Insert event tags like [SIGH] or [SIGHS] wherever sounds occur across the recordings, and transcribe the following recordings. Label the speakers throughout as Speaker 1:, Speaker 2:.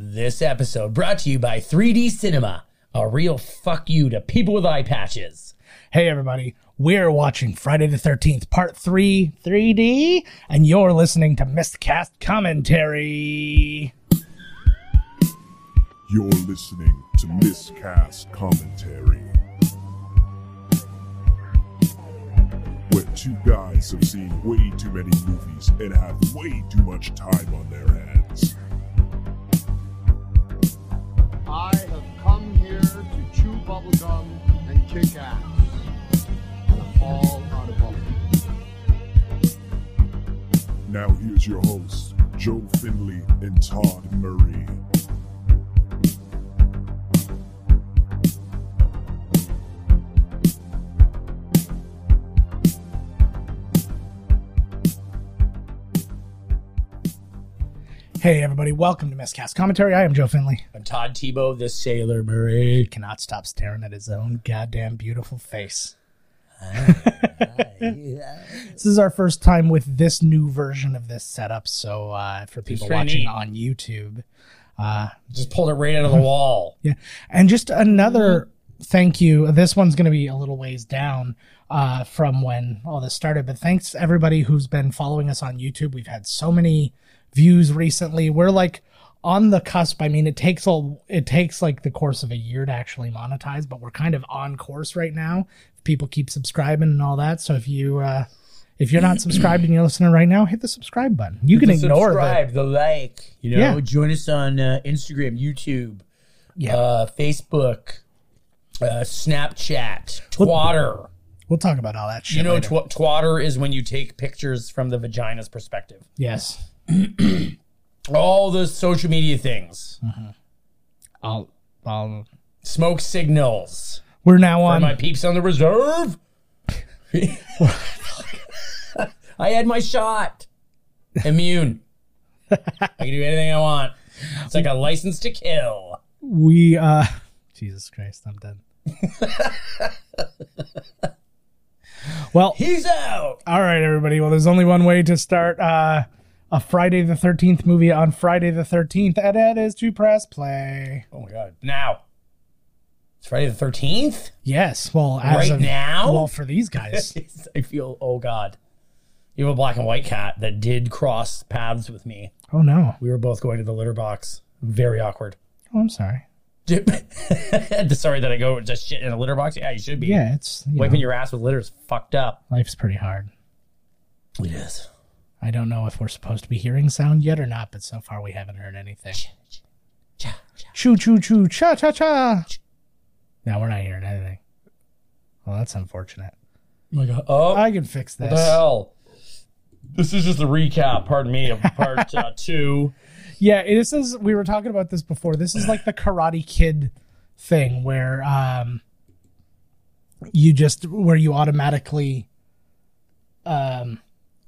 Speaker 1: This episode brought to you by 3D Cinema, a real fuck you to people with eye patches.
Speaker 2: Hey, everybody. We're watching Friday the 13th, Part 3, 3D, and you're listening to Miscast Commentary.
Speaker 3: You're listening to Miscast Commentary, where two guys have seen way too many movies and have way too much time on their hands.
Speaker 4: I have come here to chew bubblegum and kick ass. And I'm all out of bubblegum.
Speaker 3: Now, here's your hosts, Joe Finley and Todd Murray.
Speaker 2: Hey, everybody. Welcome to Miscast Commentary. I am Joe Finley.
Speaker 1: I'm Todd Tebow, the Sailor Murray.
Speaker 2: Cannot stop staring at his own goddamn beautiful face. [LAUGHS] this is our first time with this new version of this setup. So, uh, for people
Speaker 1: pretty
Speaker 2: watching
Speaker 1: neat.
Speaker 2: on YouTube, uh,
Speaker 1: Just pulled it right out of
Speaker 2: [LAUGHS]
Speaker 1: the wall.
Speaker 2: Yeah. [LAUGHS] And just another
Speaker 1: Mm-hmm.
Speaker 2: thank you. This one's going to be a little ways down uh, from when all this started, but thanks everybody who's been following us on YouTube. We've had so many views recently. We're like on the cusp. I mean, it takes a it takes like the course of a year to actually monetize, but we're kind of on course right now. People keep subscribing and all that. So if you uh if you're not subscribed and you're listening right now, hit the subscribe button. You can
Speaker 1: The
Speaker 2: ignore that.
Speaker 1: subscribe, the like, you know,
Speaker 2: Yeah.
Speaker 1: join us on uh, Instagram, YouTube,
Speaker 2: Yeah.
Speaker 1: uh, Facebook, uh, Snapchat, Twatter.
Speaker 2: We'll talk about all that shit.
Speaker 1: You know,
Speaker 2: later.
Speaker 1: tw- Twatter is when you take pictures from the vagina's perspective.
Speaker 2: yes.
Speaker 1: All those social media things,
Speaker 2: Hmm. I'll I'll
Speaker 1: smoke signals.
Speaker 2: We're now
Speaker 1: Are
Speaker 2: on.
Speaker 1: my peeps on the
Speaker 2: [LAUGHS]
Speaker 1: reserve? I had my shot. Immune. I can do anything I want. It's like a license to kill.
Speaker 2: we uh, [LAUGHS] Jesus Christ, I'm done. well,
Speaker 1: He's out.
Speaker 2: all right, everybody. Well, there's only one way to start uh, a Friday the Thirteenth movie on Friday the Thirteenth, and that is to press play.
Speaker 1: Oh my god. Now. It's Friday the thirteenth?
Speaker 2: Yes. Well, as
Speaker 1: Right
Speaker 2: of,
Speaker 1: now?
Speaker 2: Well, for these guys,
Speaker 1: [LAUGHS] I feel oh god. You have a black and white cat that did cross paths with me.
Speaker 2: oh no.
Speaker 1: We were both going to the litter box. Very awkward. [LAUGHS]
Speaker 2: Oh, I'm sorry.
Speaker 1: Sorry that I go just shit in a litter box. Yeah, you should be.
Speaker 2: Yeah, it's you
Speaker 1: Wiping
Speaker 2: know,
Speaker 1: your ass with litter is fucked up.
Speaker 2: life's pretty hard.
Speaker 1: It is.
Speaker 2: I don't know if we're supposed to be hearing sound yet or not, but so far we haven't heard anything. Choo choo choo cha cha cha. No, we're not hearing anything. Well, that's unfortunate.
Speaker 1: Oh my god. Oh,
Speaker 2: I can fix
Speaker 1: what the
Speaker 2: this.
Speaker 1: hell? This is just a recap, pardon me, of part
Speaker 2: [LAUGHS]
Speaker 1: uh, two.
Speaker 2: Yeah, this is. We were talking about this before. This is like the Karate Kid thing, where um, you just where you automatically, um,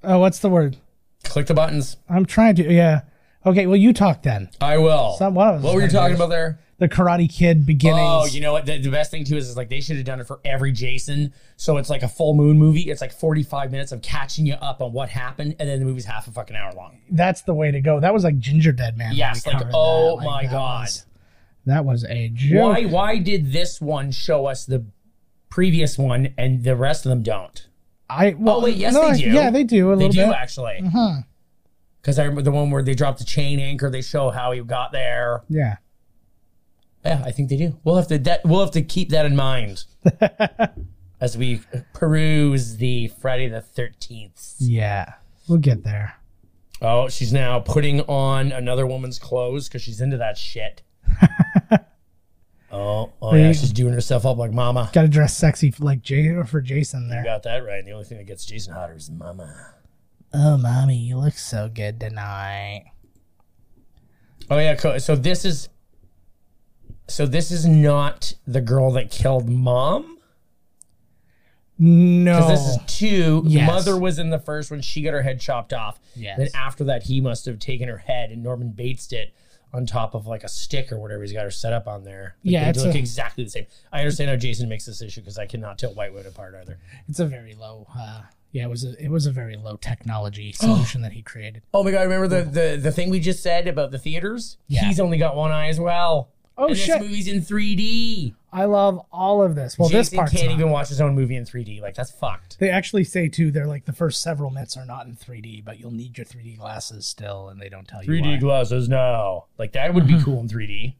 Speaker 2: oh, what's the word?
Speaker 1: Click the buttons.
Speaker 2: I'm trying to. Yeah. Okay. Well, you talk then.
Speaker 1: I will.
Speaker 2: Some- one of us
Speaker 1: what
Speaker 2: is
Speaker 1: were you
Speaker 2: gonna do
Speaker 1: talking
Speaker 2: this.
Speaker 1: about there?
Speaker 2: The Karate Kid beginnings.
Speaker 1: Oh, you know what? The, the best thing too is, is like they should have done it for every Jason. So it's like a full moon movie. It's like 45 minutes of catching you up on what happened, and then the movie's half a fucking hour long.
Speaker 2: that's the way to go. That was like Ginger Dead Man. when
Speaker 1: Yes,
Speaker 2: we
Speaker 1: like,
Speaker 2: covered
Speaker 1: oh my
Speaker 2: that
Speaker 1: God.
Speaker 2: was- that was a joke.
Speaker 1: Why why did this one show us the previous one and the rest of them don't?
Speaker 2: I well,
Speaker 1: Oh, wait, yes, they
Speaker 2: I-
Speaker 1: do.
Speaker 2: Yeah, they do a
Speaker 1: They
Speaker 2: little
Speaker 1: do
Speaker 2: bit. Mm-hmm.
Speaker 1: actually. Because I remember the one where they dropped the chain anchor. They show how he got there.
Speaker 2: yeah,
Speaker 1: Yeah, I think they do. We'll have to that, we'll have to keep that in mind as we peruse the Friday the Thirteenth.
Speaker 2: yeah, we'll get there.
Speaker 1: Oh, she's now putting on another woman's clothes because she's into that shit. oh, oh yeah,
Speaker 2: Right.
Speaker 1: she's doing herself up like Mama.
Speaker 2: Got to dress sexy for, like Jay for Jason
Speaker 1: You
Speaker 2: there.
Speaker 1: got that right. The only thing that gets Jason hotter is Mama.
Speaker 2: Oh, mommy, you look so good tonight.
Speaker 1: Oh yeah, co- so this is so this is not the girl that killed mom.
Speaker 2: No,
Speaker 1: Because this is two.
Speaker 2: Oh. Yes.
Speaker 1: Mother was in the first one. She got her head chopped off.
Speaker 2: Yes.
Speaker 1: Then after that, he must have taken her head and Norman Bates it on top of like a stick or whatever he's got her set up on there. Like,
Speaker 2: Yeah,
Speaker 1: They
Speaker 2: it's
Speaker 1: look
Speaker 2: a-
Speaker 1: exactly the same. I understand how Jason makes this issue because I cannot tell White Wood apart either.
Speaker 2: it's a very low uh, yeah, it was a, it was a very low technology solution that he created.
Speaker 1: Oh my god! Remember the the, the thing we just said about the theaters?
Speaker 2: Yeah.
Speaker 1: He's only got one eye as well.
Speaker 2: Oh,
Speaker 1: and
Speaker 2: shit.
Speaker 1: This movie's in 3D.
Speaker 2: I love all of this. Well, this
Speaker 1: Jason
Speaker 2: part
Speaker 1: can't even watch his own movie in 3D. Like that's fucked.
Speaker 2: They actually say too. They're like the first several minutes are not in 3D, but you'll need your 3D glasses still, and they don't tell you. 3D. Why.
Speaker 1: glasses now. Like that would
Speaker 2: Mm-hmm.
Speaker 1: be cool in 3D.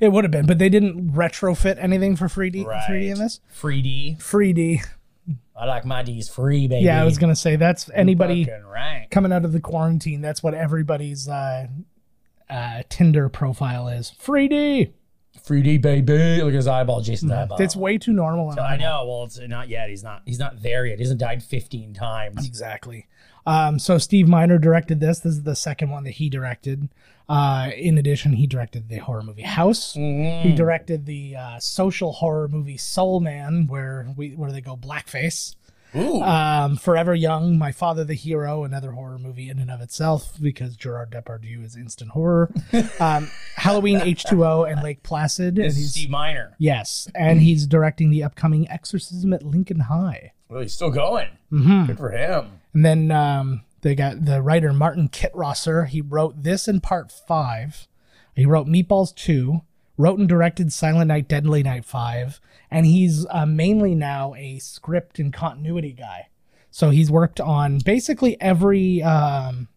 Speaker 2: It would have been, but they didn't retrofit anything for 3D. 3D in this.
Speaker 1: 3D.
Speaker 2: 3D.
Speaker 1: I like my D's free, baby.
Speaker 2: Yeah, I was gonna say that's anybody
Speaker 1: Fucking right.
Speaker 2: coming out of the quarantine. That's what everybody's uh, uh, Tinder profile is. 3D.
Speaker 1: 3D, baby. Look at his eyeball, Jason's eyeball.
Speaker 2: That's way too normal.
Speaker 1: Mm-hmm. I know. Well, it's not yet. He's not. He's not there yet. He hasn't died 15 times.
Speaker 2: Exactly. Um, so Steve Miner directed this. This is the second one that he directed. Uh, in addition, he directed the horror movie House.
Speaker 1: Mm.
Speaker 2: He
Speaker 1: Mm-hmm.
Speaker 2: directed the uh, social horror movie Soul Man, where we where they go blackface.
Speaker 1: Ooh.
Speaker 2: Um, Forever Young, My Father the Hero, another horror movie in and of itself because Gerard Depardieu is instant horror. Um, Halloween H2O and Lake Placid. And
Speaker 1: This is
Speaker 2: he's,
Speaker 1: Steve Miner.
Speaker 2: yes, and he's directing the upcoming Exorcism at Lincoln High.
Speaker 1: Well, he's still going.
Speaker 2: Mm-hmm.
Speaker 1: Good for him.
Speaker 2: And then um, they got the writer Martin Kittrosser. He wrote this in part five. He wrote Meatballs 2, wrote and directed Silent Night, Deadly Night 5. And he's uh, mainly now a script and continuity guy. So he's worked on basically every. Um,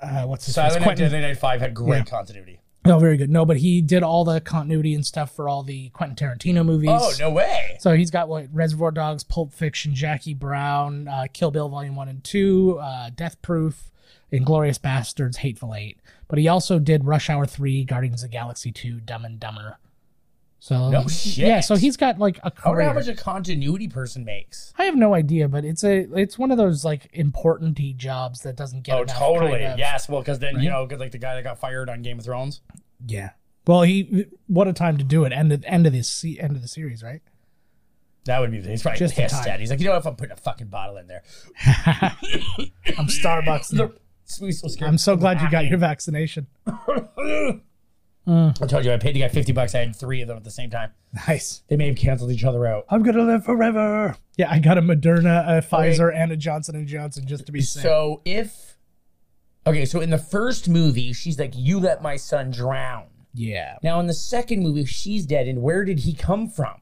Speaker 2: uh, what's his
Speaker 1: Silent
Speaker 2: face?
Speaker 1: Night,
Speaker 2: Quentin-
Speaker 1: Deadly Night Five had great
Speaker 2: Yeah.
Speaker 1: continuity.
Speaker 2: No, very good. No, but he did all the continuity and stuff for all the Quentin Tarantino movies.
Speaker 1: Oh no way!
Speaker 2: So he's got what Reservoir Dogs, Pulp Fiction, Jackie Brown, uh, Kill Bill Volume One and Two, uh, Death Proof, Inglorious Bastards, Hateful Eight. But he also did Rush Hour Three, Guardians of the Galaxy Two, Dumb and Dumber. So
Speaker 1: No shit. Oh,
Speaker 2: yeah, so he's got like a
Speaker 1: I wonder
Speaker 2: career.
Speaker 1: how much a continuity person makes.
Speaker 2: I have no idea, but it's a it's one of those like important jobs that doesn't get.
Speaker 1: Oh,
Speaker 2: enough
Speaker 1: totally.
Speaker 2: kind of-
Speaker 1: Yes. Well, because then you
Speaker 2: Right?
Speaker 1: know, 'cause like the guy that got fired on Game of Thrones.
Speaker 2: yeah. Well, he what a time to do it. End of end of this se- end of the series, right?
Speaker 1: That would be. He's probably
Speaker 2: Just in
Speaker 1: pissed
Speaker 2: time.
Speaker 1: at. it. He's like, you know, what, if I'm putting a fucking bottle in there, [LAUGHS]
Speaker 2: I'm Starbucks.
Speaker 1: So he's so scared.
Speaker 2: I'm so glad you got your vaccination. [LAUGHS]
Speaker 1: I told you, I paid the guy fifty bucks. I had three of them at the same time.
Speaker 2: Nice.
Speaker 1: They may have canceled each other out.
Speaker 2: I'm gonna live forever. Yeah, I got a Moderna, a Pfizer, and a Johnson and Johnson just to be safe.
Speaker 1: So if okay, so in the first movie, she's like, "You let my son drown."
Speaker 2: yeah,
Speaker 1: Now in the second movie, she's dead, and where did he come from?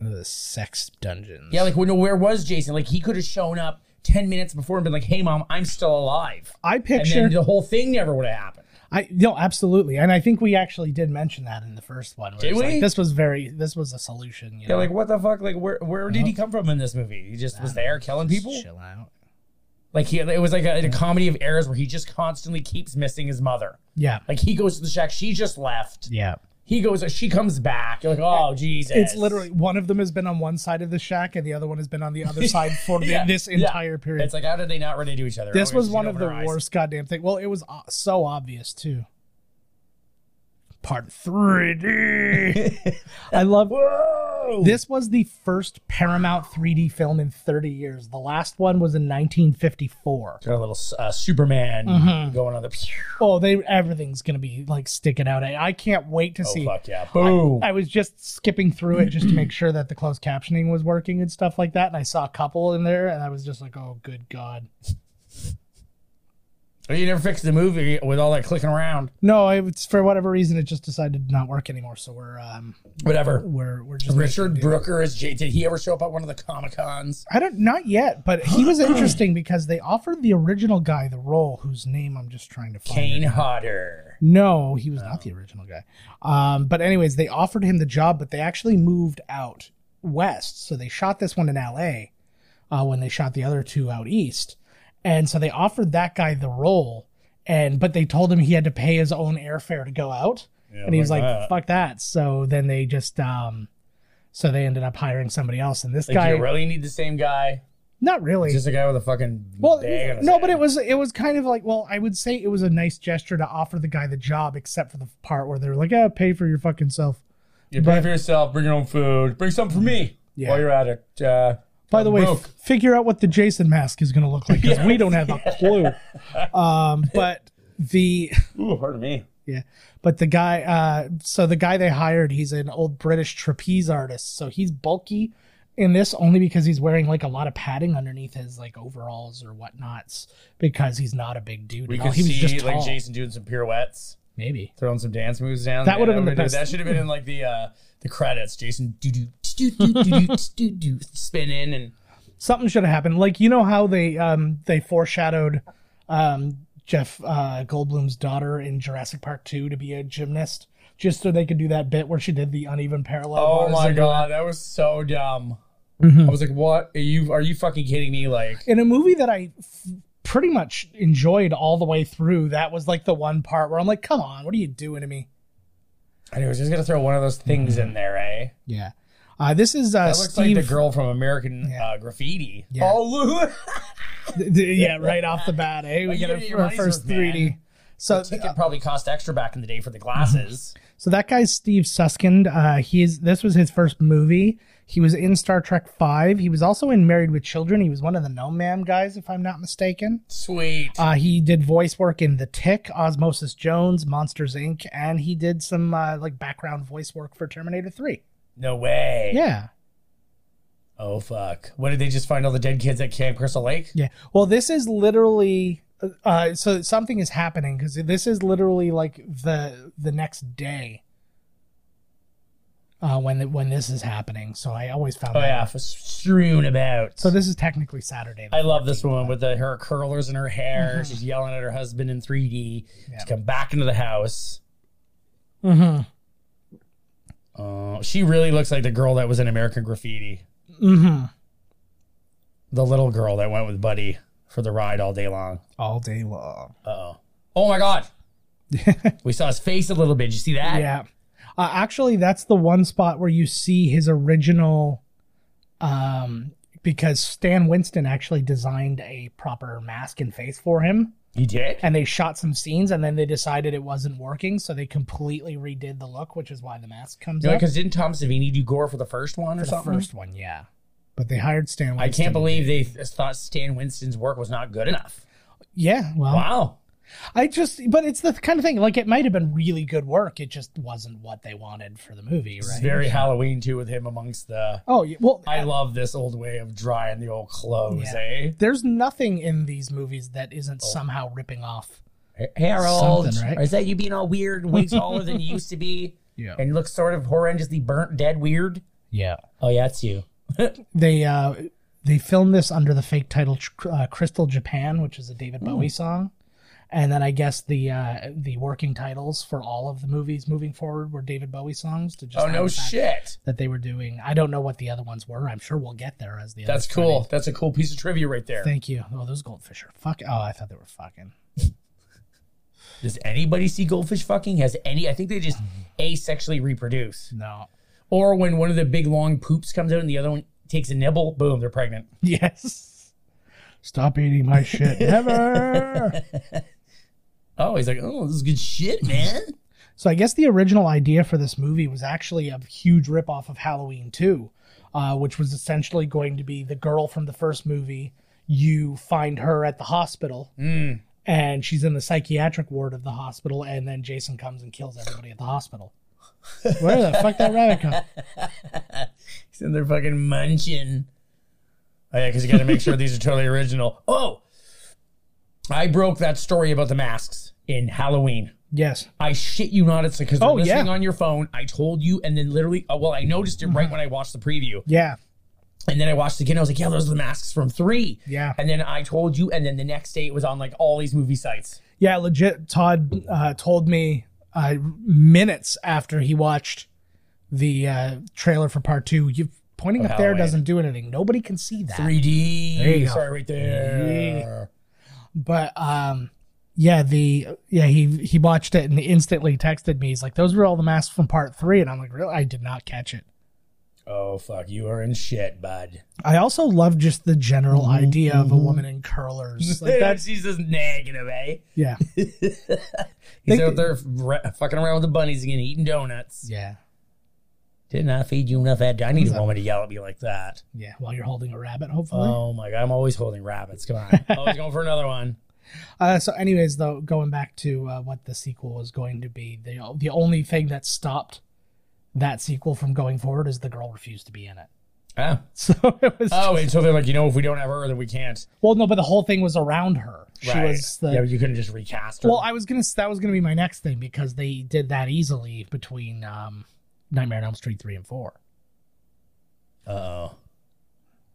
Speaker 2: the sex dungeons.
Speaker 1: Yeah, like, well, where was Jason? Like, he could have shown up ten minutes before and been like, "Hey, mom, I'm still alive,"
Speaker 2: I
Speaker 1: and
Speaker 2: picture.
Speaker 1: then the whole thing never would have happened.
Speaker 2: I no, absolutely, and I think we actually did mention that in the first one. where
Speaker 1: Did
Speaker 2: it's
Speaker 1: we?
Speaker 2: Like, this was very. This was a solution. You
Speaker 1: Yeah,
Speaker 2: know,
Speaker 1: like what the fuck? Like where where did he come from in this movie? He just was there killing people.
Speaker 2: chill out.
Speaker 1: Like he, it was like a, a comedy of errors where he just constantly keeps missing his mother.
Speaker 2: Yeah,
Speaker 1: Like he goes to the shack, she just left.
Speaker 2: yeah.
Speaker 1: He goes, she comes back. You're like, oh Jesus!
Speaker 2: It's literally one of them has been on one side of the shack, and the other one has been on
Speaker 1: [LAUGHS]
Speaker 2: the other side for the-
Speaker 1: Yeah,
Speaker 2: this
Speaker 1: yeah.
Speaker 2: entire period.
Speaker 1: It's like how did they not run into each other?
Speaker 2: this
Speaker 1: Oh,
Speaker 2: was
Speaker 1: she
Speaker 2: one of
Speaker 1: opened
Speaker 2: the
Speaker 1: her eyes. [LAUGHS]
Speaker 2: worst goddamn thing. Well, it was uh, so obvious too. Part three D. I love
Speaker 1: Whoa!
Speaker 2: this was the first Paramount 3D film in 30 years. The last one was in 1954.
Speaker 1: got a little uh, Superman
Speaker 2: Mm-hmm.
Speaker 1: going on the.
Speaker 2: Oh, they everything's gonna be like sticking out. I, I can't wait to
Speaker 1: Oh
Speaker 2: see.
Speaker 1: fuck yeah! Boom!
Speaker 2: I was just skipping through it just
Speaker 1: [CLEARS THROAT]
Speaker 2: to make sure that the closed captioning was working and stuff like that. And I saw a couple in there, and I was just like, "Oh, good god!"
Speaker 1: Oh, you never fixed the movie with all that clicking around.
Speaker 2: No, I, it's for whatever reason it just decided to not work anymore. So we're um,
Speaker 1: Whatever.
Speaker 2: we're we're just
Speaker 1: Richard Brooker is. J- Did he ever show up at one of the Comic Cons?
Speaker 2: I don't not yet, but he
Speaker 1: [CLEARS THROAT]
Speaker 2: was interesting because they offered the original guy the role whose name I'm just trying to find.
Speaker 1: Kane Hodder.
Speaker 2: No, he was not the original guy. Um, but anyways, they offered him the job, but they actually moved out west. So they shot this one in L.A. Uh, when they shot the other two out east, and so they offered that guy the role, and but they told him he had to pay his own airfare to go out,
Speaker 1: Oh
Speaker 2: and he was like, "Fuck that!" So then they just um, so they ended up hiring somebody else, and this
Speaker 1: Like,
Speaker 2: guy
Speaker 1: do you really need the same guy?
Speaker 2: not really.
Speaker 1: Just a guy with a fucking
Speaker 2: Well,
Speaker 1: bag on his
Speaker 2: no,
Speaker 1: head.
Speaker 2: but it was it was kind of like well, I would say it was a nice gesture to offer the guy the job, except for the part where they're like, "Yeah, pay for your fucking self."
Speaker 1: You pay for yourself. Bring your own food. Bring something for me
Speaker 2: Yeah.
Speaker 1: while you're at it. Uh,
Speaker 2: By the
Speaker 1: I'm
Speaker 2: way, f-
Speaker 1: broke.
Speaker 2: figure out what the Jason mask is going to look like because we
Speaker 1: [LAUGHS]
Speaker 2: don't have a clue. Um, but the [LAUGHS]
Speaker 1: ooh, pardon me.
Speaker 2: yeah, but the guy, uh, so the guy they hired, he's an old British trapeze artist, so he's bulky in this only because he's wearing like a lot of padding underneath his like overalls or whatnots because he's not a big dude.
Speaker 1: We
Speaker 2: at all.
Speaker 1: could
Speaker 2: he was
Speaker 1: see
Speaker 2: just
Speaker 1: like
Speaker 2: tall.
Speaker 1: Jason doing some pirouettes,
Speaker 2: Maybe.
Speaker 1: throwing some dance moves down.
Speaker 2: That
Speaker 1: Yeah,
Speaker 2: would've been the
Speaker 1: would've-
Speaker 2: best.
Speaker 1: That should have been in like the uh, the credits. Jason do do do do do do do spin in and
Speaker 2: something should have happened. Like you know how they um they foreshadowed um Jeff uh, Goldblum's daughter in Jurassic Park Two to be a gymnast, just so they could do that bit where she did the uneven
Speaker 1: [LAUGHS]
Speaker 2: parallel.
Speaker 1: oh
Speaker 2: bars
Speaker 1: my
Speaker 2: and-
Speaker 1: god, that was so dumb.
Speaker 2: Mm-hmm.
Speaker 1: I was like, what are you? Are you fucking kidding me? Like,
Speaker 2: In a movie that I f- pretty much enjoyed all the way through, that was like the one part where I'm like, come on, what are you doing to me?
Speaker 1: I was just gonna throw one of those things
Speaker 2: Mm-hmm.
Speaker 1: in there, eh?
Speaker 2: Yeah. Uh, this is uh,
Speaker 1: That looks
Speaker 2: Steve.
Speaker 1: like the girl from American
Speaker 2: Yeah.
Speaker 1: uh, Graffiti.
Speaker 2: Yeah.
Speaker 1: Oh, [LAUGHS] Lou.
Speaker 2: th- th- [LAUGHS] yeah, right off the bat, eh? We
Speaker 1: Like,
Speaker 2: get
Speaker 1: you
Speaker 2: our,
Speaker 1: get your
Speaker 2: our
Speaker 1: money's
Speaker 2: first
Speaker 1: worth, man.
Speaker 2: 3D. So
Speaker 1: Ticket probably cost extra back in the day for the glasses.
Speaker 2: So that guy's Steve Suskind. Uh, he's this was his first movie. He was in Star Trek Five. He was also in Married with Children. He was one of the No Man guys, if I'm not mistaken.
Speaker 1: Sweet.
Speaker 2: Uh, he did voice work in The Tick, Osmosis Jones, Monsters Inc., and he did some uh, like background voice work for Terminator Three.
Speaker 1: no way.
Speaker 2: Yeah,
Speaker 1: Oh fuck. What did they just find all the dead kids at Camp Crystal Lake?
Speaker 2: yeah. Well, this is literally uh, so something is happening because this is literally like the the next day. Uh, when the, when this is happening, so I always found
Speaker 1: Oh
Speaker 2: that
Speaker 1: yeah, for strewn about.
Speaker 2: So this is technically Saturday.
Speaker 1: I love this woman with the, her curlers in her hair. She's yelling at her husband in 3D
Speaker 2: Mm-hmm. Yeah.
Speaker 1: to come back into the house.
Speaker 2: Mm-hmm.
Speaker 1: Uh, she really looks like the girl that was in American Graffiti,
Speaker 2: Mm-hmm.
Speaker 1: the little girl that went with Buddy for the ride all day long.
Speaker 2: All day long.
Speaker 1: Uh oh. Oh my
Speaker 2: [LAUGHS]
Speaker 1: god. we saw his face a little bit. Did you see that?
Speaker 2: Yeah. Uh, actually, that's the one spot where you see his original, um, because Stan Winston actually designed a proper mask and face for him,
Speaker 1: He did.
Speaker 2: and they shot some scenes, and then they decided it wasn't working, so they completely redid the look, which is why the mask comes
Speaker 1: No,
Speaker 2: up.
Speaker 1: because didn't Tom Savini do gore for the first one or
Speaker 2: the
Speaker 1: something?
Speaker 2: first one, yeah. But they hired Stan.
Speaker 1: I
Speaker 2: Winston.
Speaker 1: can't believe they th- thought Stan Winston's work was not good enough.
Speaker 2: Yeah. Well,
Speaker 1: Wow.
Speaker 2: I just, but it's the kind of thing. Like, it might have been really good work. It just wasn't what they wanted for the movie,
Speaker 1: It's
Speaker 2: right?
Speaker 1: very Halloween too with him amongst the.
Speaker 2: Oh yeah, well,
Speaker 1: I love this old way of drying the old clothes,
Speaker 2: Yeah.
Speaker 1: eh?
Speaker 2: there's nothing in these movies that isn't
Speaker 1: Oh.
Speaker 2: somehow ripping off.
Speaker 1: Harold,
Speaker 2: Something, right?
Speaker 1: is that you being all weird, way taller than you used to be,
Speaker 2: [LAUGHS] Yeah,
Speaker 1: and you look sort of horrendously burnt, dead, weird?
Speaker 2: yeah.
Speaker 1: Oh yeah, it's you.
Speaker 2: They uh, they filmed this under the fake title Tr- uh, "Crystal Japan," which is a David
Speaker 1: Hmm.
Speaker 2: Bowie song, and then I guess the uh, the working titles for all of the movies moving forward were David Bowie songs. To just
Speaker 1: Oh
Speaker 2: hide
Speaker 1: no
Speaker 2: the fact
Speaker 1: shit.
Speaker 2: That they were doing. I don't know what the other ones were. I'm sure we'll get there as the.
Speaker 1: That's
Speaker 2: other
Speaker 1: cool. That's a cool piece of trivia right there.
Speaker 2: Thank you. Oh, those goldfish are fuck. Oh, I thought they were fucking.
Speaker 1: Does anybody see goldfish fucking? Has any? I think they just asexually reproduce.
Speaker 2: No. [LAUGHS]
Speaker 1: Or when one of the big long poops comes out and the other one takes a nibble, boom, they're pregnant.
Speaker 2: Yes. Stop eating my shit. Never.
Speaker 1: Oh, he's like, oh, this is good shit, man. [LAUGHS]
Speaker 2: so I guess the original idea for this movie was actually a huge ripoff of Halloween 2, uh, which was essentially going to be the girl from the first movie. You find her at the hospital, and she's in the psychiatric ward of the hospital, and then Jason comes and kills everybody at the hospital. Where the fuck that rabbit come?
Speaker 1: he's in there fucking munching. Oh, yeah, because you got to make sure these are totally original. Oh, I broke that story about the masks in Halloween.
Speaker 2: Yes.
Speaker 1: I shit you not, it's because they're
Speaker 2: Oh,
Speaker 1: listening
Speaker 2: yeah.
Speaker 1: on your phone. I told you, and then literally, oh, well, I noticed it right when I watched the preview.
Speaker 2: Yeah.
Speaker 1: And then I watched it again. I was like, yeah, those are the masks from three.
Speaker 2: Yeah.
Speaker 1: And then I told you, and then the next day it was on like all these movie sites.
Speaker 2: Yeah, legit. Todd uh, told me uh, minutes after he watched the uh, trailer for part two. You pointing
Speaker 1: Of
Speaker 2: up there
Speaker 1: Halloween.
Speaker 2: doesn't do anything. Nobody can see that.
Speaker 1: 3D.
Speaker 2: There you go.
Speaker 1: Sorry, right there.
Speaker 2: But um, yeah, the yeah he he watched it and instantly texted me. He's like, "Those were all the masks from part three. and I'm like, "Really? I did not catch it."
Speaker 1: Oh fuck, you are in shit,
Speaker 2: [LAUGHS]
Speaker 1: bud.
Speaker 2: I also love just the general idea of a woman in curlers like
Speaker 1: [LAUGHS]
Speaker 2: that.
Speaker 1: She's just nagging away.
Speaker 2: Yeah,
Speaker 1: He's
Speaker 2: Think-
Speaker 1: out there re- fucking around with the bunnies again, eating donuts.
Speaker 2: yeah,
Speaker 1: Didn't I feed you enough? Ed? I need a woman to yell at me like that.
Speaker 2: yeah. While you're holding a rabbit, hopefully.
Speaker 1: Oh my god, I'm always holding rabbits. Come
Speaker 2: [LAUGHS]
Speaker 1: on, always going for another one.
Speaker 2: Uh, so, anyways, though, going back to uh, what the sequel was going to be, the the only thing that stopped that sequel from going forward is the girl refused to be in it. [LAUGHS]
Speaker 1: Ah.
Speaker 2: So it was
Speaker 1: Oh, and so they're like, you know, if we don't have her, then we can't.
Speaker 2: well, no, but the whole thing was around her. She
Speaker 1: Right.
Speaker 2: was the
Speaker 1: yeah, but you couldn't just recast her.
Speaker 2: well. I was gonna that was gonna be my next thing because they did that easily between um, Nightmare on Elm Street three and four.
Speaker 1: Uh-oh.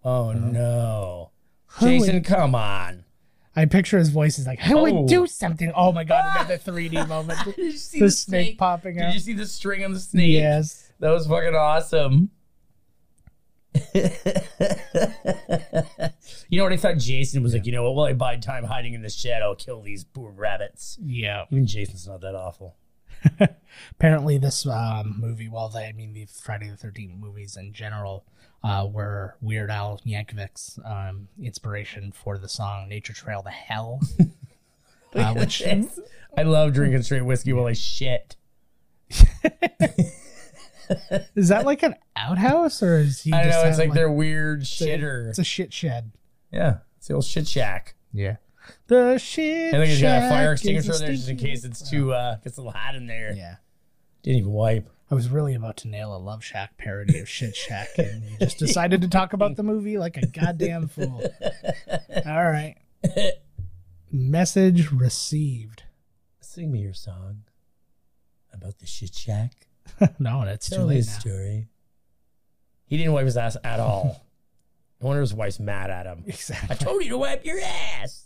Speaker 1: Oh, no.
Speaker 2: Uh-huh. Who would-
Speaker 1: Jason, come on.
Speaker 2: I picture his voice is like, I
Speaker 1: Oh.
Speaker 2: would do something. Oh my god, we got the 3D moment.
Speaker 1: [LAUGHS] Did you see
Speaker 2: the, snake, popping
Speaker 1: Did
Speaker 2: out.
Speaker 1: you see the string on the snake?
Speaker 2: Yes.
Speaker 1: That was fucking
Speaker 2: [LAUGHS]
Speaker 1: awesome. you know what? I thought Jason was like, you know what? While I bide time hiding in the shed, I'll kill these poor rabbits.
Speaker 2: Yeah.
Speaker 1: Even Jason's not that awful.
Speaker 2: Apparently, this um, movie, well, they, I mean, the Friday the 13th movies in general, uh, were Weird Al Yankovic's um, inspiration for the song Nature Trail
Speaker 1: [LAUGHS]
Speaker 2: to Hell. uh, which,
Speaker 1: Yes. I love drinking straight whiskey while I shit.
Speaker 2: is that like an outhouse or is he
Speaker 1: I
Speaker 2: just
Speaker 1: know.
Speaker 2: have,
Speaker 1: It's like, their weird
Speaker 2: It's
Speaker 1: shitter.
Speaker 2: a shit shed.
Speaker 1: yeah. It's the old shit shack.
Speaker 2: Yeah. The shit
Speaker 1: I think he's got a
Speaker 2: shack
Speaker 1: fire
Speaker 2: is
Speaker 1: extinguisher
Speaker 2: a
Speaker 1: there just in
Speaker 2: stinky-
Speaker 1: case it's too, uh, gets a little hot in there.
Speaker 2: Yeah.
Speaker 1: Didn't even wipe.
Speaker 2: I was really about to nail a Love Shack parody of Shit Shack, and you just decided to talk about the movie like a goddamn fool. All right. Message received. [LAUGHS]
Speaker 1: Sing me your song about the shit shack.
Speaker 2: no, that's too
Speaker 1: Tell
Speaker 2: late
Speaker 1: his
Speaker 2: now.
Speaker 1: story. He didn't wipe his ass at
Speaker 2: [LAUGHS]
Speaker 1: all. no wonder his wife's mad at him. I
Speaker 2: Exactly.
Speaker 1: told you to wipe your
Speaker 2: [LAUGHS]
Speaker 1: ass.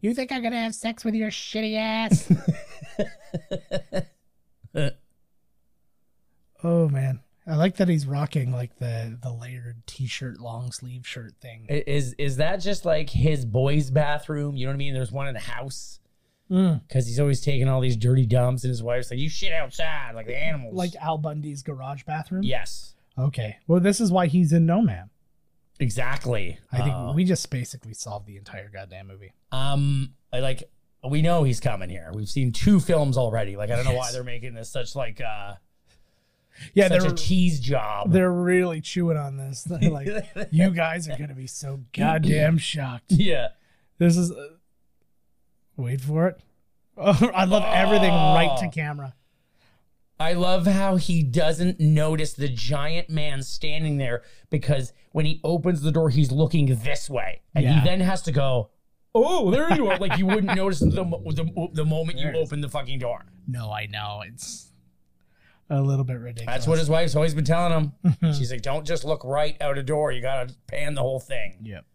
Speaker 2: You think I'm gonna have sex with your shitty ass? [LAUGHS] oh man, I like that he's rocking like the the layered t-shirt, long sleeve shirt thing.
Speaker 1: I- Is is that just like his boys' bathroom? You know what I mean? There's one in the house
Speaker 2: Mm.
Speaker 1: because he's always taking all these dirty dumps, and his wife's like, "You shit outside like the animals."
Speaker 2: Like Al Bundy's garage bathroom.
Speaker 1: yes,
Speaker 2: Okay. Well, this is why he's in No Man.
Speaker 1: exactly.
Speaker 2: I think
Speaker 1: Uh,
Speaker 2: we just basically solved the entire goddamn movie.
Speaker 1: um, I like we know he's coming here. We've seen two films already. Like I don't know why
Speaker 2: Yes.
Speaker 1: they're making this such like uh
Speaker 2: Yeah,
Speaker 1: such
Speaker 2: they're
Speaker 1: a tease job.
Speaker 2: they're really chewing on this. [LAUGHS] They're like, you guys are gonna be so goddamn
Speaker 1: [LAUGHS]
Speaker 2: shocked.
Speaker 1: yeah.
Speaker 2: This is. Uh, wait for it. [LAUGHS] Oh, I love everything right to
Speaker 1: Oh.
Speaker 2: camera.
Speaker 1: I love how he doesn't notice the giant man standing there because when he opens the door, he's looking this way, and
Speaker 2: Yeah.
Speaker 1: he then has to go, "Oh, there you are!" like you
Speaker 2: [LAUGHS]
Speaker 1: wouldn't notice the mo- the, the moment
Speaker 2: There
Speaker 1: you
Speaker 2: it is.
Speaker 1: open the fucking door.
Speaker 2: No, I know it's a little bit ridiculous.
Speaker 1: That's what his wife's always been telling
Speaker 2: Mm-hmm.
Speaker 1: him. She's like, "Don't just look right out a door. You gotta pan the whole thing."
Speaker 2: Yep.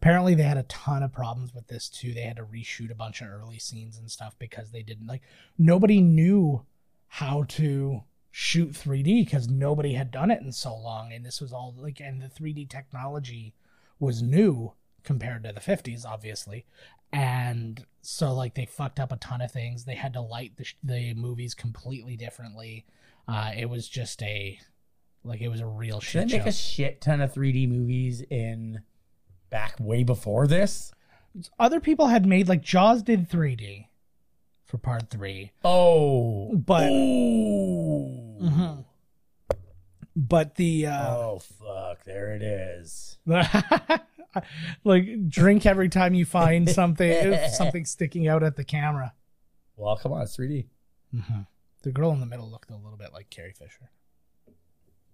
Speaker 2: Apparently, they had a ton of problems with this too. They had to reshoot a bunch of early scenes and stuff because they didn't like nobody knew how to shoot 3D because nobody had done it in so long. And this was all like, and the 3D technology was new compared to the 50s, obviously. And so, like, they fucked up a ton of things. They had to light the, sh- the movies completely differently. Uh, it was just a like it was a real
Speaker 1: Should
Speaker 2: shit
Speaker 1: they make
Speaker 2: show.
Speaker 1: a shit ton of 3D movies in back way before this?
Speaker 2: other people had made like Jaws did 3D for part three,
Speaker 1: Oh,
Speaker 2: But-
Speaker 1: Ooh.
Speaker 2: but the uh, [LAUGHS]
Speaker 1: oh fuck, there it is.
Speaker 2: like drink every time you find something if something sticking out at the camera.
Speaker 1: Well, come on, it's 3D.
Speaker 2: The girl in the middle looked a little bit like Carrie Fisher.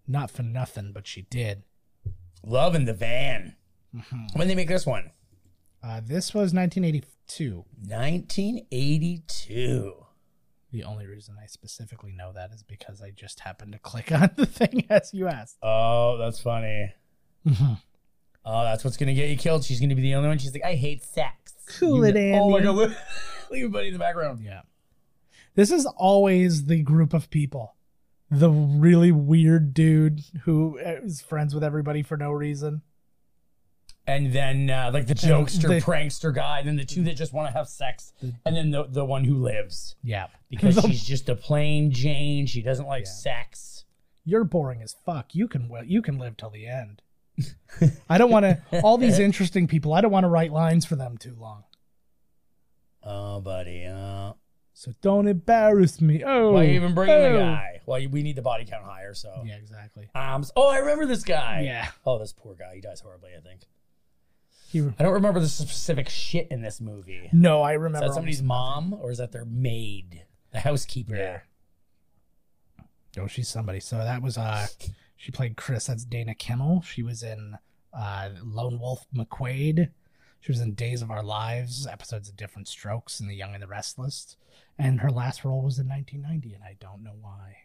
Speaker 2: Not for nothing, but she did.
Speaker 1: Love in the Van. When did they make this one?
Speaker 2: Uh, this was 1982.
Speaker 1: 1982.
Speaker 2: The only reason I specifically know that is because I just happened to click [LAUGHS] on the thing as you asked.
Speaker 1: Oh, that's funny. Oh, that's what's gonna get you killed. She's gonna be the only one. She's like, I hate sex.
Speaker 2: Cool it,
Speaker 1: know- Oh my
Speaker 2: Andy.
Speaker 1: god, [LAUGHS] look, look at Buddy in the background.
Speaker 2: Yeah. This is always the group of people. The really weird dude who uh, is friends with everybody for no reason.
Speaker 1: And then uh, like the jokester,
Speaker 2: the- Mm.
Speaker 1: prankster guy, then the two that just want to have sex, and then the the one who lives
Speaker 2: Yeah. [LAUGHS]
Speaker 1: because she's just a plain Jane. She doesn't like sex.
Speaker 2: You're boring as fuck. You can wi- you can live till the end. I don't want to
Speaker 1: [LAUGHS]
Speaker 2: all these interesting people. I don't want to write lines for them too long.
Speaker 1: Oh, buddy. Uh,
Speaker 2: So don't embarrass me. Oh.
Speaker 1: why even bring
Speaker 2: oh.
Speaker 1: the guy? Well, we need the body count higher. So
Speaker 2: Yeah, exactly.
Speaker 1: Um, oh, I remember this guy.
Speaker 2: Yeah.
Speaker 1: Oh, this poor guy. He dies horribly, I think.
Speaker 2: He,
Speaker 1: I don't remember the specific shit in this movie.
Speaker 2: no, I
Speaker 1: Is
Speaker 2: remember.
Speaker 1: that somebody's
Speaker 2: almost-
Speaker 1: mom or is that their maid? The housekeeper.
Speaker 2: Oh, Yeah. No, she's somebody. So that was uh She played Chris. That's Dana Kimmel. She was in uh, Lone Wolf McQuade. She was in Days of Our Lives, episodes of Different Strokes, and The Young and the Restless. And her last role was in 1990, and I don't know why.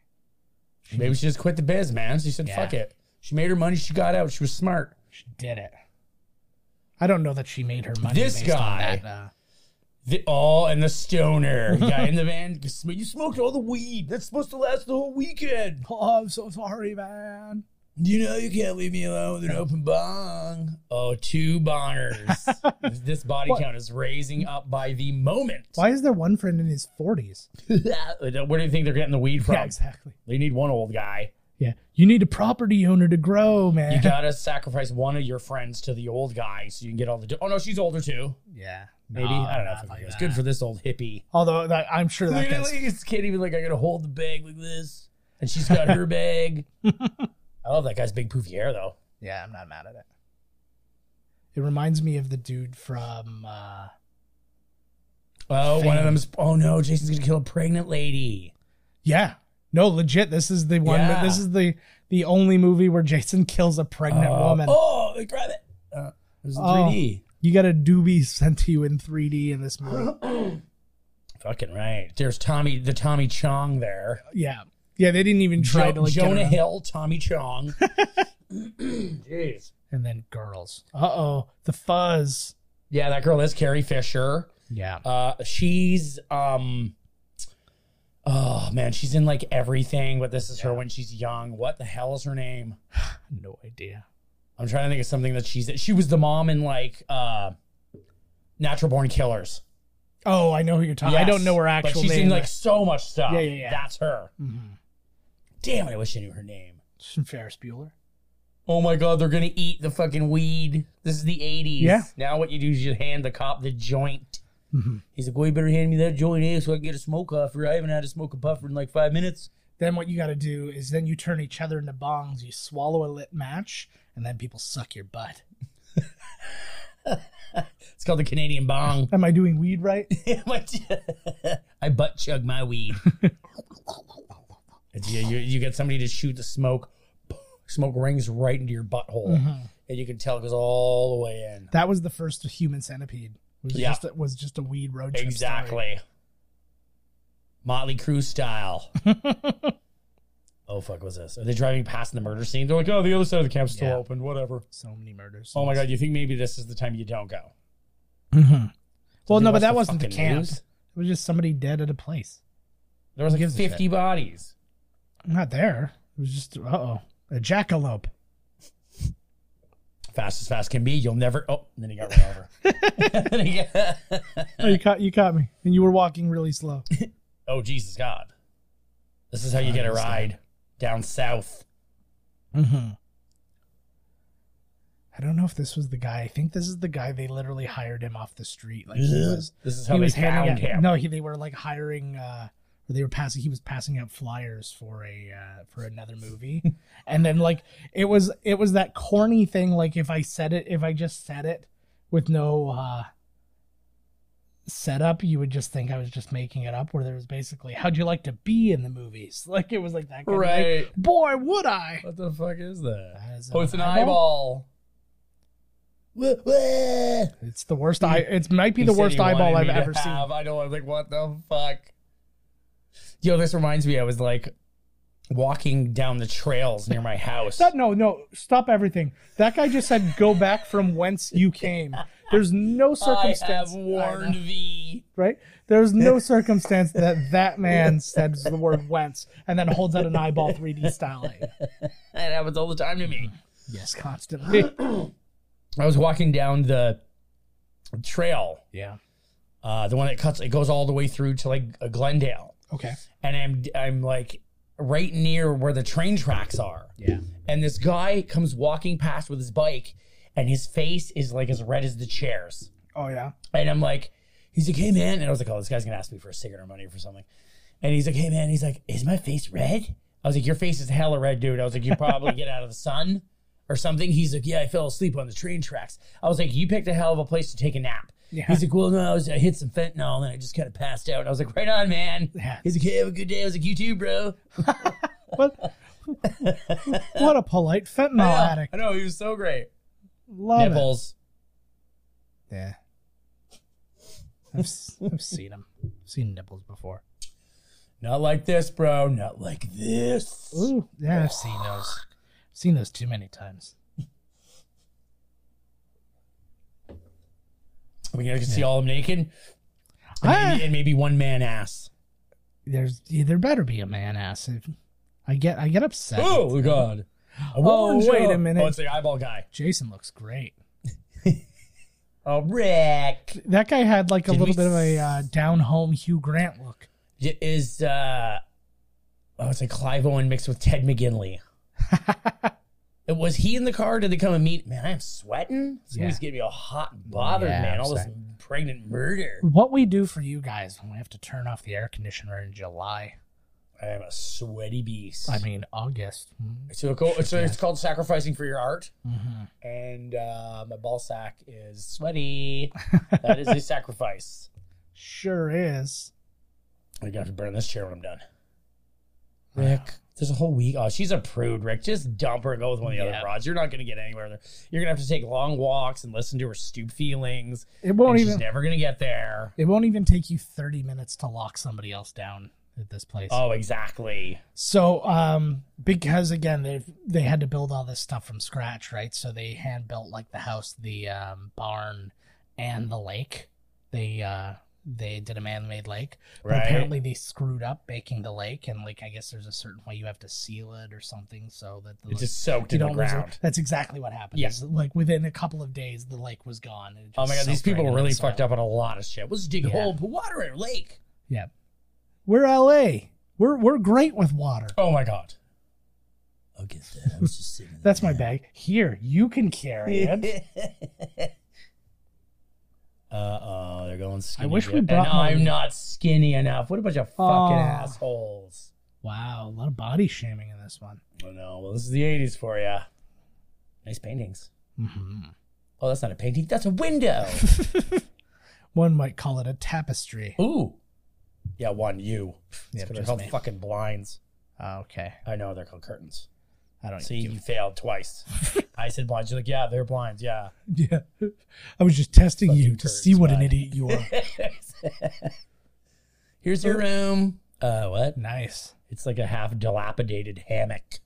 Speaker 1: Maybe she just quit the biz, man. She said,
Speaker 2: Yeah.
Speaker 1: fuck it. She made her money. She got out. She was smart.
Speaker 2: She did it. I don't know that she made her money.
Speaker 1: This
Speaker 2: based
Speaker 1: guy.
Speaker 2: On that, uh,
Speaker 1: The all and the stoner [LAUGHS] guy in the van. You smoked all the weed. That's supposed to last the whole weekend.
Speaker 2: oh, I'm so sorry, man.
Speaker 1: You know you can't leave me alone with an open bong. Oh, two
Speaker 2: [LAUGHS]
Speaker 1: bongers. this body
Speaker 2: What?
Speaker 1: count is raising up by the moment. [LAUGHS]
Speaker 2: Why is there one friend in his 40s?
Speaker 1: Where do you think they're getting the weed from?
Speaker 2: Yeah, exactly.
Speaker 1: They need one old guy.
Speaker 2: Yeah, you need a property owner to grow, man.
Speaker 1: You gotta sacrifice one of your friends to the old guy so you can get all the. Do- oh no, she's older too.
Speaker 2: [LAUGHS] yeah,
Speaker 1: Maybe
Speaker 2: No,
Speaker 1: I don't know.
Speaker 2: Oh, not
Speaker 1: If
Speaker 2: like
Speaker 1: it was
Speaker 2: that.
Speaker 1: good for this old hippie.
Speaker 2: Although that, I'm sure that guy's
Speaker 1: Literally, this kid even like I gotta hold the bag like this, and she's got [LAUGHS] her bag. I love that guy's big poofy hair though.
Speaker 2: Yeah, I'm not mad at it. It reminds me of the dude from uh
Speaker 1: Oh, one of
Speaker 2: Fame.
Speaker 1: them's. Oh no, Jason's gonna kill a pregnant lady.
Speaker 2: Yeah. No, legit, this is the one
Speaker 1: Yeah.
Speaker 2: this is the the only movie where Jason kills a pregnant
Speaker 1: Uh,
Speaker 2: woman.
Speaker 1: Oh, grab it. Uh, it was in
Speaker 2: Oh.
Speaker 1: 3D.
Speaker 2: You got a doobie sent to you in 3D in this movie.
Speaker 1: [LAUGHS] Fucking right. There's Tommy, the Tommy Chong there.
Speaker 2: yeah. Yeah, they didn't even try
Speaker 1: Jo-
Speaker 2: to like get
Speaker 1: Jonah
Speaker 2: around-
Speaker 1: Hill, Tommy [LAUGHS] Chong. [CLEARS THROAT] Jeez.
Speaker 2: and then girls. Uh-oh, the fuzz.
Speaker 1: Yeah, that girl is Carrie Fisher.
Speaker 2: Yeah.
Speaker 1: Uh, she's um, oh man, she's in like everything. But this is her when she's young. What the hell is her name?
Speaker 2: No idea.
Speaker 1: I'm trying to think of something that she's. She was the mom in like uh, Natural Born Killers.
Speaker 2: Oh, I know who you're talking. I don't
Speaker 1: Yes,
Speaker 2: know her actual
Speaker 1: But she's
Speaker 2: name.
Speaker 1: in like so much stuff.
Speaker 2: Yeah, yeah, yeah.
Speaker 1: That's her.
Speaker 2: Mhm.
Speaker 1: Damn, I wish I knew her name.
Speaker 2: Ferris Bueller.
Speaker 1: Oh my god, they're gonna eat the fucking weed. This is the 80s.
Speaker 2: Yeah.
Speaker 1: Now what you do is you hand the cop the joint.
Speaker 2: Mhm.
Speaker 1: He's like, well, you better hand me that joint eh, so I can get a smoke puffer. I haven't had a smoke puffer in like five minutes.
Speaker 2: then what you got to do is then you turn each other into bongs you swallow a lit match and then people suck your butt
Speaker 1: It's called the Canadian
Speaker 2: [LAUGHS]
Speaker 1: bong.
Speaker 2: am i doing weed right
Speaker 1: I butt chug my weed. It's- yeah, you, you get somebody to shoot the smoke. Smoke rings right into your butthole.
Speaker 2: Mm-hmm.
Speaker 1: And you can tell it goes all the way in.
Speaker 2: that was the first human centipede was
Speaker 1: Yeah.
Speaker 2: just was just a weed road trip story.
Speaker 1: Exactly. Motley Crue style.
Speaker 2: [LAUGHS]
Speaker 1: oh fuck, was this? Are they driving past the murder scene? They're like, oh, the other side of the camp's still
Speaker 2: Yeah.
Speaker 1: open. Whatever.
Speaker 2: so many murders
Speaker 1: Oh my god, you think maybe this is the time you don't go?
Speaker 2: Mhm. [LAUGHS] well
Speaker 1: Did you
Speaker 2: no
Speaker 1: watch
Speaker 2: but that
Speaker 1: the
Speaker 2: wasn't the
Speaker 1: fucking
Speaker 2: camp
Speaker 1: news?
Speaker 2: it was just somebody dead at a place
Speaker 1: There was like
Speaker 2: gives a
Speaker 1: fifty bodies.
Speaker 2: not there it was just uh-oh a jackalope
Speaker 1: Fast as fast can be. You'll never. Oh, and then he got run over. [LAUGHS]
Speaker 2: [LAUGHS]
Speaker 1: Then he got-
Speaker 2: [LAUGHS] oh you caught you caught me and you were walking really slow
Speaker 1: oh Jesus God! This is how you get a ride down south. Mm-hmm.
Speaker 2: hmm I don't know if this was the guy. I think this is the guy. They literally hired him off the street. Like he was,
Speaker 1: This is
Speaker 2: he
Speaker 1: how they
Speaker 2: was handing
Speaker 1: found
Speaker 2: out,
Speaker 1: him.
Speaker 2: No, he, they were like hiring, uh, or they were passing. He was passing out flyers for a uh, for
Speaker 1: [LAUGHS]
Speaker 2: another movie, and then like it was it was that corny thing. Like if I said it, if I just said it with no uh, setup, you would just think I was just making it up. Where there was basically, how'd you like to be in the movies? [LAUGHS] Like it was like that. kind of, like,
Speaker 1: Right.
Speaker 2: Boy, would I?
Speaker 1: What the fuck is that?
Speaker 2: That is
Speaker 1: oh, it's an
Speaker 2: an
Speaker 1: eyeball. Wha- wha-
Speaker 2: It's the worst eye. It might be
Speaker 1: He
Speaker 2: the
Speaker 1: said
Speaker 2: worst
Speaker 1: he wanted
Speaker 2: eyeball I've
Speaker 1: me to
Speaker 2: ever
Speaker 1: have.
Speaker 2: seen.
Speaker 1: I know. I'm like, what the fuck? Yo, this reminds me. I was like walking down the trails near my house.
Speaker 2: That, no, no, stop everything. That guy just said, "Go back from
Speaker 1: [LAUGHS]
Speaker 2: whence you came." There's
Speaker 1: [LAUGHS]
Speaker 2: no
Speaker 1: I
Speaker 2: circumstance,
Speaker 1: have
Speaker 2: I
Speaker 1: warned
Speaker 2: know,
Speaker 1: thee.
Speaker 2: right? There's
Speaker 1: [LAUGHS]
Speaker 2: no circumstance that that man says the word "whence" and then holds out an eyeball 3D style. at you.
Speaker 1: That happens all the time to me.
Speaker 2: Yes, constantly.
Speaker 1: [LAUGHS] I was walking down the trail,
Speaker 2: Yeah.
Speaker 1: uh, the one that cuts. It goes all the way through to like uh, Glendale,
Speaker 2: Okay.
Speaker 1: and I'm I'm like right near where the train tracks are.
Speaker 2: Yeah.
Speaker 1: and this guy comes walking past with his bike and his face is like as red as the chairs
Speaker 2: Oh yeah.
Speaker 1: and i'm like he's like hey man and i was like oh this guy's gonna ask me for a cigarette or money or for something and he's like hey man he's like is my face red i was like your face is hella red dude i was like you probably get out of the sun or something he's like yeah i fell asleep on the train tracks i was like you picked a hell of a place to take a nap
Speaker 2: Yeah.
Speaker 1: He's like, well, no, I, was, I hit some fentanyl and I just kind of passed out. And I was like, right on, man.
Speaker 2: Yeah. Oh,
Speaker 1: He's like, hey, have a good day. I was like, you too, bro.
Speaker 2: What? What a polite fentanyl
Speaker 1: I know,
Speaker 2: addict.
Speaker 1: I know he was so great.
Speaker 2: Love
Speaker 1: Nipples.
Speaker 2: it. Yeah. I've, s- I've seen him. seen nipples before.
Speaker 1: Not like this, bro. Not like this.
Speaker 2: Ooh, yeah, I've seen those. I've seen those too many times.
Speaker 1: We can see all of them naked.
Speaker 2: Ah,
Speaker 1: and maybe one man ass.
Speaker 2: there's there better be a man ass. If- I get I get upset.
Speaker 1: Oh god. A
Speaker 2: Oh,
Speaker 1: woman's
Speaker 2: wait a
Speaker 1: up.
Speaker 2: minute.
Speaker 1: Oh, it's the eyeball guy.
Speaker 2: Jason looks great.
Speaker 1: Oh, Rick.
Speaker 2: That guy had like a
Speaker 1: Did
Speaker 2: little
Speaker 1: we-
Speaker 2: bit of a uh, down home Hugh Grant look.
Speaker 1: It Is uh, oh, it's like Clive Owen mixed with Ted
Speaker 2: [LAUGHS]
Speaker 1: McGinley. It- was he in the car? Did they come and meet? Man, I am sweating. Somebody's
Speaker 2: Yeah.
Speaker 1: getting me all hot and bothered,
Speaker 2: Yeah,
Speaker 1: man.
Speaker 2: I'm
Speaker 1: All this pregnant murder.
Speaker 2: what we do for you guys when we have to turn off the air conditioner in July.
Speaker 1: I am a sweaty beast.
Speaker 2: I mean August.
Speaker 1: so it go- so it's called sacrificing for your art.
Speaker 2: mm-hmm,
Speaker 1: And uh, my ball sack is sweaty.
Speaker 2: [LAUGHS]
Speaker 1: that is a sacrifice.
Speaker 2: Sure is.
Speaker 1: I gotta burn this chair when I'm done. Rick, there's a whole week. Oh, she's a prude, Rick. Just dump her and go with one of the
Speaker 2: Yeah.
Speaker 1: other broads. You're not gonna get anywhere there. You're gonna have to take long walks and listen to her stoop feelings.
Speaker 2: It won't
Speaker 1: and
Speaker 2: even
Speaker 1: she's never gonna get there.
Speaker 2: it won't even take you 30 minutes to lock somebody else down at this place.
Speaker 1: Oh, exactly.
Speaker 2: So um because again they've they had to build all this stuff from scratch, right? So they hand built like the house, the um barn and the lake. They uh they did a man-made lake. But
Speaker 1: Right.
Speaker 2: apparently they screwed up baking the lake and like I guess there's a certain way you have to seal it or something so that the
Speaker 1: It's just soaked
Speaker 2: you
Speaker 1: in the
Speaker 2: don't lose it.
Speaker 1: ground.
Speaker 2: That's exactly what happened.
Speaker 1: Yeah.
Speaker 2: Is, Like within a couple of days, the lake was gone. It
Speaker 1: Oh my god,
Speaker 2: just
Speaker 1: these
Speaker 2: soaked right
Speaker 1: people
Speaker 2: into
Speaker 1: really
Speaker 2: the soil.
Speaker 1: fucked up on a lot of shit. Let's just dig a
Speaker 2: Yeah.
Speaker 1: hole, put water in a lake.
Speaker 2: Yeah, we're LA. We're we're great with water.
Speaker 1: Oh my god. I'll get that. I was just [LAUGHS] sitting.
Speaker 2: That's my bag. Here, you
Speaker 1: [LAUGHS]
Speaker 2: can carry it.
Speaker 1: Uh oh, they're going skinny.
Speaker 2: wish we
Speaker 1: dip.
Speaker 2: brought
Speaker 1: And I'm
Speaker 2: my- Oh.
Speaker 1: not skinny enough. What a bunch of fucking
Speaker 2: Aw.
Speaker 1: assholes.
Speaker 2: Wow, a lot of body shaming in this one.
Speaker 1: Oh no. Well, this is the 80s for you. Nice paintings. Oh, that's not a painting. That's a window.
Speaker 2: [LAUGHS] One might call it a tapestry.
Speaker 1: Ooh. Yeah, one. You.
Speaker 2: Yeah,
Speaker 1: That's what they're
Speaker 2: just
Speaker 1: called
Speaker 2: me.
Speaker 1: fucking blinds.
Speaker 2: Oh, okay,
Speaker 1: I know they're called curtains.
Speaker 2: I don't
Speaker 1: See, you failed
Speaker 2: [LAUGHS]
Speaker 1: twice. I said blinds. You're like, yeah, they're blinds. Yeah. [LAUGHS]
Speaker 2: Yeah, I was just testing you to
Speaker 1: turds,
Speaker 2: see what an
Speaker 1: bud.
Speaker 2: idiot
Speaker 1: [LAUGHS]
Speaker 2: you are.
Speaker 1: Here's your room. Uh, what?
Speaker 2: nice.
Speaker 1: It's like a half dilapidated hammock.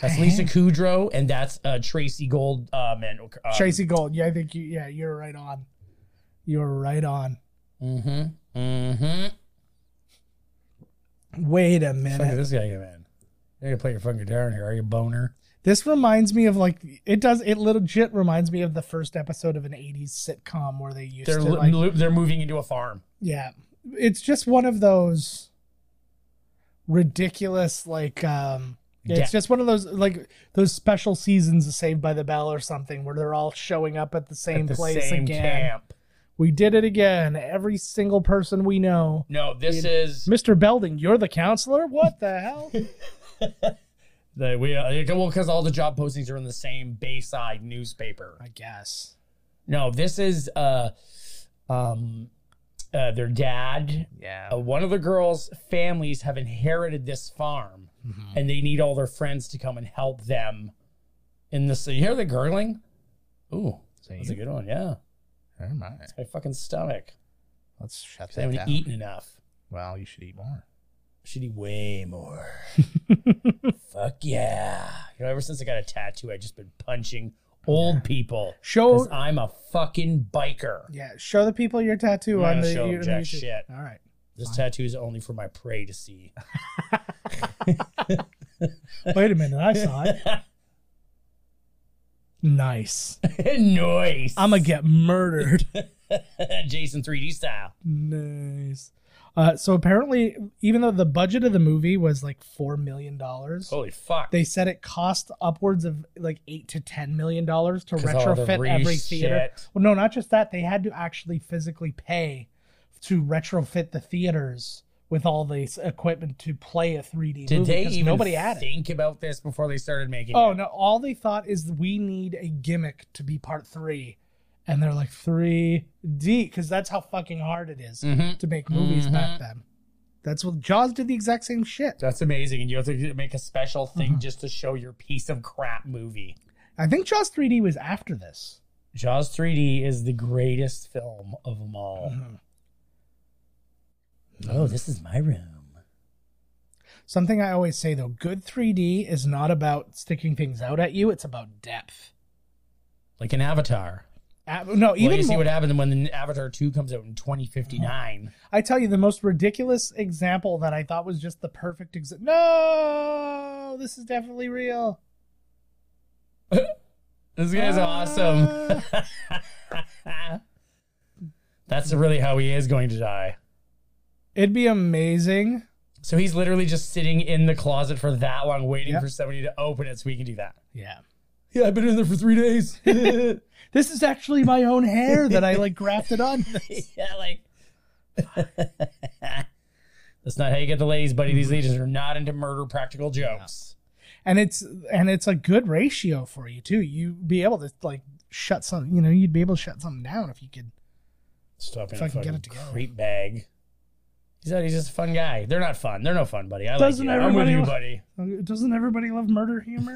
Speaker 1: That's Lisa Kudrow, and that's uh, Tracy Gold. Um, and, um,
Speaker 2: Tracy Gold. Yeah, I think you. Yeah, you're right on. You're right on.
Speaker 1: Mm-hmm. Mm-hmm.
Speaker 2: Wait a
Speaker 1: Look at
Speaker 2: minute.
Speaker 1: this guy, man. You're gonna play your fucking guitar in here, are you boner?
Speaker 2: This reminds me of like it does. It legit reminds me of the first episode of an '80s sitcom where they used
Speaker 1: They're
Speaker 2: to
Speaker 1: lo-
Speaker 2: like.
Speaker 1: lo- they're moving into a farm.
Speaker 2: yeah, it's just one of those ridiculous like. um it's
Speaker 1: Yeah.
Speaker 2: just one of those like those special seasons of Saved by the Bell or something where they're all showing up at the same
Speaker 1: at the
Speaker 2: place
Speaker 1: same
Speaker 2: again.
Speaker 1: camp.
Speaker 2: We did it again. Every single person we know.
Speaker 1: No, this is
Speaker 2: Mr. Belding, you're the counselor? What
Speaker 1: [LAUGHS]
Speaker 2: the hell?
Speaker 1: the, we uh, well because all the job postings are in the same Bayside newspaper.
Speaker 2: I guess.
Speaker 1: No, this is uh, um, uh, their dad.
Speaker 2: Yeah.
Speaker 1: Uh, one of the girls' families have inherited this farm, and they need all their friends to come and help them. In this, you hear the gurgling? Ooh, that's a good one. Yeah,
Speaker 2: Never mind.
Speaker 1: my fucking stomach.
Speaker 2: Let's shut
Speaker 1: I haven't eaten enough.
Speaker 2: Well, you should eat more.
Speaker 1: [LAUGHS] Should eat way more. Fuck yeah. You know, ever since I got a tattoo, I've just been punching old people.
Speaker 2: Show-
Speaker 1: 'cause I'm a fucking biker.
Speaker 2: Yeah, show the people your tattoo
Speaker 1: I'm
Speaker 2: on
Speaker 1: gonna
Speaker 2: the,
Speaker 1: show them
Speaker 2: you- on
Speaker 1: jack
Speaker 2: YouTube.
Speaker 1: shit.
Speaker 2: All right.
Speaker 1: This tattoo is only for my prey to see. [LAUGHS]
Speaker 2: Wait a minute, I saw it. [LAUGHS] nice.
Speaker 1: nice.
Speaker 2: I'm gonna get murdered.
Speaker 1: [LAUGHS] Jason 3D style.
Speaker 2: nice. Uh, so apparently, even though the budget of the movie was like four million dollars,
Speaker 1: Holy fuck.
Speaker 2: they said it cost upwards of like eight to ten million dollars to
Speaker 1: 'Cause all the
Speaker 2: retrofit
Speaker 1: re-
Speaker 2: every theater.
Speaker 1: shit.
Speaker 2: Well, no, not just that. They had to actually physically pay to retrofit the theaters with all this equipment to play a 3D
Speaker 1: Did
Speaker 2: movie
Speaker 1: they
Speaker 2: 'cause
Speaker 1: even
Speaker 2: nobody had it.
Speaker 1: think about this before they started making
Speaker 2: Oh
Speaker 1: it?
Speaker 2: no! All they thought is we need a gimmick to be part three, and they're
Speaker 1: Mm-hmm.
Speaker 2: like 3D because that's how fucking hard it is to make movies back then. That's what Jaws did the exact same shit.
Speaker 1: That's amazing. And you have to make a special thing just to show your piece of crap movie.
Speaker 2: I think Jaws 3D was after this.
Speaker 1: Jaws 3D is the greatest film of them all. Oh, this is my room.
Speaker 2: Something I always say though, good 3D is not about sticking things out at you, it's about depth.
Speaker 1: Like an avatar.
Speaker 2: Uh, no,
Speaker 1: Well,
Speaker 2: even
Speaker 1: you see
Speaker 2: more,
Speaker 1: what happens when the Avatar 2 comes out in 2059.
Speaker 2: I tell you the most ridiculous example that I thought was just the perfect example. No, this is definitely real.
Speaker 1: This guy's awesome. [LAUGHS] That's really how he is going to die.
Speaker 2: It'd be amazing.
Speaker 1: So he's literally just sitting in the closet for that long, waiting
Speaker 2: Yep.
Speaker 1: for somebody to open it so we can do that.
Speaker 2: Yeah.
Speaker 1: Yeah, I've been in there for three [LAUGHS] days. yeah,
Speaker 2: This is actually my own hair that I like grafted on.
Speaker 1: [LAUGHS] like. That's not how you get the ladies, buddy. These ladies are not into murder practical jokes.
Speaker 2: and it's and it's a good ratio for you too. You be able to like shut some, you know, you'd be able to shut something down if you could.
Speaker 1: Stop
Speaker 2: If
Speaker 1: in a
Speaker 2: I can get
Speaker 1: fucking
Speaker 2: it together.
Speaker 1: creep bag. He's out. He's just a fun guy. They're not fun. They're no fun, buddy. I
Speaker 2: Doesn't
Speaker 1: like you. I'm with
Speaker 2: everybody
Speaker 1: you,
Speaker 2: wa-
Speaker 1: buddy.
Speaker 2: Doesn't everybody love murder humor?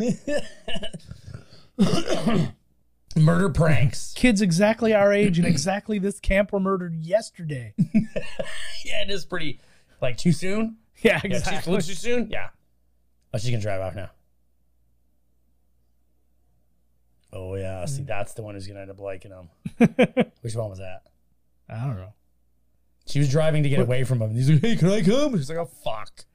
Speaker 1: Murder pranks.
Speaker 2: Kids exactly our age and exactly this camp were murdered yesterday.
Speaker 1: [LAUGHS] yeah, it is pretty. Like too soon.
Speaker 2: Yeah,
Speaker 1: Yeah, too-
Speaker 2: [LAUGHS] exactly.
Speaker 1: too, soon. Yeah. Oh, she's gonna drive off now. Oh yeah.
Speaker 2: Mm.
Speaker 1: See, that's the one who's gonna end up liking him. Which one was that?
Speaker 2: I don't know.
Speaker 1: She was driving to get away from him. And he's like, "Hey, can I come?" She's like, "Oh fuck."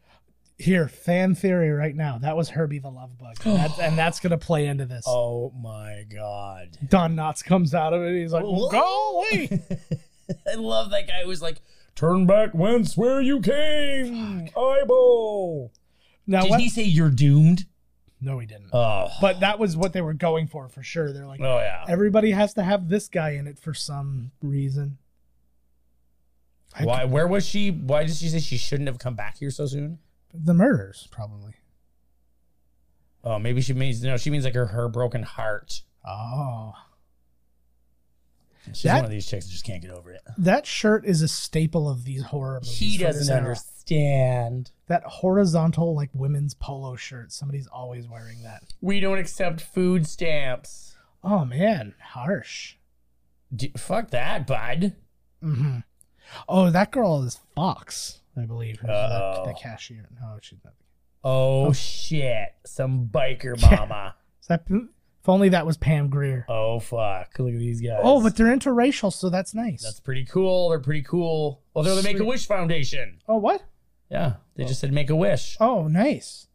Speaker 2: Here, fan theory right now. That was Herbie the Love Bug, and that's, and that's gonna play into this.
Speaker 1: Oh my
Speaker 2: [LAUGHS]
Speaker 1: god.
Speaker 2: Don Knotts comes out of it. He's like, "Golly!"
Speaker 1: I love that guy who's like, "Turn back whence where you came, eyeball."
Speaker 2: Now
Speaker 1: Did
Speaker 2: what?
Speaker 1: he say you're doomed?
Speaker 2: No, he didn't.
Speaker 1: Oh.
Speaker 2: but that was what they were going for, for sure. They're like,
Speaker 1: Oh yeah.
Speaker 2: Everybody has to have this guy in it for some reason. I-
Speaker 1: Why? Where was she? Why did she say she shouldn't have come back here so soon?
Speaker 2: The murders, probably.
Speaker 1: Oh, maybe she means no. She means like her her broken heart.
Speaker 2: Oh.
Speaker 1: She's
Speaker 2: That-
Speaker 1: one of these chicks that just can't get over it.
Speaker 2: That shirt is a staple of these horror movies.
Speaker 1: He
Speaker 2: for this
Speaker 1: doesn't
Speaker 2: era.
Speaker 1: understand.
Speaker 2: That horizontal, like women's polo shirt. Somebody's always wearing that.
Speaker 1: We don't accept food stamps.
Speaker 2: Oh, man. Harsh.
Speaker 1: D- fuck that, bud.
Speaker 2: hmm Oh, that girl is Fox, I believe. who's the,
Speaker 1: Uh-oh.
Speaker 2: the cashier. No, she's not.
Speaker 1: Oh, shit! Some
Speaker 2: [LAUGHS]
Speaker 1: biker mama.
Speaker 2: Is that, if only that was Pam Greer.
Speaker 1: Oh fuck! Look at these guys.
Speaker 2: Oh, but they're interracial, so that's nice.
Speaker 1: that's pretty cool. They're pretty cool. Well, they're the Make a Wish Foundation.
Speaker 2: oh, what?
Speaker 1: Yeah, they just said Make a Wish.
Speaker 2: Oh, nice.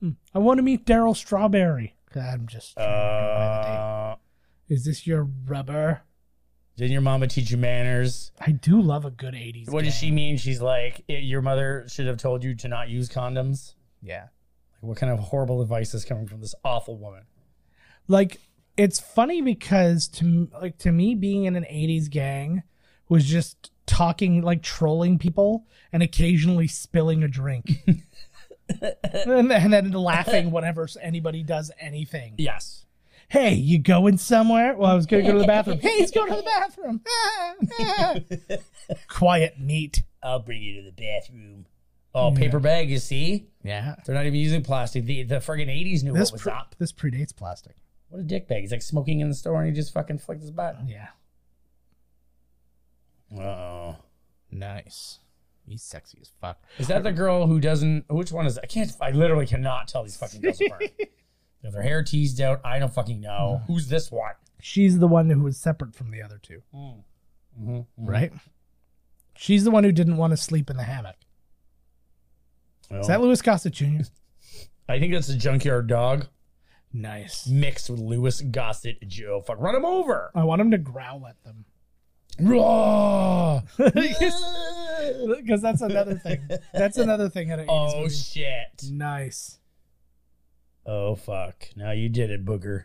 Speaker 2: Hmm. I want to meet Daryl Strawberry. I'm just. trying to remember the name.
Speaker 1: Uh,
Speaker 2: Is this your rubber?
Speaker 1: didn't your mama teach you manners?
Speaker 2: I do love a good '80s.
Speaker 1: What does
Speaker 2: gang.
Speaker 1: she mean? She's like, "Eh, your mother should have told you to not use condoms.
Speaker 2: Yeah.
Speaker 1: Like, what kind of horrible advice is coming from this awful woman?
Speaker 2: Like it's funny because to m- like to me being in an '80s gang was just talking like trolling people and occasionally spilling a drink.
Speaker 1: [LAUGHS]
Speaker 2: and, and then laughing whenever anybody does anything.
Speaker 1: Yes.
Speaker 2: Hey, you going somewhere? Well, I was gonna go to the [LAUGHS] bathroom. hey, he's going to the bathroom. [LAUGHS] Quiet, neat.
Speaker 1: I'll bring you to the bathroom. Oh, paper bag, you see?
Speaker 2: Yeah.
Speaker 1: They're not even using plastic. The, the friggin' 80s knew
Speaker 2: This
Speaker 1: what was
Speaker 2: pre-
Speaker 1: up.
Speaker 2: this predates plastic.
Speaker 1: What a dick bag. He's like smoking in the store and he just fucking flicked his butt.
Speaker 2: Yeah.
Speaker 1: oh
Speaker 2: Nice. He's sexy as fuck.
Speaker 1: Is that the girl who doesn't? Which one is? I can't. I literally cannot tell these fucking girls
Speaker 2: [LAUGHS]
Speaker 1: apart. They have their hair teased out. I don't fucking know.
Speaker 2: Mm-hmm.
Speaker 1: Who's this one?
Speaker 2: She's the one who was separate from the other 2 right? She's the one who didn't want to sleep in the hammock. Is that Louis Gossett Jr.?
Speaker 1: I think that's a junkyard dog
Speaker 2: nice.
Speaker 1: mixed with Lewis Gossett. Joe, fuck, run him over.
Speaker 2: [LAUGHS] I want him to growl at them [LAUGHS]
Speaker 1: Roar!
Speaker 2: because that's another thing. That's another thing in an 80s
Speaker 1: [LAUGHS] oh
Speaker 2: movie.
Speaker 1: shit!
Speaker 2: nice.
Speaker 1: Oh fuck! Now you did it, Booger.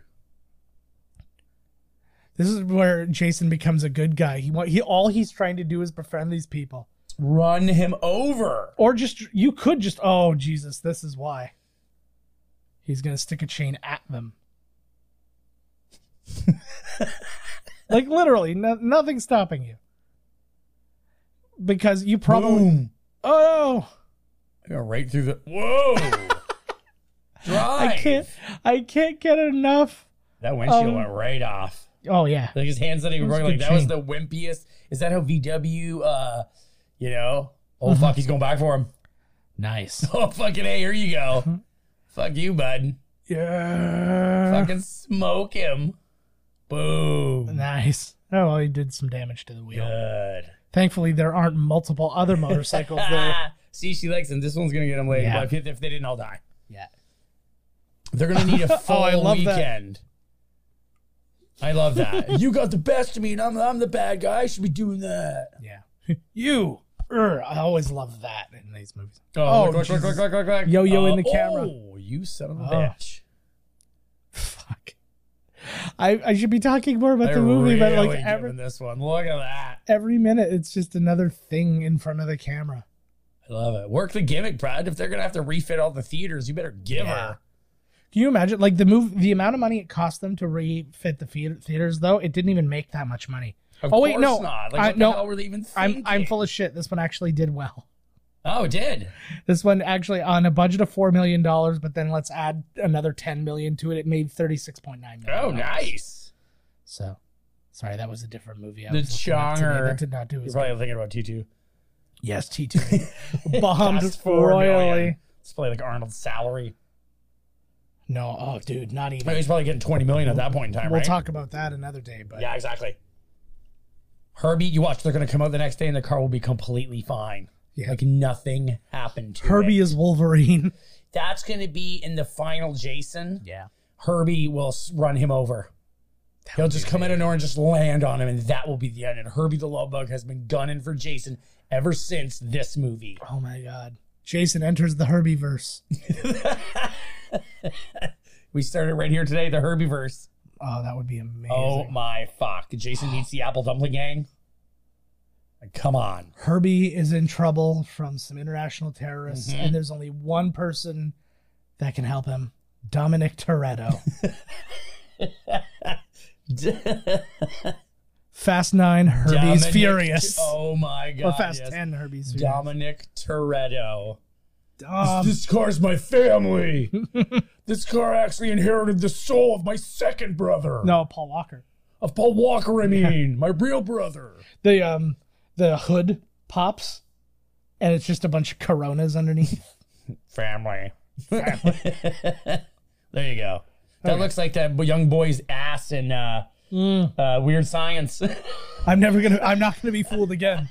Speaker 2: This is where Jason becomes a good guy. He wa- he all he's trying to do is befriend these people.
Speaker 1: Run him over.
Speaker 2: Or just you could just oh Jesus, this is why. He's gonna stick a chain at them. [LAUGHS] like literally, no, nothing's stopping you. Because you probably
Speaker 1: Boom.
Speaker 2: Oh no.
Speaker 1: I go right through the
Speaker 2: [LAUGHS]
Speaker 1: whoa. Drive.
Speaker 2: I can't I can't get enough.
Speaker 1: That windshield
Speaker 2: um,
Speaker 1: went right off.
Speaker 2: Oh yeah.
Speaker 1: Like his hands not even
Speaker 2: That's
Speaker 1: going.
Speaker 2: good
Speaker 1: Like that was
Speaker 2: chain.
Speaker 1: the wimpiest. Is that how VW? uh You know? Oh fuck, he's going back for him. [LAUGHS]
Speaker 2: Nice.
Speaker 1: Oh fucking hey, here you
Speaker 2: [LAUGHS]
Speaker 1: go. Fuck you, bud.
Speaker 2: Yeah.
Speaker 1: Fucking smoke him. Boom.
Speaker 2: Nice. Oh well, he did some damage to the wheel.
Speaker 1: Good.
Speaker 2: Thankfully there aren't multiple
Speaker 1: [LAUGHS]
Speaker 2: other motorcycles there.
Speaker 1: Ah, see, she likes him. This one's gonna get him later.
Speaker 2: Yeah.
Speaker 1: But if, if they didn't, I'll die.
Speaker 2: Yeah.
Speaker 1: They're gonna need
Speaker 2: [LAUGHS]
Speaker 1: a full
Speaker 2: Oh, I love that.
Speaker 1: weekend. I love that. [LAUGHS] you got the best of me, and I'm I'm the bad guy. I should be doing that.
Speaker 2: Yeah. [LAUGHS] you. Urgh, I always love that in these movies.
Speaker 1: Oh,
Speaker 2: Oh,
Speaker 1: look, look, look,
Speaker 2: Jesus.
Speaker 1: look, look, look.
Speaker 2: Yo-yo in the
Speaker 1: Oh,
Speaker 2: camera.
Speaker 1: Oh, you son of a
Speaker 2: Oh.
Speaker 1: bitch.
Speaker 2: [LAUGHS] Fuck. I, I should be talking more about
Speaker 1: They're
Speaker 2: the movie,
Speaker 1: really
Speaker 2: but like
Speaker 1: giving
Speaker 2: every
Speaker 1: this one. Look at that.
Speaker 2: every minute it's just another thing in front of the camera.
Speaker 1: I love it. Work the gimmick, Brad. If they're gonna have to refit all the theaters, you better give
Speaker 2: Yeah.
Speaker 1: her.
Speaker 2: Can you imagine like the move the amount of money it cost them to refit the theat- theaters though? It didn't even make that much money.
Speaker 1: Of
Speaker 2: Oh, wait,
Speaker 1: course
Speaker 2: no.
Speaker 1: not. Like,
Speaker 2: I-
Speaker 1: what
Speaker 2: no.
Speaker 1: the hell were they even
Speaker 2: I'm
Speaker 1: thinking?
Speaker 2: I'm full of shit. This one actually did well.
Speaker 1: Oh, it did.
Speaker 2: This one actually on a budget of four million dollars, but then let's add another ten million to it. It made thirty six point nine million.
Speaker 1: Oh, nice.
Speaker 2: So, sorry, that was a different movie. I
Speaker 1: The
Speaker 2: was looking at today.
Speaker 1: Chonger.
Speaker 2: that did not do
Speaker 1: You're
Speaker 2: as
Speaker 1: probably
Speaker 2: well.
Speaker 1: thinking about T two.
Speaker 2: Yes,
Speaker 1: [LAUGHS]
Speaker 2: T two bombed royally.
Speaker 1: Let's play like Arnold's salary.
Speaker 2: No, oh dude, not
Speaker 1: I mean,
Speaker 2: even.
Speaker 1: he's probably getting twenty million at that point in time,
Speaker 2: We'll
Speaker 1: right?
Speaker 2: talk about that another day. But
Speaker 1: yeah, exactly. Herbie, you watch. They're gonna come out the next day, and the car will be completely fine.
Speaker 2: Yeah.
Speaker 1: Like nothing happened to it.
Speaker 2: Herbie
Speaker 1: [LAUGHS]
Speaker 2: is Wolverine.
Speaker 1: That's going to be in the final Jason.
Speaker 2: Yeah,
Speaker 1: Herbie will s- run him over. He'll just come out of nowhere and just land on him, and that will be the end. And Herbie the Love Bug has been gunning for Jason ever since this movie. [LAUGHS]
Speaker 2: Oh my god, Jason enters the Herbie verse.
Speaker 1: We started right here today, the Herbieverse. verse.
Speaker 2: Oh, that would be amazing.
Speaker 1: Oh my fuck. Jason meets the Apple Dumpling Gang. Like, Come
Speaker 2: [LAUGHS]
Speaker 1: on.
Speaker 2: Herbie is in trouble from some international terrorists,
Speaker 1: Mm-hmm.
Speaker 2: and there's only one person that can help him Dominic Toretto. Fast Nine, Herbie's
Speaker 1: Dominic-
Speaker 2: Furious.
Speaker 1: Oh my god.
Speaker 2: or Fast
Speaker 1: yes.
Speaker 2: 10, Herbie's Furious.
Speaker 1: Dominic Toretto. [LAUGHS]
Speaker 2: Dom-
Speaker 1: this car's my [LAUGHS] family. this car actually inherited the soul of my second brother.
Speaker 2: Um, no, Paul Walker.
Speaker 1: Of Paul Walker, I mean. my real brother.
Speaker 2: The, um, the hood pops, and it's just a bunch of coronas underneath.
Speaker 1: Family. [LAUGHS] there you go. That looks like that b- young boy's ass in uh, uh, Weird [LAUGHS] Science.
Speaker 2: I'm never gonna, I'm not gonna be fooled again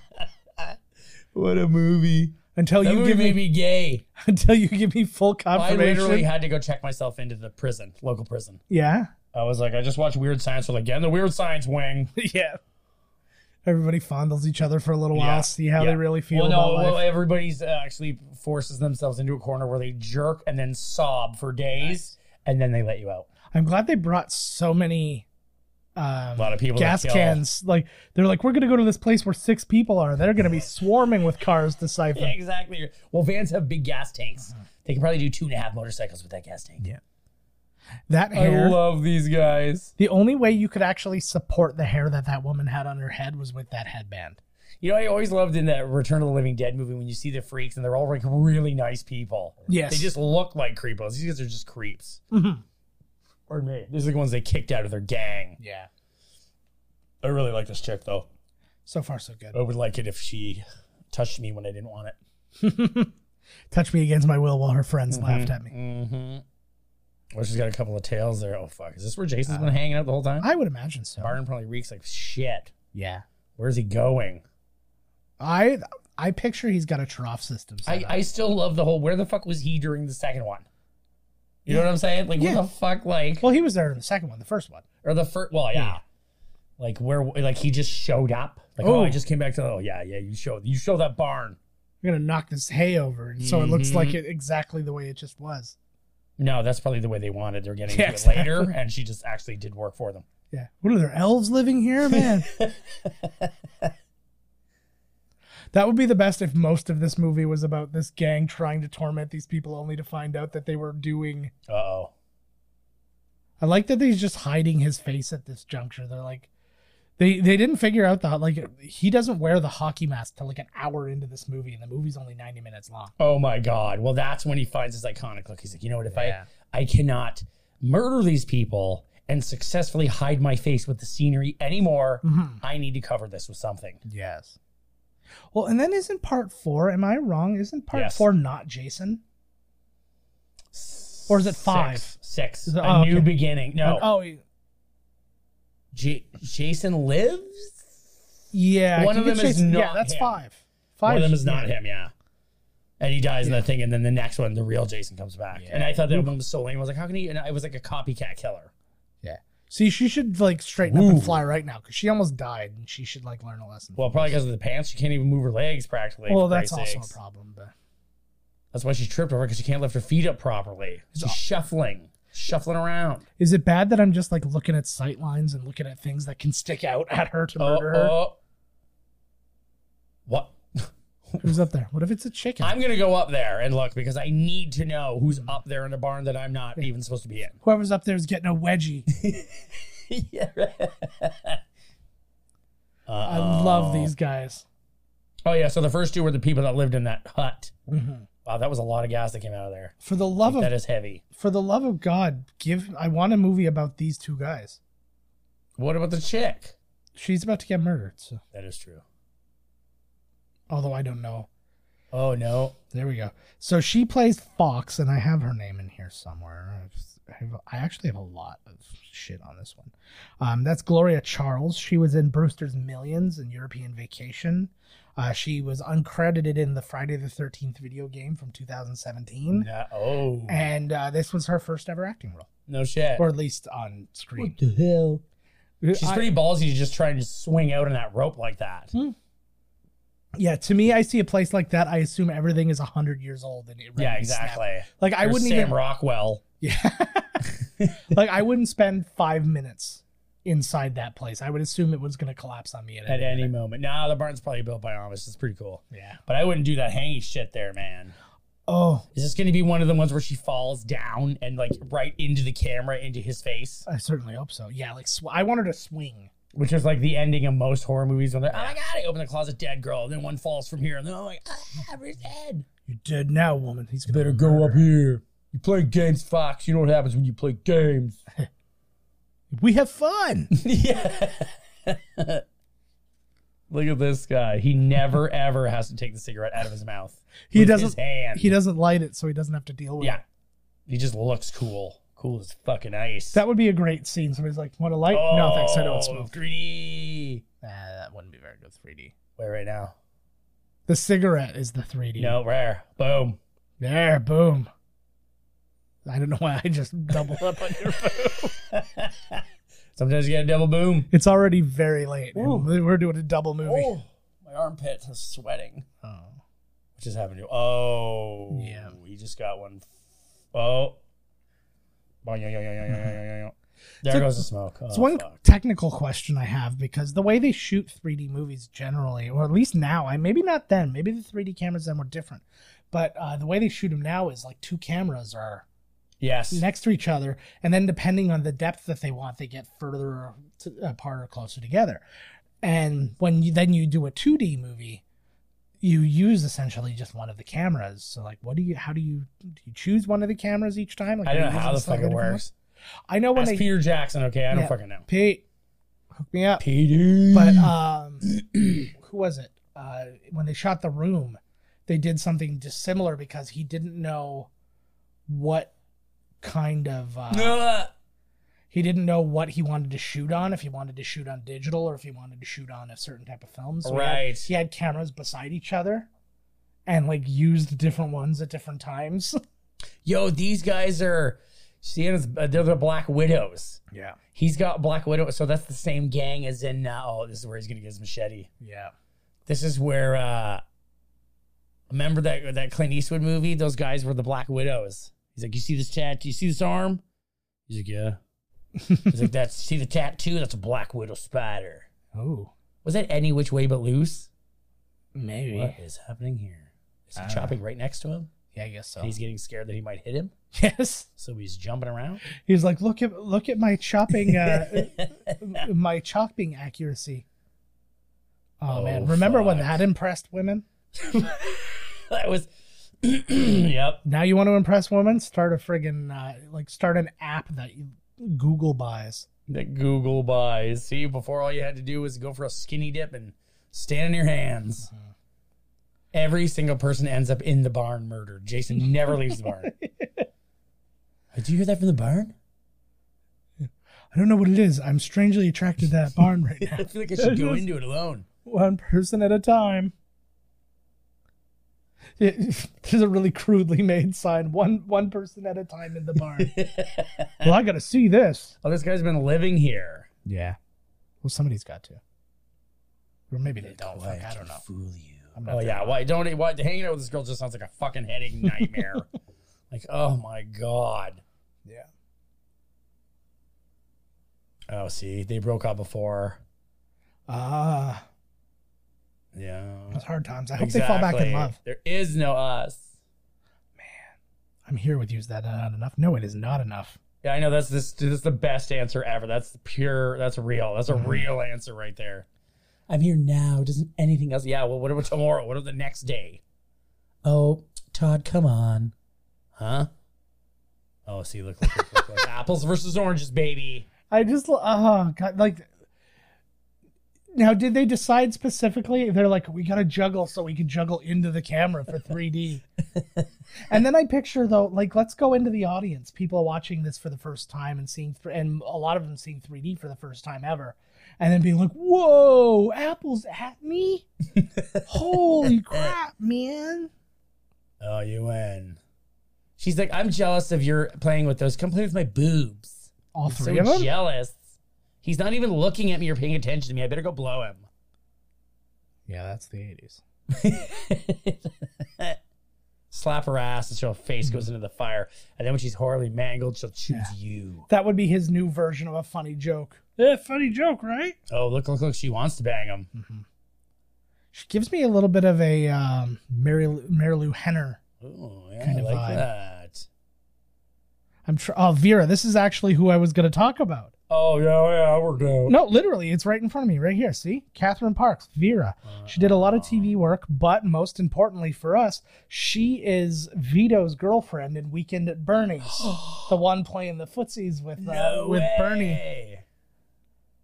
Speaker 1: [LAUGHS] what a movie.
Speaker 2: until
Speaker 1: That
Speaker 2: you
Speaker 1: movie
Speaker 2: give me,
Speaker 1: made me gay.
Speaker 2: [LAUGHS] until you give me full
Speaker 1: I
Speaker 2: confirmation.
Speaker 1: literally had to go check myself into the prison, local prison.
Speaker 2: yeah. [LAUGHS]
Speaker 1: I was like, I just watched Weird Science. We're like, get in the Weird Science wing.
Speaker 2: yeah. Everybody fondles each other for a little
Speaker 1: Yeah.
Speaker 2: while, see how
Speaker 1: Yeah.
Speaker 2: they really feel
Speaker 1: Well,
Speaker 2: about
Speaker 1: no,
Speaker 2: life.
Speaker 1: well, everybody's uh, actually forces themselves into a corner where they jerk and then sob for days, and then they let you out.
Speaker 2: I'm glad they brought so many um,
Speaker 1: A lot of people that
Speaker 2: gas
Speaker 1: kill.
Speaker 2: cans. Like they're like, we're gonna go to this place where six people are. They're gonna be swarming with cars to siphon.
Speaker 1: Yeah, [LAUGHS] exactly. Well, vans have big gas tanks. They can probably do two and a half motorcycles with that gas tank.
Speaker 2: Yeah. That hair.
Speaker 1: love these guys.
Speaker 2: the only way you could actually support the hair that that woman had on her head was with that headband.
Speaker 1: You know, I always loved in that Return of the Living Dead movie when you see the freaks and they're all like really nice people.
Speaker 2: Yes. Mm-hmm.
Speaker 1: They just look like creepos. These guys are just creeps. Or me. These are the ones they kicked out of their gang.
Speaker 2: Yeah.
Speaker 1: I really like this chick though.
Speaker 2: So far, so good. [LAUGHS]
Speaker 1: I would like it if she touched me when I didn't want it.
Speaker 2: Touch me against my will while her friends laughed at me.
Speaker 1: Mm-hmm. Well, she's got a couple of tails there. Oh fuck! Is this where Jason's been hanging out the whole time?
Speaker 2: I would imagine so.
Speaker 1: Barn probably reeks like shit.
Speaker 2: Yeah.
Speaker 1: Where's he going?
Speaker 2: I I picture he's got a trough system.
Speaker 1: I,
Speaker 2: set up.
Speaker 1: I still love the whole. Where the fuck was he during the second one? You know what I'm saying? Like
Speaker 2: Yeah.
Speaker 1: what the fuck? Like
Speaker 2: well, he was there in the second one, the first one.
Speaker 1: or the first? Well, yeah. Like where? Like he just showed up. Like oh,
Speaker 2: Oh.
Speaker 1: I just came back to. Oh yeah, yeah. You showed. You showed that barn.
Speaker 2: You're gonna knock this hay over, and so it looks like
Speaker 1: Mm-hmm.
Speaker 2: it exactly the way it just was.
Speaker 1: No, that's probably the way they wanted. They're getting
Speaker 2: Yeah,
Speaker 1: into
Speaker 2: exactly.
Speaker 1: it later, and she just actually did work for them.
Speaker 2: Yeah. What are there elves living
Speaker 1: [LAUGHS]
Speaker 2: here, man? [LAUGHS] that would be the best if most of this movie was about this gang trying to torment these people, only to find out that they were doing.
Speaker 1: Uh oh.
Speaker 2: I like that he's just hiding his face at this juncture. They're like, They they didn't figure out the like he doesn't wear the hockey mask till like an hour into this movie, and the movie's only ninety minutes long.
Speaker 1: Oh my God. Well, that's when he finds his iconic look. He's like, you know what? If
Speaker 2: Yeah.
Speaker 1: I, I cannot murder these people and successfully hide my face with the scenery anymore,
Speaker 2: Mm-hmm.
Speaker 1: I need to cover this with something.
Speaker 2: Yes. Well, and then isn't part four? Am I wrong? Isn't part
Speaker 1: Yes.
Speaker 2: four not Jason? Or is it five?
Speaker 1: Six. Six.
Speaker 2: Is it-
Speaker 1: a
Speaker 2: oh,
Speaker 1: new
Speaker 2: okay.
Speaker 1: beginning. No.
Speaker 2: Oh, y-
Speaker 1: J- Jason lives?
Speaker 2: yeah. I
Speaker 1: One
Speaker 2: think
Speaker 1: of
Speaker 2: it's
Speaker 1: them is
Speaker 2: Jason. Yeah,
Speaker 1: not
Speaker 2: that's
Speaker 1: him.
Speaker 2: five. Five.
Speaker 1: One of them is not him, yeah. And he dies in that thing, and then the next one, the real Jason comes back. And I thought that one was so lame. I was like, how can he? And I was like a copycat killer.
Speaker 2: Yeah. See, she should like straighten up
Speaker 1: Woo.
Speaker 2: and fly right now because she almost died, and she should like learn a lesson.
Speaker 1: Well, probably because of the pants. She can't even move her legs practically.
Speaker 2: Well,
Speaker 1: for
Speaker 2: that's
Speaker 1: Christ's
Speaker 2: also
Speaker 1: sakes.
Speaker 2: a problem. But
Speaker 1: That's why she tripped over because she can't lift her feet up properly. She's shuffling, shuffling around.
Speaker 2: is it bad that I'm just like looking at sight lines and looking at things that can stick out at her to murder her?
Speaker 1: What? [LAUGHS]
Speaker 2: Who's up there? What if it's a chicken?
Speaker 1: I'm gonna go up there and look because I need to know who's up there in the barn that I'm not even supposed to be
Speaker 2: [LAUGHS]
Speaker 1: in.
Speaker 2: Whoever's up there is getting a wedgie.
Speaker 1: yeah. right.
Speaker 2: I love these guys.
Speaker 1: Oh yeah. So the first two were the people that lived in that hut. Wow, that was a lot of gas that came out of there.
Speaker 2: Mm-hmm. For the love of
Speaker 1: That is heavy.
Speaker 2: for the love of God, give I want a movie about these two guys.
Speaker 1: What about the chick?
Speaker 2: She's about to get murdered, so
Speaker 1: That is true.
Speaker 2: although I don't know.
Speaker 1: Oh no.
Speaker 2: There we go. So she plays Fox, and I have her name in here somewhere. I've- I, have, I actually have a lot of shit on this one. Um, that's Gloria Charles. She was in Brewster's Millions and European Vacation. Uh, she was uncredited in the Friday the 13th video game from 2017.
Speaker 1: Nah, oh
Speaker 2: And uh, this was her first ever acting role,
Speaker 1: no shit.
Speaker 2: or at least on screen.
Speaker 1: the hell? She's
Speaker 2: I- Mm-hmm.
Speaker 1: pretty ballsy to just try and just swing out on that rope like that.
Speaker 2: Yeah, to me, I see a place like that. I assume everything is hundred years old, and it
Speaker 1: Yeah,
Speaker 2: really snap.
Speaker 1: exactly.
Speaker 2: Like I
Speaker 1: There's
Speaker 2: wouldn't
Speaker 1: Sam
Speaker 2: even
Speaker 1: Rockwell.
Speaker 2: [LAUGHS] like I wouldn't spend five minutes inside that place. I would assume it was going to collapse on me at,
Speaker 1: at
Speaker 2: any.
Speaker 1: any moment. Nah, the barn's probably built by Amish. It's pretty cool.
Speaker 2: Yeah.
Speaker 1: But I wouldn't do that hangy shit there, man.
Speaker 2: Oh,
Speaker 1: Is this going to be one of the ones where she falls down and like right into the camera, into his face,
Speaker 2: I certainly hope so. Yeah, like sw- I wanted to swing.
Speaker 1: which is like the ending of most horror movies when they're, oh my god, I open the closet, dead girl, and then one falls from here, and then I'm like, ah, where's Ed?
Speaker 2: You're dead now, woman. He's gonna
Speaker 1: Better go up
Speaker 2: murder.
Speaker 1: here. You play games, Fox. You know what happens when you play games.
Speaker 2: We
Speaker 1: [LAUGHS]
Speaker 2: have fun.
Speaker 1: yeah. Look at this guy. He never [LAUGHS] ever has to take the cigarette out of his mouth.
Speaker 2: He
Speaker 1: With
Speaker 2: doesn't-
Speaker 1: His hand.
Speaker 2: he doesn't light it, so he doesn't have to deal with.
Speaker 1: Yeah.
Speaker 2: it.
Speaker 1: He just looks cool. Cool as fucking ice.
Speaker 2: That would be a great scene. Somebody's like, "Want a light?
Speaker 1: Oh,
Speaker 2: no, thanks. I don't smoke."
Speaker 1: Greedy.
Speaker 2: Nah, that wouldn't be very good 3D.
Speaker 1: Where right now?
Speaker 2: The cigarette is the 3D.
Speaker 1: No, rare.
Speaker 2: [LAUGHS]
Speaker 1: Boom.
Speaker 2: There, boom. I don't know why I
Speaker 1: [LAUGHS]
Speaker 2: just doubled up on your
Speaker 1: Sometimes you get a double boom.
Speaker 2: It's already very late. and
Speaker 1: Ooh. Oh.
Speaker 2: We're doing a double movie.
Speaker 1: my armpit is sweating.
Speaker 2: Oh.
Speaker 1: Which is happening to Oh.
Speaker 2: Yeah.
Speaker 1: He just got one. Oh. Boing, yoing, yoing, yoing, yoing, yoing, yoing. There
Speaker 2: So-
Speaker 1: goes the smoke. Oh,
Speaker 2: It's one
Speaker 1: fuck.
Speaker 2: technical question I have because the way they shoot 3D movies generally, or at least now, I maybe not then, maybe the 3D cameras then were different, but uh, the way they shoot them now is like two cameras are
Speaker 1: Yes.
Speaker 2: next to each other, and then depending on the depth that they want, they get further to, apart or closer together. And when you then you do a 2D movie, you use essentially just one of the cameras. So like, what do you? How do you? Do you choose one of the cameras each time? Like,
Speaker 1: I
Speaker 2: are
Speaker 1: don't know
Speaker 2: you
Speaker 1: how the
Speaker 2: using
Speaker 1: fuck
Speaker 2: slightly
Speaker 1: it
Speaker 2: different
Speaker 1: works.
Speaker 2: ones? I know when
Speaker 1: That's
Speaker 2: they
Speaker 1: Peter Jackson, okay? I don't
Speaker 2: Yeah.
Speaker 1: fucking know.
Speaker 2: Pete, hook me up.
Speaker 1: Peter.
Speaker 2: But
Speaker 1: [LAUGHS]
Speaker 2: um, [CLEARS THROAT] who was it? Uh, when they shot the room, they did something dissimilar because he didn't know what kind of uh,
Speaker 1: Ah.
Speaker 2: he didn't know what he wanted to shoot on if he wanted to shoot on digital or if he wanted to shoot on a certain type of film so he had-
Speaker 1: Right.
Speaker 2: he had, cameras beside each other and like used different ones at different times [LAUGHS]
Speaker 1: yo, these guys are Sienna's uh, they're the Black Widows.
Speaker 2: yeah
Speaker 1: He's got Black Widow, so that's the same gang as in uh, oh, this is where he's gonna get his machete.
Speaker 2: yeah
Speaker 1: This is where uh remember that that Clint Eastwood movie? Those guys were the Black Widows. He's like, You see this tattoo, you see this arm? He's like, Yeah. He's like, That's see the tattoo? That's a black widow spider.
Speaker 2: oh
Speaker 1: Was that any which way but loose?
Speaker 2: maybe
Speaker 1: What is happening here? Is he chopping right next to him?
Speaker 2: Yeah, I guess so.
Speaker 1: He's getting scared that he might hit him,
Speaker 2: [LAUGHS] yes.
Speaker 1: so he's jumping around. [LAUGHS]
Speaker 2: He's like, look at look at my chopping uh, my chopping accuracy. Oh,
Speaker 1: Oh,
Speaker 2: man. Remember when
Speaker 1: fuck.
Speaker 2: that impressed women?
Speaker 1: that was, [CLEARS THROAT] yep.
Speaker 2: Now you want to impress women? Start a friggin' uh, like start an app that you, Google buys.
Speaker 1: That Google buys. See, before all you had to do was go for a skinny dip and stand on your hands.
Speaker 2: Mm-hmm.
Speaker 1: Every single person ends up in the barn murdered. Jason never leaves the
Speaker 2: [LAUGHS]
Speaker 1: barn. Did you hear that from the barn? [LAUGHS]
Speaker 2: I don't know what it is. I'm strangely attracted to that barn right
Speaker 1: I
Speaker 2: now. [LAUGHS]
Speaker 1: feel like I should go into it alone. [LAUGHS]
Speaker 2: One person at a time. [LAUGHS] It- there's a really crudely made sign. One one person at a time in
Speaker 1: [LAUGHS]
Speaker 2: the barn. well, I gotta see this.
Speaker 1: Oh, this guy's been living here.
Speaker 2: Yeah. Well, somebody's got to. Or maybe they don't.
Speaker 1: Why
Speaker 2: Fuck, I
Speaker 1: can
Speaker 2: don't know.
Speaker 1: Fool you.
Speaker 2: I'm not
Speaker 1: Oh
Speaker 2: that
Speaker 1: yeah. Why don't? Why hanging out with this girl just sounds like a fucking headache
Speaker 2: [LAUGHS]
Speaker 1: nightmare. like oh my god.
Speaker 2: Yeah.
Speaker 1: Oh, see, they broke up before.
Speaker 2: Ah,
Speaker 1: Yeah.
Speaker 2: it's hard times. I hope they fall back in
Speaker 1: Exactly.
Speaker 2: love.
Speaker 1: There is no us.
Speaker 2: I'm here with you. Is that not enough? No, it is not enough.
Speaker 1: Yeah, I know that's this this is the best answer ever. That's pure that's real. That's a real answer right there. Mm-hmm. I'm here now. Doesn't anything else yeah, well what about tomorrow? What about the next day? Oh, Todd, come on. Huh? Oh, see, look, look, look, look, [LAUGHS] look. apples versus oranges, baby.
Speaker 2: I just, lo- oh, God. Like, now, did they decide specifically? They're like, we got to juggle so we can juggle into the camera
Speaker 1: [LAUGHS]
Speaker 2: for 3D. and then I picture, though, like, let's go into the audience. People watching this for the first time and seeing, th- and a lot of them seeing 3D for the first time ever. And then being like, whoa, Apple's at
Speaker 1: [LAUGHS]
Speaker 2: me? Holy crap, man.
Speaker 1: Oh, you win. She's like, I'm jealous of your playing with those. Come play with my boobs.
Speaker 2: All
Speaker 1: I'm
Speaker 2: three
Speaker 1: so
Speaker 2: of them?
Speaker 1: jealous. He's not even looking at me or paying attention to me. I better go blow him.
Speaker 2: Yeah, that's the 80s.
Speaker 1: [LAUGHS] Slap her ass until her face goes into the fire. And then when she's horribly mangled, she'll choose you.
Speaker 2: That would be his new version of a funny joke. Yeah, funny joke, right?
Speaker 1: Oh, look, look, look. She wants to bang him.
Speaker 2: Mm-hmm. She gives me a little bit of a um, Mary, Lou- Mary Lou Henner.
Speaker 1: Oh, yeah,
Speaker 2: Kind
Speaker 1: I
Speaker 2: of
Speaker 1: like
Speaker 2: vibe.
Speaker 1: that.
Speaker 2: I'm tr- oh Vera, this is actually who I was going to talk about.
Speaker 1: Oh, yeah, yeah, I worked out.
Speaker 2: No, literally, it's right in front of me, right here. See, Catherine Parks, Vera. She did a lot of TV work, but most importantly for us, she is Vito's girlfriend in Weekend at [GASPS] Bernie's, the one playing the footsies with uh, with Bernie.
Speaker 1: way.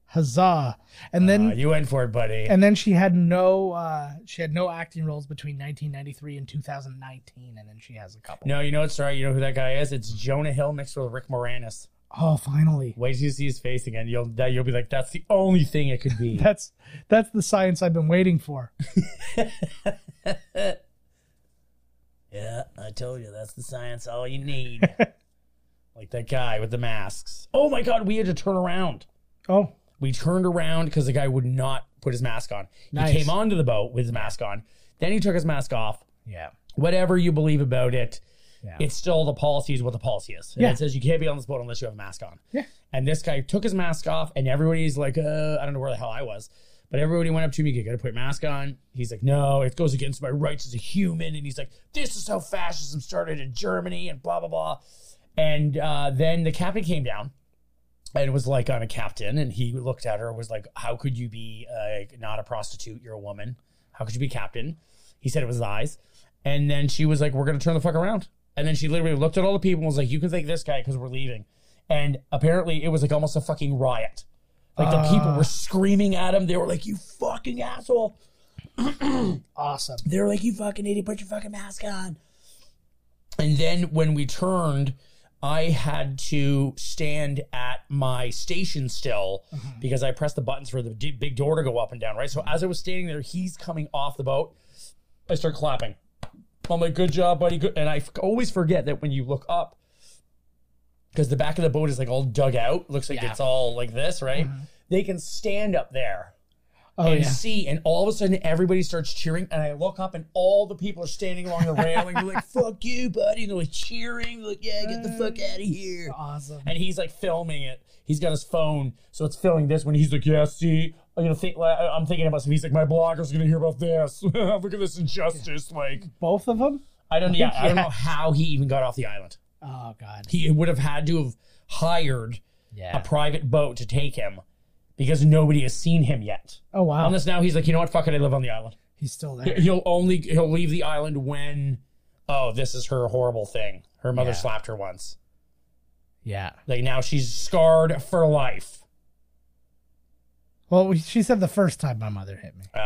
Speaker 2: Huzzah! And then
Speaker 1: Uh, you went for it, buddy.
Speaker 2: and then she had no uh, she had no acting roles between 1993 and 2019, and then she has a couple.
Speaker 1: no, you know it's right. You know who that guy is? It's Jonah Hill mixed with Rick Moranis.
Speaker 2: Oh, finally.
Speaker 1: Wait till you see his face again. You'll that you'll be like, that's the only thing it could
Speaker 2: [LAUGHS]
Speaker 1: be.
Speaker 2: That's that's the science I've been waiting for.
Speaker 1: yeah, I told you that's the science. All you
Speaker 2: [LAUGHS]
Speaker 1: need. like that guy with the masks. Oh my god, we had to turn around.
Speaker 2: Oh,
Speaker 1: We turned around because the guy would not put his mask on.
Speaker 2: Nice.
Speaker 1: He came onto the boat with his mask on. Then he took his mask off.
Speaker 2: yeah.
Speaker 1: Whatever you believe about it,
Speaker 2: Yeah.
Speaker 1: it's still the policy is what the policy is. And
Speaker 2: Yeah.
Speaker 1: It says you can't be on this boat unless you have a mask on.
Speaker 2: Yeah.
Speaker 1: And this guy took his mask off, and everybody's like, uh, I don't know where the hell I was. But everybody went up to me, you gotta put your mask on. He's like, no, it goes against my rights as a human. And he's like, this is how fascism started in Germany, and blah, blah, blah. And uh, then the captain came down and was like, I'm a captain. And he looked at her and was like, how could you be uh, not a prostitute? You're a woman. How could you be captain? He said it was his eyes. And then she was like, we're going to turn the fuck around. And then she literally looked at all the people and was like, you can thank this guy because we're leaving. And apparently it was like almost a fucking riot. Like the people
Speaker 2: Ah.
Speaker 1: were screaming at him. They were like, you fucking asshole.
Speaker 2: Awesome.
Speaker 1: They were like, you fucking idiot, put your fucking mask on. And then when we turned, I had to stand at my station still because I pressed the buttons for the d- big door to go up and down, right? So as I was standing there, he's coming off the boat. I start clapping. I'm like, good job, buddy. Good. And I f- always forget that when you look up, because the back of the boat is like all dug out, looks like it's all like this, right? They can stand up there
Speaker 2: Oh
Speaker 1: and
Speaker 2: yeah.
Speaker 1: see, and all of a sudden everybody starts cheering, and I look up, and all the people are standing along the railing. They're like, "Fuck you, buddy!" And they're like cheering, like, "Yeah, get the fuck out of here!"
Speaker 2: Awesome.
Speaker 1: And he's like filming it. He's got his phone, so it's filming this. When he's like, "Yeah, see, you know, think, like, [LAUGHS] I'm thinking about something." He's like, "My blogger's gonna hear about this. Look at this injustice!" Like,
Speaker 2: Both of them?
Speaker 1: I don't. Yeah, I don't [LAUGHS]
Speaker 2: Yeah.
Speaker 1: know how he even got off the island.
Speaker 2: Oh god.
Speaker 1: He would have had to have hired a
Speaker 5: Yeah.
Speaker 1: private boat to take him because nobody has seen him yet.
Speaker 2: Oh wow.
Speaker 1: Unless now he's like, you know what? Fuck it, I live on the island.
Speaker 2: He's still there.
Speaker 1: He'll only he'll leave the island when, oh, this is her horrible thing. Her mother
Speaker 5: Yeah.
Speaker 1: slapped her once.
Speaker 5: Yeah.
Speaker 1: Like now she's scarred for life.
Speaker 2: Well, she said the first time my mother hit me.
Speaker 1: Oh,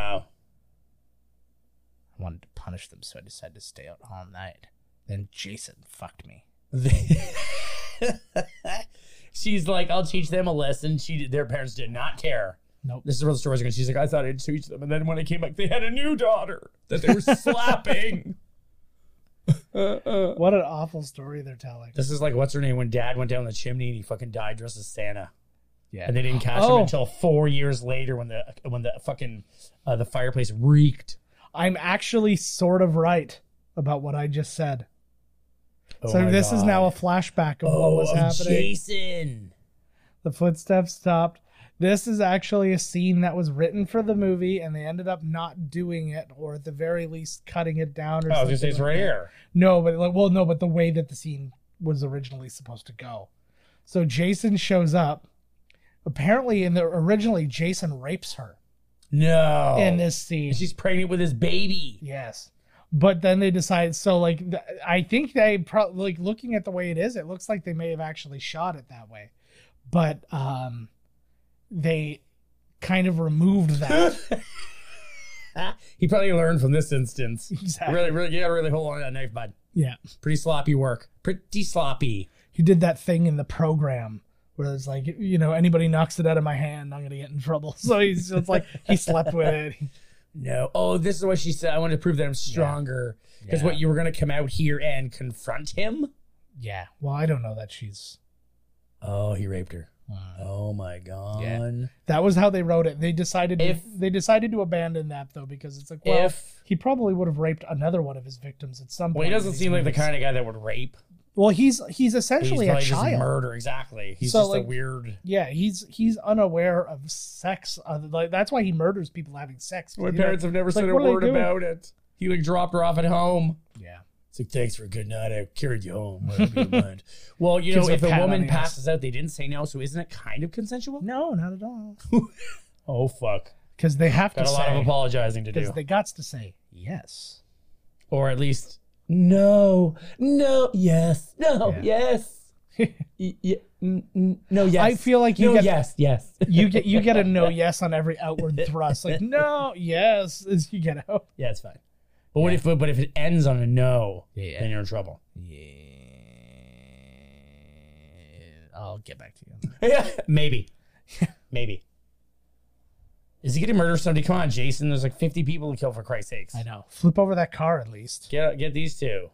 Speaker 5: I wanted to punish them, so I decided to stay out all night. Then Jason fucked me.
Speaker 1: [LAUGHS] she's like, I'll teach them a lesson. She did, their parents did not care.
Speaker 2: Nope.
Speaker 1: This is where the story's going. She's like, I thought I'd teach them, and then when I came back, they had a new daughter that they were slapping.
Speaker 2: What an awful story they're telling.
Speaker 1: This is like what's her name when Dad went down the chimney and he fucking died dressed as Santa,
Speaker 5: Yeah.
Speaker 1: and they didn't catch
Speaker 2: Oh.
Speaker 1: him until four years later when the when the fucking uh, the fireplace reeked.
Speaker 2: I'm actually sort of right about what I just said.
Speaker 1: Oh
Speaker 2: so
Speaker 1: my
Speaker 2: this is
Speaker 1: God.
Speaker 2: now a flashback of
Speaker 1: oh
Speaker 2: what was
Speaker 1: of
Speaker 2: happening.
Speaker 1: Jason.
Speaker 2: The footsteps stopped. This is actually a scene that was written for the movie, and they ended up not doing it, or at the very least, cutting it down. Or
Speaker 1: Oh, I was
Speaker 2: something
Speaker 1: gonna say it's
Speaker 2: like
Speaker 1: right
Speaker 2: that.
Speaker 1: here.
Speaker 2: No, but like, well, no, but the way that the scene was originally supposed to go. So Jason shows up. Apparently, in the originally, Jason rapes her
Speaker 1: No,
Speaker 2: in this scene.
Speaker 1: And she's pregnant with his
Speaker 2: [LAUGHS]
Speaker 1: baby.
Speaker 2: Yes. But then they decide. So, like, th- I think they probably like looking at the way it is, it looks like they may have actually shot it that way. But um, they kind of removed
Speaker 1: [LAUGHS]
Speaker 2: that.
Speaker 1: He probably learned from this instance.
Speaker 2: exactly.
Speaker 1: Really, really, you gotta really hold on to that knife, bud.
Speaker 2: Yeah.
Speaker 1: Pretty sloppy work. Pretty sloppy.
Speaker 2: He did that thing in the program where it's like, you know, anybody knocks it out of my hand, I'm going to get in trouble. [LAUGHS] So he's just like, he slept with it. [LAUGHS]
Speaker 1: No. Oh, this is what she said. I want to prove that I'm stronger. Because
Speaker 5: Yeah.
Speaker 1: what you were gonna come out here and confront him?
Speaker 5: Yeah.
Speaker 2: Well, I don't know that she's.
Speaker 1: Oh, he raped her.
Speaker 5: Uh,
Speaker 1: Oh my god.
Speaker 2: That was how they wrote it. They decided
Speaker 1: If-
Speaker 2: to, they decided to abandon that though because it's like well
Speaker 1: if
Speaker 2: he probably would have raped another one of his victims at some point.
Speaker 1: well, he doesn't seem like the kind of guy that would rape.
Speaker 2: Well, he's he's
Speaker 1: He's
Speaker 2: essentially
Speaker 1: probably
Speaker 2: a
Speaker 1: just
Speaker 2: child.
Speaker 1: murder. Exactly. He's
Speaker 2: So,
Speaker 1: just a
Speaker 2: like-
Speaker 1: weird.
Speaker 2: yeah, he's he's unaware of sex. other- like that's why he murders people having sex. 'cause
Speaker 1: My
Speaker 2: he
Speaker 1: parents have never
Speaker 2: like,
Speaker 1: said a
Speaker 2: what are they
Speaker 1: word
Speaker 2: doing?
Speaker 1: about it. He like dropped her off at home.
Speaker 5: yeah.
Speaker 1: It's like thanks for a good night. I carried you home. Whatever
Speaker 2: [LAUGHS]
Speaker 1: you mind. Well, you
Speaker 2: Gives
Speaker 1: know,
Speaker 2: a
Speaker 1: if a
Speaker 2: pat on
Speaker 1: woman
Speaker 2: the ass.
Speaker 1: passes out, they didn't say no, so isn't it kind of consensual?
Speaker 2: don't- no, not at all.
Speaker 1: Oh fuck.
Speaker 2: Because they have
Speaker 1: Got a
Speaker 2: to
Speaker 1: lot of
Speaker 2: say.
Speaker 1: apologizing to do.
Speaker 2: Because they got to say
Speaker 5: Yes.
Speaker 1: or at least no, no, yes, no,
Speaker 5: Yeah.
Speaker 2: [LAUGHS]
Speaker 1: yes, Y- y- mm, mm, no, yes.
Speaker 2: I feel like you
Speaker 1: no,
Speaker 2: get-
Speaker 1: yes, yes.
Speaker 2: you get you get a no yes on every outward thrust. Like no yes, as you get out.
Speaker 1: yeah, it's fine. But what if but if it ends on a no,
Speaker 5: Yeah.
Speaker 1: then you're in trouble.
Speaker 5: Yeah. I'll get back to you.
Speaker 1: [LAUGHS]
Speaker 2: [LAUGHS]
Speaker 1: maybe, maybe. Is he gonna murder somebody? Come on, Jason. There's like 50 people to kill for Christ's sakes.
Speaker 2: I know. Flip over that car at least.
Speaker 1: Get uh, get these
Speaker 2: [SIGHS]
Speaker 1: two.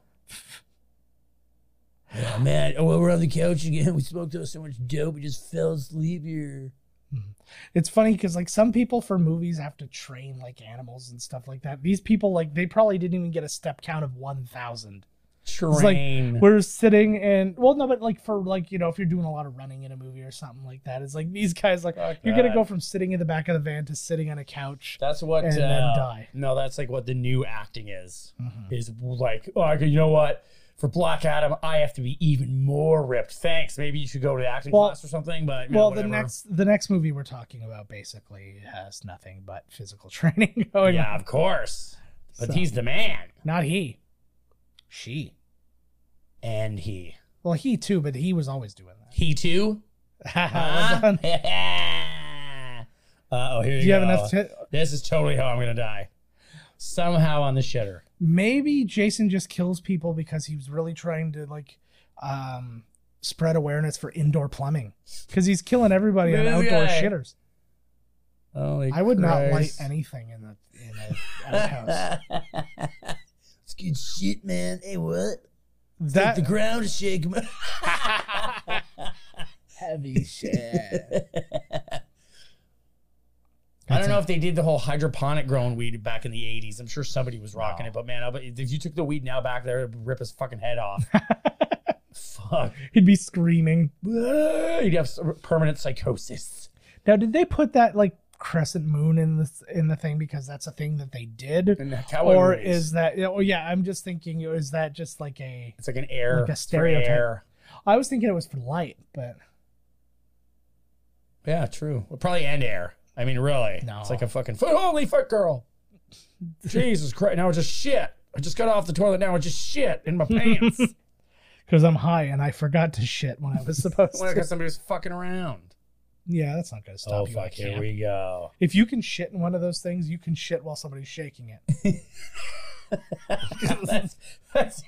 Speaker 1: Oh man! Oh, well, we're on the couch again. We smoked so much dope, we just fell asleep here.
Speaker 2: It's funny because like some people for movies have to train like animals and stuff like that. These people like they probably didn't even get a step count of one thousand. It's
Speaker 1: Train.
Speaker 2: like we're sitting and well, no, but like for like you know if you're doing a lot of running in a movie or something like that, it's like these guys like
Speaker 1: Fuck
Speaker 2: you're gonna
Speaker 1: that.
Speaker 2: go from sitting in the back of the van to sitting on a couch.
Speaker 1: That's what.
Speaker 2: And
Speaker 1: uh,
Speaker 2: then die.
Speaker 1: No, that's like what the new acting is. Is like, oh, okay, you know what? For Black Adam, I have to be even more ripped. Thanks. Maybe you should go to the acting
Speaker 2: Well-
Speaker 1: class or something. But you know,
Speaker 2: Well, the
Speaker 1: whatever.
Speaker 2: next the next movie we're talking about basically has nothing but physical [LAUGHS] training going
Speaker 1: yeah,
Speaker 2: on.
Speaker 1: of course. But
Speaker 2: So-
Speaker 1: he's the man,
Speaker 2: Not he.
Speaker 5: She.
Speaker 1: and he,
Speaker 2: Well, he too, but he was always doing that.
Speaker 1: he
Speaker 2: [LAUGHS]
Speaker 1: too.
Speaker 2: Well
Speaker 1: Huh? [LAUGHS]
Speaker 2: done.
Speaker 1: Uh oh, here you,
Speaker 2: Do you
Speaker 1: go.
Speaker 2: have enough? T-
Speaker 1: this is totally how I'm gonna die. Somehow on the shitter.
Speaker 2: maybe Jason just kills people because he was really trying to like um spread awareness for indoor plumbing because he's killing everybody on
Speaker 1: This
Speaker 2: outdoor
Speaker 1: guy.
Speaker 2: shitters.
Speaker 1: Holy
Speaker 2: I would not light
Speaker 1: Christ.
Speaker 2: anything in the in a [LAUGHS] outhouse.
Speaker 1: [LAUGHS] It's good shit, man. Hey, what?
Speaker 2: that
Speaker 1: ground is
Speaker 2: [LAUGHS]
Speaker 1: shaking.
Speaker 5: Heavy shit.
Speaker 1: I don't know if they did the whole hydroponic growing weed back in the 80s. I'm sure somebody was rocking
Speaker 5: No.
Speaker 1: it, but man, I bet if you took the weed now back there, it'd rip his fucking head
Speaker 2: [LAUGHS]
Speaker 1: off. Fuck.
Speaker 2: he'd be screaming.
Speaker 1: You'd have s- permanent psychosis.
Speaker 2: Now, did they put that like crescent moon in the in the thing because that's a thing that they did,
Speaker 1: And that's how it
Speaker 2: or
Speaker 1: raised.
Speaker 2: is that? Oh yeah, I'm just thinking. Is that just like a?
Speaker 1: it's like an air
Speaker 2: like a
Speaker 1: it's for
Speaker 2: stereotype.
Speaker 1: air.
Speaker 2: I was thinking it was for light, but
Speaker 1: Yeah, true. Well, probably and air. I mean, really.
Speaker 2: No.
Speaker 1: It's like a fucking foot. Holy fuck,
Speaker 2: [LAUGHS]
Speaker 1: girl. Jesus Christ. Now it's just shit. I just got off the toilet. Now it's just shit in my
Speaker 2: [LAUGHS]
Speaker 1: pants.
Speaker 2: because I'm high and I forgot to shit when I was [LAUGHS] supposed
Speaker 1: Well, I guess
Speaker 2: to.
Speaker 1: somebody was fucking around.
Speaker 2: Yeah, that's not gonna stop
Speaker 1: Oh
Speaker 2: you.
Speaker 1: fuck!
Speaker 2: at
Speaker 1: Here
Speaker 2: camp.
Speaker 1: we
Speaker 2: [LAUGHS]
Speaker 1: go.
Speaker 2: If you can shit in one of those things, you can shit while somebody's shaking it. [LAUGHS]
Speaker 1: that's, that's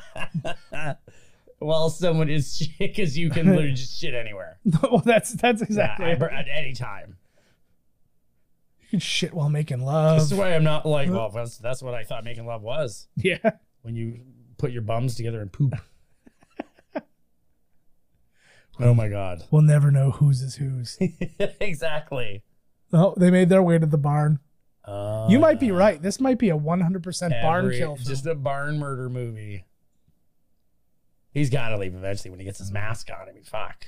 Speaker 1: [LAUGHS] well, someone is shit because you can literally just shit anywhere
Speaker 2: well, that's that's [LAUGHS] exactly.
Speaker 1: Yeah,
Speaker 2: it.
Speaker 1: at at any time.
Speaker 2: You can shit while making
Speaker 1: This
Speaker 2: love.
Speaker 1: is why I'm not like. Well, that's, that's what I thought making love was
Speaker 2: Yeah.
Speaker 1: when you put your bums together and [LAUGHS] poop. oh my god!
Speaker 2: We'll never know whose is whose.
Speaker 1: [LAUGHS] exactly.
Speaker 2: oh, they made their way to the barn.
Speaker 1: Uh,
Speaker 2: You might be right. This might be a 100% barn
Speaker 1: every-
Speaker 2: kill. Film.
Speaker 1: Just a barn murder movie. He's got to leave eventually when he gets his mask on. I mean, fuck.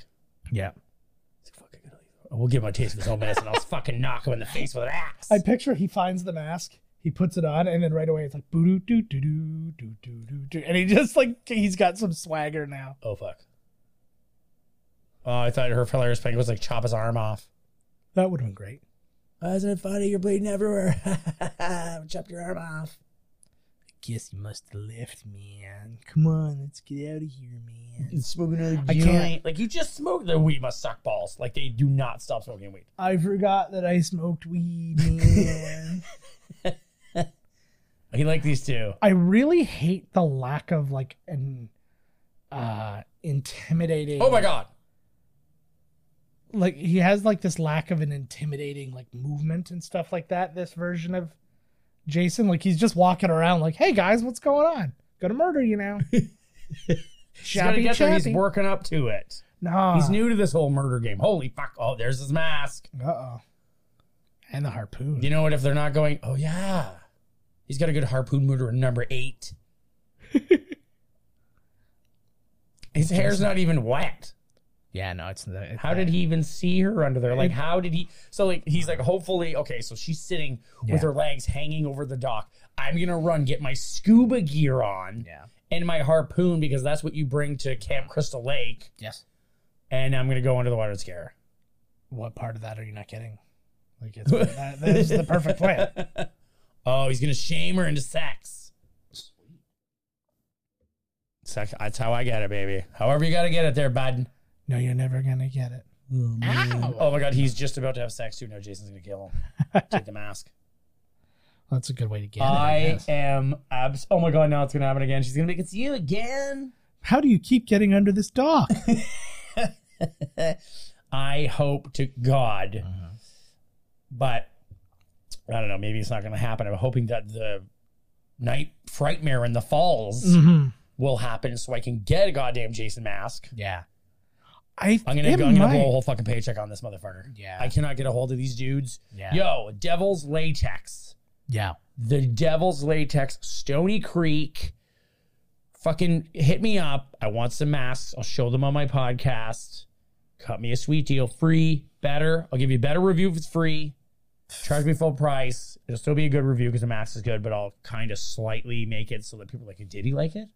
Speaker 2: yeah.
Speaker 1: He's like, fuck, I gotta leave. Oh, We'll give him a taste of his own medicine. [LAUGHS] I'll fucking knock him in the face with an axe.
Speaker 2: I picture he finds the mask, he puts it on, and then right away it's like boo doo doo doo doo doo doo doo doo. And he just like, he's got some swagger now.
Speaker 1: oh fuck. Oh, I thought her hilarious prank was like chop his arm off.
Speaker 2: That would have been great.
Speaker 1: Why isn't it funny? You're bleeding everywhere. [LAUGHS] chop your arm off.
Speaker 5: Guess you must have left, man. Come on, let's get out of here, man.
Speaker 1: smoking another
Speaker 2: I can't-
Speaker 1: Like you just smoked the weed must suck balls. Like they do not stop smoking weed.
Speaker 2: I forgot that I smoked weed,
Speaker 1: [LAUGHS]
Speaker 2: man.
Speaker 1: He liked these two.
Speaker 2: I really hate the lack of like an uh intimidating
Speaker 1: Oh my god.
Speaker 2: like he has like this lack of an intimidating like movement and stuff like that this version of jason like he's just walking around like hey guys what's going on gonna murder
Speaker 1: [LAUGHS]
Speaker 2: you now
Speaker 1: He's gotta
Speaker 2: chappy
Speaker 1: get there. He's
Speaker 2: chappy.
Speaker 1: working up to it.
Speaker 2: nah.
Speaker 1: He's new to this whole murder game. Holy fuck. Oh, there's his mask.
Speaker 2: uh-oh and the harpoon
Speaker 1: You know what? If they're not going, oh yeah, he's got a good harpoon murderer number eight. His hair's not even wet.
Speaker 5: Yeah, no, it's the.
Speaker 1: How did he even see her under there? Like, how did he? So, like, he's like, hopefully, okay. So she's sitting
Speaker 5: Yeah.
Speaker 1: with her legs hanging over the dock. I'm gonna run, get my scuba gear on
Speaker 5: Yeah.
Speaker 1: and my harpoon because that's what you bring to Camp Crystal Lake.
Speaker 5: Yes.
Speaker 1: And I'm gonna go under the water and scare.
Speaker 2: what part of that are you not getting like it's that, that is the
Speaker 1: [LAUGHS]
Speaker 2: perfect plan
Speaker 1: her. oh, he's gonna shame her into sex. Sex. That's how I get it, baby. However, you gotta get it there, bud.
Speaker 2: no you're never gonna get it
Speaker 1: Oh my God, he's just about to have sex too. No, Jason's gonna kill
Speaker 2: [LAUGHS]
Speaker 1: him. Take the mask.
Speaker 2: that's a good way to get it I
Speaker 1: I
Speaker 2: guess.
Speaker 1: am abs. Oh my god, now it's gonna happen again. She's gonna make it to you again.
Speaker 2: how do you keep getting under
Speaker 1: [LAUGHS]
Speaker 2: this dock
Speaker 1: I hope to God, but I don't know. Maybe it's not gonna happen. I'm hoping that the night frightmare in the falls
Speaker 2: mm-hmm.
Speaker 1: will happen, so I can get a goddamn Jason mask.
Speaker 5: Yeah.
Speaker 2: i
Speaker 1: I'm gonna,
Speaker 2: it
Speaker 1: go, I'm gonna
Speaker 2: might.
Speaker 1: blow a whole fucking paycheck on this motherfucker.
Speaker 5: Yeah.
Speaker 1: I cannot get a hold of these dudes.
Speaker 5: Yeah.
Speaker 1: Yo, Devil's Latex.
Speaker 5: Yeah.
Speaker 1: the Devil's Latex, Stony Creek. Fucking hit me up. I want some masks. I'll show them on my podcast. Cut me a sweet deal. Free, better. I'll give you a better review if it's free. Charge me full price. It'll still be a good review because the mask is good, but I'll kind of slightly make it so that people are like, did he like it?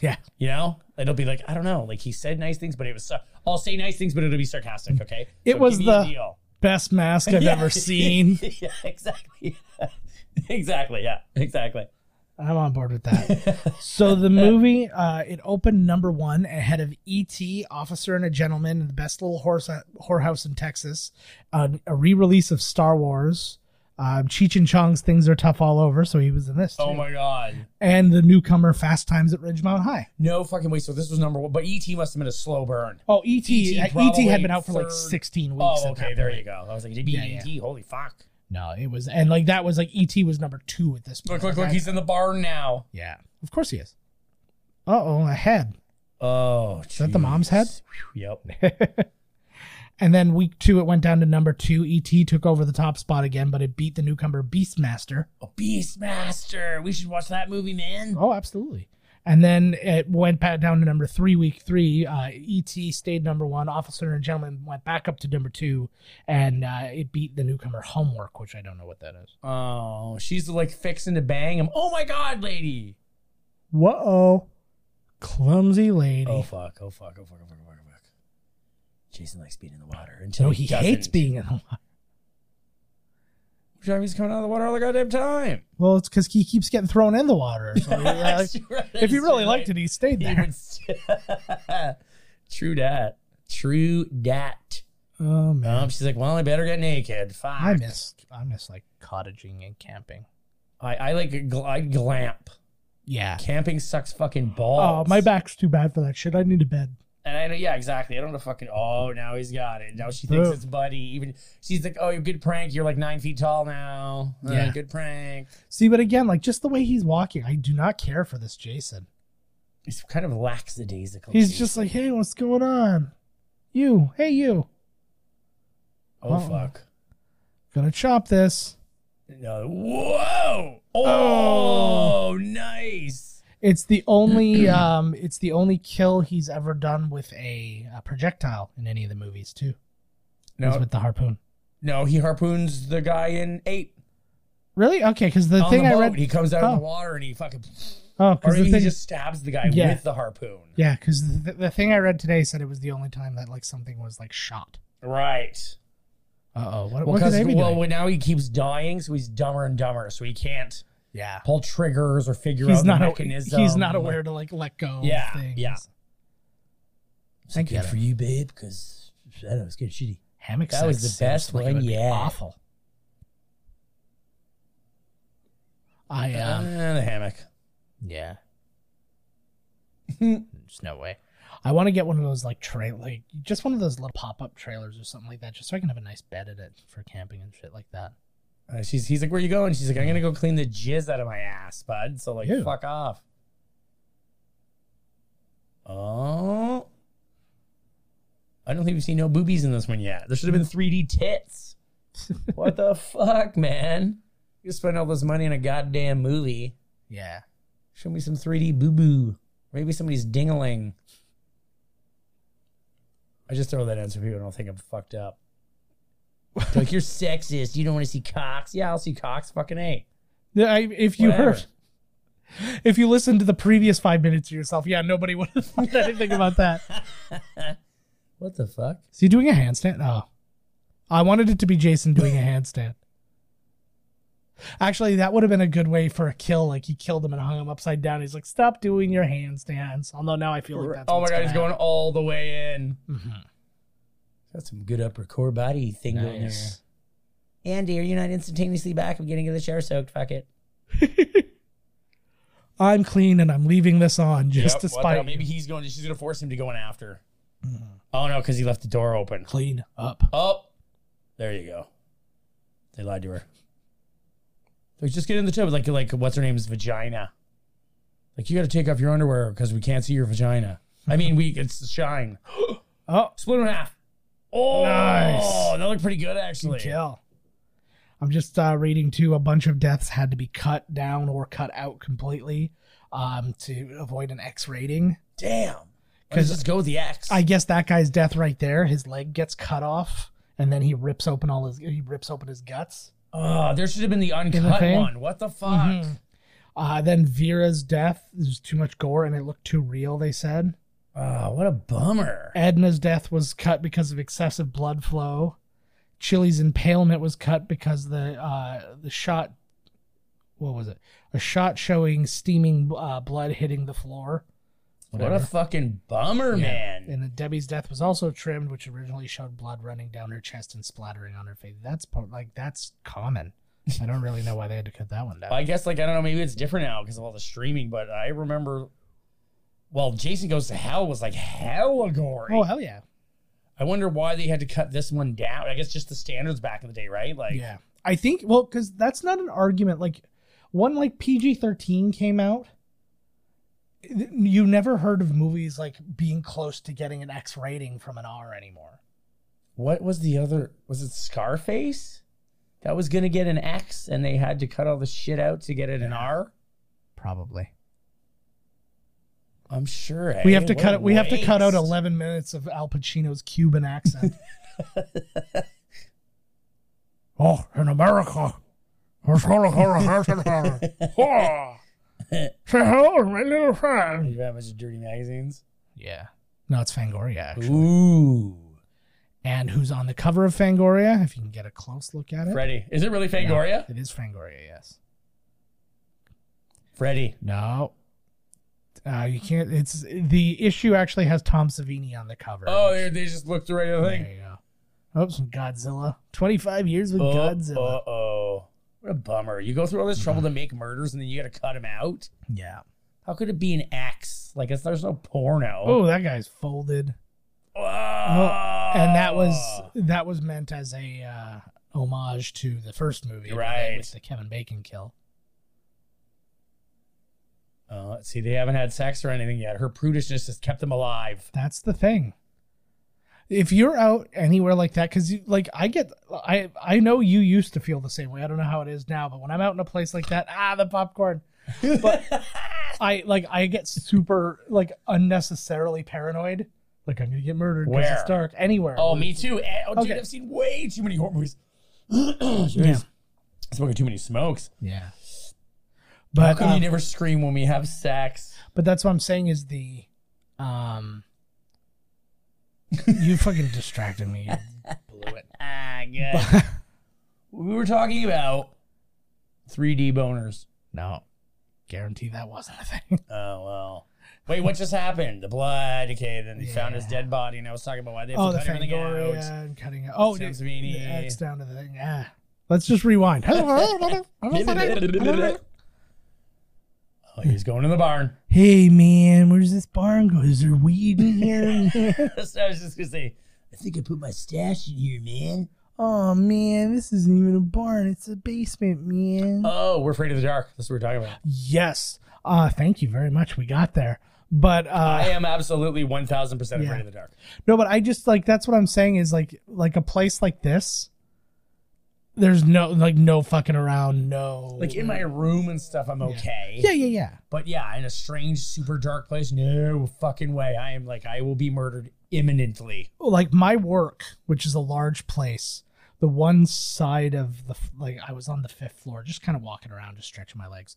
Speaker 2: yeah
Speaker 1: You know? It'll be like, I don't know. Like he said nice things, but it was. Sa- I'll say nice things, but it'll be sarcastic. Okay.
Speaker 2: It was
Speaker 1: give me a
Speaker 2: the-
Speaker 1: deal.
Speaker 2: best mask
Speaker 1: [LAUGHS]
Speaker 2: i've
Speaker 1: Yeah.
Speaker 2: ever seen
Speaker 1: yeah, exactly. [LAUGHS] exactly. Yeah. Exactly.
Speaker 2: I'm on board with that. so the movie, uh, it opened number one ahead of E.T., Officer and a Gentleman, and the Best Little Horse Whorehouse in Texas, uh, a re-release of Star Wars, um, Cheech and Chong's Things Are Tough All Over, so he was in this,
Speaker 1: Oh
Speaker 2: too.
Speaker 1: my god.
Speaker 2: and the newcomer Fast Times at Ridgemont High.
Speaker 1: No fucking way. So this was number one, but ET must have been a slow burn.
Speaker 2: Oh, E.T.
Speaker 1: E.T.
Speaker 2: E.T.
Speaker 1: E probably
Speaker 2: had been out for like
Speaker 1: third-
Speaker 2: 16 weeks.
Speaker 1: Oh,
Speaker 2: at
Speaker 1: okay.
Speaker 2: that
Speaker 1: There
Speaker 2: point.
Speaker 1: you go. I was like, did it be
Speaker 5: Yeah,
Speaker 1: ET? Holy fuck!
Speaker 5: No, it was.
Speaker 2: And like that was like E.T. was number two at this point.
Speaker 1: Look, look, look.
Speaker 2: Like,
Speaker 1: He's in the barn now.
Speaker 5: Yeah.
Speaker 2: of course he is. Uh oh, a head.
Speaker 1: Oh, is
Speaker 2: that the mom's head?
Speaker 1: Yep. [LAUGHS]
Speaker 2: And then week two, it went down to number two. ET took over the top spot again, but it beat the newcomer Beastmaster.
Speaker 1: Oh, Beastmaster. We should watch that movie, man.
Speaker 2: Oh, absolutely. And then it went back down to number three, week three. Uh, E.T. stayed number one. Officer and Gentleman went back up to number two, and uh, it beat the newcomer Homework, which I don't know what that is.
Speaker 1: Oh, she's like fixing to bang him. Oh my god, lady.
Speaker 2: Whoa. Clumsy lady.
Speaker 1: Oh fuck. Oh fuck. Oh fuck. Oh fuck. Oh fuck. Oh fuck. Jason likes being in the water until
Speaker 2: no, he hates
Speaker 1: doesn't.
Speaker 2: being in the water.
Speaker 1: Which time He's coming out of the water all the goddamn time.
Speaker 2: Well, it's because he keeps getting thrown in the water. So,
Speaker 1: [LAUGHS]
Speaker 2: yeah, like, if he really liked it, he stayed
Speaker 1: he
Speaker 2: there.
Speaker 1: would. [LAUGHS] True dat. True dat.
Speaker 2: Oh man,
Speaker 1: Um, she's like, well, I better get naked. Fuck.
Speaker 2: I miss I miss like cottaging and camping.
Speaker 1: I, I like gl- I glamp.
Speaker 2: Yeah.
Speaker 1: Camping sucks fucking
Speaker 2: Oh,
Speaker 1: balls.
Speaker 2: my back's too bad for that shit. I need a bed.
Speaker 1: And I know, yeah, exactly. I don't know fucking. Oh, now he's got it. Now she thinks
Speaker 2: Ugh.
Speaker 1: it's Buddy. Even she's like, oh, good prank. You're like nine feet tall now. Uh,
Speaker 2: Yeah.
Speaker 1: good prank.
Speaker 2: See, but again, like just the way he's walking, I do not care for this Jason.
Speaker 1: He's kind of lackadaisical.
Speaker 2: He's
Speaker 1: too.
Speaker 2: just like, hey, what's going on? You, hey, you,
Speaker 1: oh
Speaker 2: Uh-oh.
Speaker 1: fuck.
Speaker 2: gonna chop this.
Speaker 1: No. Whoa. oh. nice.
Speaker 2: It's the
Speaker 1: [CLEARS THROAT]
Speaker 2: only um, it's the only kill he's ever done with a, uh projectile in any of the movies too. Is
Speaker 1: No,
Speaker 2: with the harpoon.
Speaker 1: no, he harpoons the guy in eight.
Speaker 2: Really? Okay, because the
Speaker 1: on
Speaker 2: thing
Speaker 1: the
Speaker 2: I
Speaker 1: boat.
Speaker 2: read.
Speaker 1: He comes out of
Speaker 2: Oh.
Speaker 1: the water and he fucking.
Speaker 2: Oh,
Speaker 1: Or
Speaker 2: because the
Speaker 1: maybe he
Speaker 2: thing.
Speaker 1: just stabs the guy
Speaker 2: Yeah.
Speaker 1: with the harpoon.
Speaker 2: Yeah, because the, the thing I read today said it was the only time that like something was like shot.
Speaker 1: Right.
Speaker 2: Uh oh, what,
Speaker 1: Well,
Speaker 2: what could
Speaker 1: 'cause-
Speaker 2: they be
Speaker 1: well,
Speaker 2: doing?
Speaker 1: now he keeps dying, so he's dumber and dumber, so he can't
Speaker 2: yeah,
Speaker 1: pull triggers or figure
Speaker 2: he's
Speaker 1: out
Speaker 2: not
Speaker 1: the
Speaker 2: aw-
Speaker 1: mechanism.
Speaker 2: he's not aware to like let go.
Speaker 1: Yeah,
Speaker 2: of things.
Speaker 1: yeah. It's like,
Speaker 2: I get
Speaker 1: good for you, babe, because I don't know, it's getting shitty.
Speaker 2: Hammock
Speaker 1: That was
Speaker 2: sex
Speaker 1: the
Speaker 2: seems
Speaker 1: best
Speaker 2: like it
Speaker 1: one
Speaker 2: would be
Speaker 1: yet.
Speaker 2: Awful. I um
Speaker 1: Uh, the hammock.
Speaker 2: [LAUGHS] yeah. There's no way. I want to get one of those like trail like just one of those little pop up trailers or something like that, just so I can have a nice bed in it for camping and shit like that.
Speaker 1: Uh, she's he's like, where you going? She's like, I'm gonna go clean the jizz out of my ass, bud. So like,
Speaker 2: Ew.
Speaker 1: fuck off. Oh, I don't think we've seen no boobies in this one yet. There should have been 3D tits. what the fuck, man? You spend all this money on a goddamn movie.
Speaker 2: Yeah.
Speaker 1: Show me some 3D boo boo. Maybe somebody's dingaling. I just throw that in so people don't think I'm fucked up. They're like you're sexist. You don't want to see cocks. Yeah, I'll see cocks. Fucking a.
Speaker 2: Yeah, I, if you
Speaker 1: Whatever.
Speaker 2: heard, if you listened to the previous five minutes to yourself, yeah, nobody would have thought anything about that.
Speaker 1: What the fuck?
Speaker 2: Is he doing a handstand? Oh, I wanted it to be Jason doing
Speaker 1: [LAUGHS]
Speaker 2: a handstand. Actually, that would have been a good way for a kill. Like he killed him and hung him upside down. He's like, "Stop doing your handstands." Although now I feel like that's.
Speaker 1: oh my
Speaker 2: what's
Speaker 1: god,
Speaker 2: gonna Mm-hmm.
Speaker 1: he's going all the way in.
Speaker 2: happen.
Speaker 1: Got some good upper core body thing going there.
Speaker 2: Nice.
Speaker 1: Andy, are you not instantaneously back? I'm getting in the chair soaked. Fuck it.
Speaker 2: I'm clean and I'm leaving this on just to spite
Speaker 1: Maybe
Speaker 2: you. Mm-hmm.
Speaker 1: he's going. She's gonna force him to go in after. Oh no, because he left the door open.
Speaker 2: Clean up.
Speaker 1: Oh, there you go. They lied to her. Like, just get in the tub. Like, like what's her name's vagina? Like, you got to take off your underwear because we can't see your vagina. I mean, we it's the shine.
Speaker 2: Oh,
Speaker 1: Split in half. Oh,
Speaker 2: Nice.
Speaker 1: That looked pretty good actually.
Speaker 2: Good kill. I'm just uh, reading too. A bunch of deaths had to be cut down or cut out completely um, to avoid an X rating.
Speaker 1: Damn. Because
Speaker 2: 'Cause
Speaker 1: just go with the X.
Speaker 2: I guess that guy's death right there. His leg gets cut off, and then he rips open all his he rips open his guts.
Speaker 1: oh, there should have been the uncut
Speaker 2: thing?
Speaker 1: one. What the fuck?
Speaker 2: Mhm. Uh, then Vera's death there's too much gore and it looked too real. They said
Speaker 1: Oh, what a bummer.
Speaker 2: Edna's death was cut because of excessive blood flow. Chili's impalement was cut because the uh, the shot, what was it? A shot showing steaming uh, blood hitting the floor.
Speaker 1: What a fucking bummer, man.
Speaker 2: And then Debbie's death was also trimmed, which originally showed blood running down her chest and splattering on her face. That's part like that's common. I don't really know why they had to cut that one down.
Speaker 1: I guess like I don't know, maybe it's different now because of all the streaming. But I remember, well, Jason Goes to Hell was like hella gory.
Speaker 2: oh hell yeah,
Speaker 1: I wonder why they had to cut this one down. I guess just the standards back in the day, right? Like,
Speaker 2: yeah. I think well because that's not an argument. Like one like PG thirteen came out. You never heard of movies like being close to getting an X rating from an R anymore.
Speaker 1: what was the other? Was it Scarface? That was gonna get an X, and they had to cut all the shit out to get it an R.
Speaker 2: Probably.
Speaker 1: I'm sure.
Speaker 2: We
Speaker 1: eh?
Speaker 2: have to
Speaker 1: What
Speaker 2: cut
Speaker 1: a
Speaker 2: it. We have to cut out
Speaker 1: waste.
Speaker 2: 11 minutes of Al Pacino's Cuban accent. [LAUGHS] oh, in America. it's all a horror house and horror. [LAUGHS] Oh. Say hello, my little friend.
Speaker 1: You have a bunch of dirty magazines.
Speaker 2: Yeah. No, it's Fangoria, actually.
Speaker 1: Ooh,
Speaker 2: And who's on the cover of Fangoria, if you can get a close look at it.
Speaker 1: Freddy. Is it really
Speaker 2: No,
Speaker 1: Fangoria?
Speaker 2: it is Fangoria, yes.
Speaker 1: Freddy.
Speaker 2: No. Uh, you can't. It's the issue actually has Tom Savini on the cover.
Speaker 1: Oh, they they just looked right at the
Speaker 2: There
Speaker 1: thing.
Speaker 2: you go. Oh, some Godzilla. 25 years with
Speaker 1: Oh,
Speaker 2: Godzilla.
Speaker 1: Uh oh. What a bummer. You go through all this trouble to make murders and then you got to cut him out.
Speaker 2: Yeah.
Speaker 1: How could it be an axe? Like, it's, there's no porno.
Speaker 2: Oh, that guy's folded.
Speaker 1: Whoa.
Speaker 2: And that was
Speaker 1: Ah.
Speaker 2: that was meant as a uh, homage to the first movie,
Speaker 1: Right.
Speaker 2: With the Kevin Bacon kill.
Speaker 1: Uh, let's see, they haven't had sex or anything yet. Her prudishness has kept them alive.
Speaker 2: That's the thing. If you're out anywhere like that, because like I get, I I know you used to feel the same way. I don't know how it is now, but when I'm out in a place like that, ah, the popcorn.
Speaker 1: [LAUGHS]
Speaker 2: But I like I get super like unnecessarily paranoid. Like I'm gonna get murdered because
Speaker 1: Where?
Speaker 2: it's dark. Anywhere.
Speaker 1: Oh, me too. Eh, Oh, dude,
Speaker 2: Okay.
Speaker 1: I've seen way too many horror movies. [CLEARS THROAT] yeah. Smoking too many smokes.
Speaker 2: Yeah.
Speaker 1: How
Speaker 2: But
Speaker 1: come
Speaker 2: um,
Speaker 1: you never scream when we have sex?
Speaker 2: but that's what I'm saying is the
Speaker 1: [LAUGHS]
Speaker 2: um you fucking distracted me. You blew it.
Speaker 1: Ah, good. [LAUGHS] we were talking about 3D boners.
Speaker 2: no. Guarantee that wasn't a thing.
Speaker 1: Oh well. Wait, what just happened? The blood. Okay, then they found his
Speaker 2: Yeah.
Speaker 1: dead body, and I was talking about why they have
Speaker 2: Oh,
Speaker 1: to
Speaker 2: the
Speaker 1: cut everything out.
Speaker 2: Fangoria and cutting it. Oh,
Speaker 1: Sam
Speaker 2: dude,
Speaker 1: Savini.
Speaker 2: it's down to the thing. Yeah. Let's just rewind.
Speaker 1: Oh, he's going in the barn. [LAUGHS]
Speaker 2: hey man, where's this barn go? Is there weed in here?
Speaker 1: [LAUGHS] so I was just gonna say, I think I put my stash in here, man.
Speaker 2: oh man, this isn't even a barn. It's a basement, man.
Speaker 1: Oh, we're afraid of the dark. That's what we're talking about.
Speaker 2: yes. Uh thank you very much. We got there. But uh
Speaker 1: I am absolutely one thousand percent afraid
Speaker 2: Yeah.
Speaker 1: of the dark.
Speaker 2: No, but I just like that's what I'm saying is like like a place like this. There's no like no fucking around, no
Speaker 1: Like in my room and stuff, I'm okay.
Speaker 2: yeah yeah yeah
Speaker 1: But yeah, in a strange, super dark place, no fucking way. I am like, I will be murdered imminently.
Speaker 2: like my work, which is a large place. The one side of the f- like I was on the fifth floor, just kind of walking around, just stretching my legs,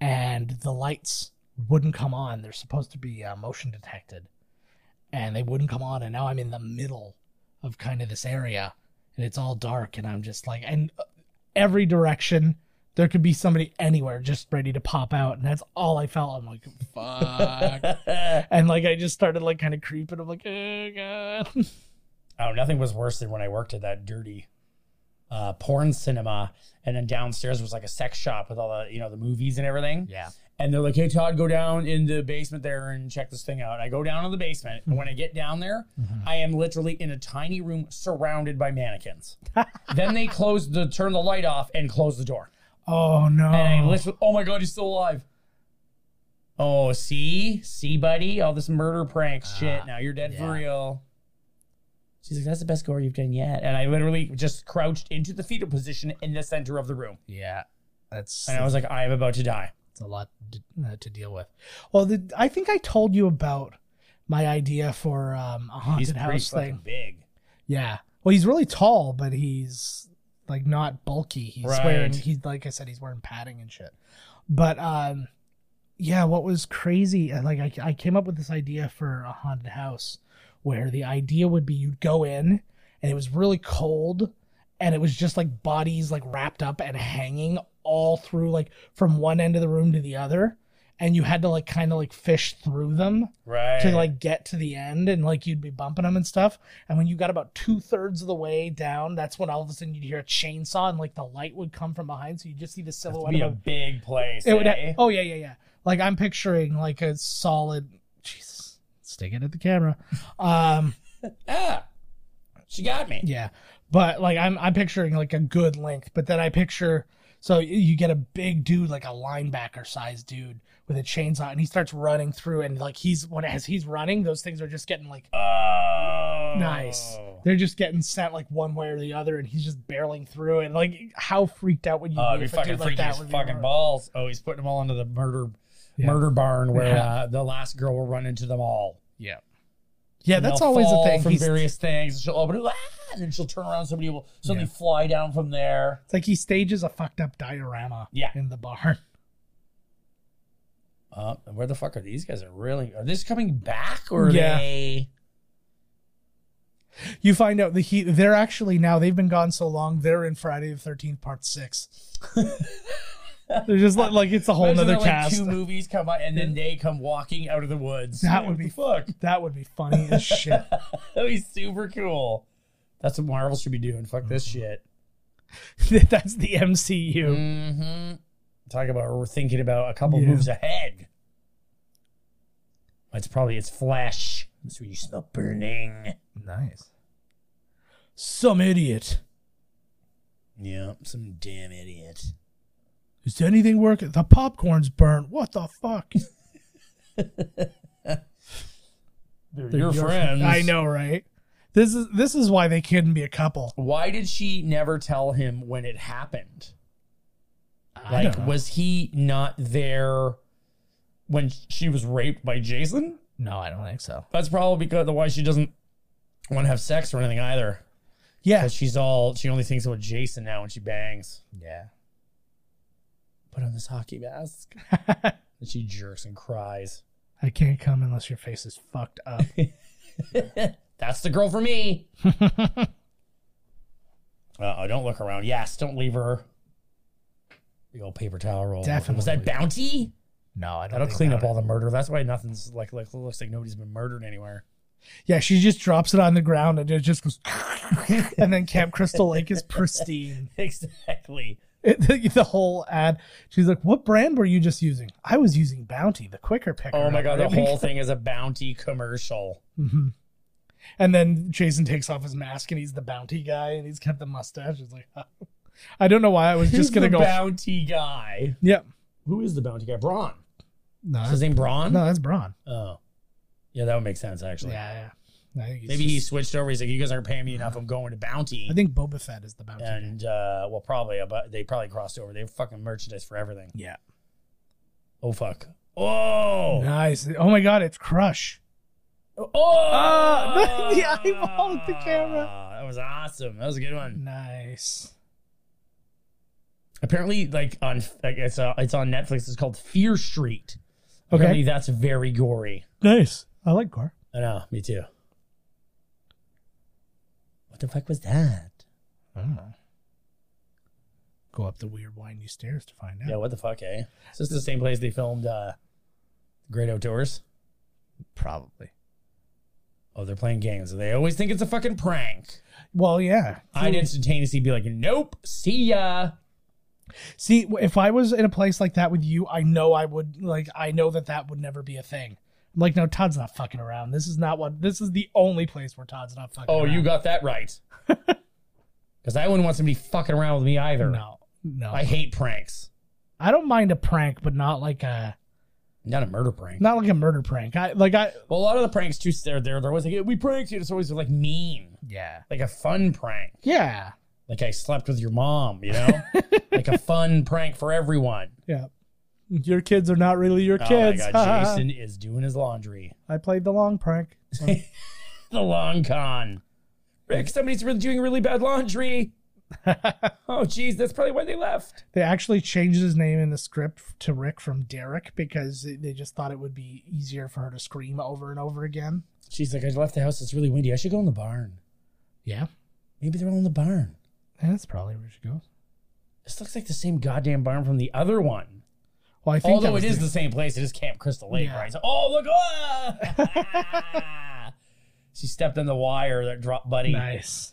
Speaker 2: and the lights wouldn't come on. They're supposed to be uh, motion detected, and they wouldn't come on. And now I'm in the middle of kind of this area, and it's all dark, and I'm just like, and uh, every direction there could be somebody anywhere just ready to pop out, and that's all I felt. I'm like, fuck,
Speaker 1: [LAUGHS]
Speaker 2: and like I just started like kind of creeping. I'm like, oh god.
Speaker 1: Oh, nothing was worse than when I worked at that dirty uh, porn cinema, and then downstairs was like a sex shop with all the you know the movies and everything.
Speaker 2: Yeah.
Speaker 1: And they're like, "Hey, Todd, go down in the basement there and check this thing out." I go down in the basement, and when I get down there,
Speaker 2: Mm-hmm.
Speaker 1: I am literally in a tiny room surrounded by mannequins. then they close the turn the light off and close the door,
Speaker 2: Oh no!
Speaker 1: and I literally, "Oh my god, he's still alive." Oh, see, see, buddy, all this murder prank shit. Now you're dead for
Speaker 2: Ah, yeah.
Speaker 1: real. She's like, "That's the best gore you've done yet," and I literally just crouched into the fetal position in the center of the room,
Speaker 2: yeah, that's
Speaker 1: and I was like, "I am about to die."
Speaker 2: that's a lot to, uh, to deal with. Well, the, I think I told you about my idea for um, a
Speaker 1: He's
Speaker 2: haunted
Speaker 1: pretty
Speaker 2: house
Speaker 1: fucking
Speaker 2: thing.
Speaker 1: big.
Speaker 2: Yeah. Well, he's really tall, but he's like not bulky. He's
Speaker 1: Right.
Speaker 2: wearing he's like I said, he's wearing padding and shit. But um, yeah, what was crazy? uh, Like I, I came up with this idea for a haunted house, where the idea would be you'd go in, and it was really cold, and it was just like bodies like wrapped up and hanging all through like from one end of the room to the other, and you had to like kind of like fish through them
Speaker 1: Right.
Speaker 2: to like get to the end and like you'd be bumping them and stuff. And when you got about two thirds of the way down, that's when all of a sudden you'd hear a chainsaw and like the light would come from behind. So you just see the
Speaker 1: Have to
Speaker 2: silhouette
Speaker 1: be
Speaker 2: of
Speaker 1: a
Speaker 2: a,
Speaker 1: big place.
Speaker 2: it would,
Speaker 1: eh?
Speaker 2: oh yeah, yeah, yeah. Like I'm picturing like a solid Jesus stick it at the camera. Um
Speaker 1: Ah, she got me.
Speaker 2: yeah. But like I'm I'm picturing like a good length, but then I picture so y- you get a big dude, like a linebacker sized dude with a chainsaw, and he starts running through and like he's when as he's running, those things are just getting like
Speaker 1: Oh,
Speaker 2: Nice. They're just getting sent like one way or the other, and he's just barreling through. And like, how freaked out would you
Speaker 1: Oh,
Speaker 2: be
Speaker 1: it'd be
Speaker 2: if a dude
Speaker 1: fucking
Speaker 2: like
Speaker 1: freaking
Speaker 2: that
Speaker 1: his
Speaker 2: would be
Speaker 1: fucking
Speaker 2: around?
Speaker 1: balls. Oh, he's putting them all under the murder murder barn where
Speaker 2: Yeah.
Speaker 1: uh, the last girl will run into them all.
Speaker 2: Yeah. Yeah,
Speaker 1: And
Speaker 2: that's
Speaker 1: they'll
Speaker 2: always a
Speaker 1: fall
Speaker 2: thing.
Speaker 1: From
Speaker 2: He's-
Speaker 1: various things, and she'll open it, ah, and then she'll turn around. Somebody will suddenly fly down from there.
Speaker 2: it's like he stages a fucked up diorama
Speaker 1: Yeah.
Speaker 2: in the barn. [LAUGHS]
Speaker 1: Uh, where the fuck are these guys? Are really are this coming back or are
Speaker 2: Yeah.
Speaker 1: they?
Speaker 2: You find out that he they're actually now they've been gone so long, they're in Friday the thirteenth,
Speaker 1: [LAUGHS]
Speaker 2: part six. they're just like, like it's a whole
Speaker 1: Imagine
Speaker 2: nother
Speaker 1: that, like,
Speaker 2: cast.
Speaker 1: two movies come out and then they come walking out of the woods. Like,
Speaker 2: That would
Speaker 1: what
Speaker 2: be-
Speaker 1: the fuck. [LAUGHS]
Speaker 2: that would be funny as shit. [LAUGHS]
Speaker 1: That'd be super cool. That's what Marvel should be doing. Fuck this
Speaker 2: Mm-hmm.
Speaker 1: shit.
Speaker 2: that's the MCU.
Speaker 1: Mm-hmm. Talk about we're thinking about a couple
Speaker 2: Yeah.
Speaker 1: moves ahead. It's probably it's Flash. That's where you smell burning.
Speaker 5: Nice.
Speaker 2: Some idiot.
Speaker 1: Yeah, some damn idiot.
Speaker 2: Is anything working? The popcorn's burnt. What the
Speaker 5: [LAUGHS]
Speaker 2: fuck?
Speaker 1: They're, your, friends.
Speaker 2: I know, right? This is this is why they couldn't be a couple.
Speaker 1: Why did she never tell him when it happened?
Speaker 2: I
Speaker 1: Like,
Speaker 2: don't know.
Speaker 1: was he not there when she was raped by Jason?
Speaker 5: No, I don't think so.
Speaker 1: That's probably because why she doesn't want to have sex or anything either.
Speaker 2: Yeah,
Speaker 1: Because she's all she only thinks about Jason now when she bangs.
Speaker 5: Yeah.
Speaker 1: Put on this hockey mask. and she jerks and cries.
Speaker 2: [LAUGHS]
Speaker 1: [LAUGHS]
Speaker 2: I can't come unless your face is fucked up.
Speaker 1: That's the girl for me. uh oh, don't look around. Yes, don't leave her. The old paper towel roll. Was that
Speaker 2: Definitely.
Speaker 1: bounty?
Speaker 5: [LAUGHS] No, I don't.
Speaker 1: That'll
Speaker 5: think
Speaker 1: clean
Speaker 5: that
Speaker 1: up all the murder. That's why nothing's like, like looks like nobody's been murdered anywhere. [LAUGHS]
Speaker 2: yeah, she just drops it on the ground and it just goes. [LAUGHS] and then Camp Crystal Lake is pristine.
Speaker 1: exactly.
Speaker 2: It- the, the whole ad. She's like, "What brand were you just using?" I was using Bounty, the quicker picker.
Speaker 1: Oh my
Speaker 2: up,
Speaker 1: god, the
Speaker 2: really.
Speaker 1: whole thing is a bounty commercial.
Speaker 2: Mhm. And then Jason takes off his mask and he's the Bounty guy and he's got the mustache. It's like, [LAUGHS] I don't know why I was
Speaker 1: Who's
Speaker 2: just gonna
Speaker 1: the
Speaker 2: go. [LAUGHS]
Speaker 1: bounty guy.
Speaker 2: Yep.
Speaker 1: Who is the bounty guy? Braun.
Speaker 2: No,
Speaker 1: Is his
Speaker 2: that's,
Speaker 1: name Braun?
Speaker 2: no, that's Braun.
Speaker 1: Oh. Yeah, that would make sense actually.
Speaker 2: Yeah, yeah. I think he's
Speaker 1: Maybe
Speaker 2: just-
Speaker 1: he switched over. He's like, you guys aren't paying me enough. I'm going to Bounty.
Speaker 2: I think Boba Fett is the Bounty. guy.
Speaker 1: and uh, well, probably, uh, but they probably crossed over. They have fucking merchandise for everything.
Speaker 2: Yeah.
Speaker 1: Oh fuck. Oh.
Speaker 2: Nice. Oh my God, it's Crush.
Speaker 1: Oh.
Speaker 2: Ah, [LAUGHS] the eyeball at the camera.
Speaker 1: That was awesome. That was a good one.
Speaker 2: Nice.
Speaker 1: Apparently, like on like, it's uh, it's on Netflix. It's called Fear Street.
Speaker 2: Okay.
Speaker 1: Apparently, that's very gory.
Speaker 2: Nice. I like Gar.
Speaker 1: I know. Me too. What the fuck was that?
Speaker 2: Oh. Go up the weird windy stairs to find out.
Speaker 1: Yeah. What the fuck, eh? Is this the same place they filmed uh, Great Outdoors?
Speaker 5: Probably.
Speaker 1: Oh, they're playing games. They always think it's a fucking prank.
Speaker 2: Well, yeah.
Speaker 1: I'd instantaneously be like, nope, see ya.
Speaker 2: See, if I was in a place like that with you, I know I would like. I know that that would never be a thing. I'm like, no, Todd's not fucking around. This is not what. This is the only place where Todd's not fucking.
Speaker 1: Oh, you
Speaker 2: around.
Speaker 1: got that [LAUGHS] right. Because I wouldn't want somebody fucking around with me either.
Speaker 2: no, no.
Speaker 1: I
Speaker 2: I,
Speaker 1: hate pranks.
Speaker 2: don't mind a prank, but not like a
Speaker 1: Not a murder prank.
Speaker 2: not like a murder prank. I like I
Speaker 1: Well, a lot of the pranks too. They're there. They're always like, we pranked you. It's always like mean,
Speaker 5: Yeah.
Speaker 1: like a fun prank.
Speaker 2: yeah
Speaker 1: Like I slept with your mom. You [LAUGHS] know, like a fun prank for everyone.
Speaker 2: yeah. Your kids are not really your kids.
Speaker 1: Oh my god, [LAUGHS] Jason is doing his laundry.
Speaker 2: I played the long prank.
Speaker 1: the long con. Rick, somebody's really doing really bad [LAUGHS] laundry. oh, geez, that's probably why they left.
Speaker 2: They actually changed his name in the script to Rick from Derek because they just thought it would be easier for her to scream over and over again.
Speaker 1: She's like, I left the house. It's really windy. I should go in the barn.
Speaker 2: Yeah,
Speaker 1: Maybe they're all in the barn.
Speaker 2: that's probably where she goes.
Speaker 1: This looks like the same goddamn barn from the other one.
Speaker 2: Well, I think
Speaker 1: Although
Speaker 2: that
Speaker 1: it is
Speaker 2: was
Speaker 1: the same place. It is Camp Crystal Lake,
Speaker 2: Yeah.
Speaker 1: right? So, oh, look. ah! [LAUGHS] she stepped on the wire that dropped Buddy.
Speaker 2: nice.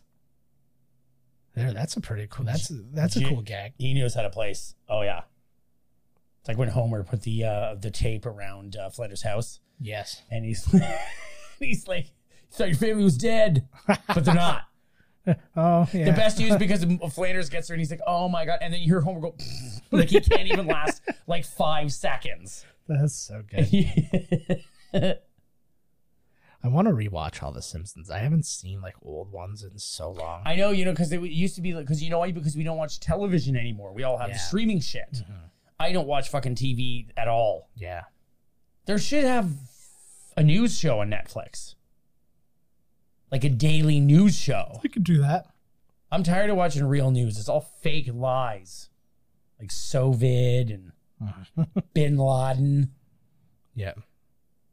Speaker 2: There, that's a pretty cool. That's a, that's a
Speaker 1: Ju-
Speaker 2: cool gag.
Speaker 1: He knows how to place. Oh, yeah. It's like when Homer put the uh, the tape around uh, Flanders' house.
Speaker 2: Yes,
Speaker 1: and he's [LAUGHS] he's like, "So your family was dead, but they're not."
Speaker 2: Oh yeah.
Speaker 1: The best news because Flanders gets her, and he's like, "Oh my god!" And then you hear Homer go, [LAUGHS] like he can't even last like five seconds. [LAUGHS]
Speaker 2: That's so [LAUGHS] good.
Speaker 5: I want to rewatch all the Simpsons. I haven't seen like old ones in so long.
Speaker 1: I know, you know, because it used to be like, because you know why? Because we don't watch television anymore. We all have
Speaker 5: Yeah.
Speaker 1: streaming shit. I don't watch fucking TV at all.
Speaker 5: yeah.
Speaker 1: There should have a news show on Netflix, like a daily news show.
Speaker 2: We could do that.
Speaker 1: I'm tired of watching real news. It's all fake lies, like Sovid and
Speaker 2: [LAUGHS]
Speaker 1: Bin Laden
Speaker 5: Yeah.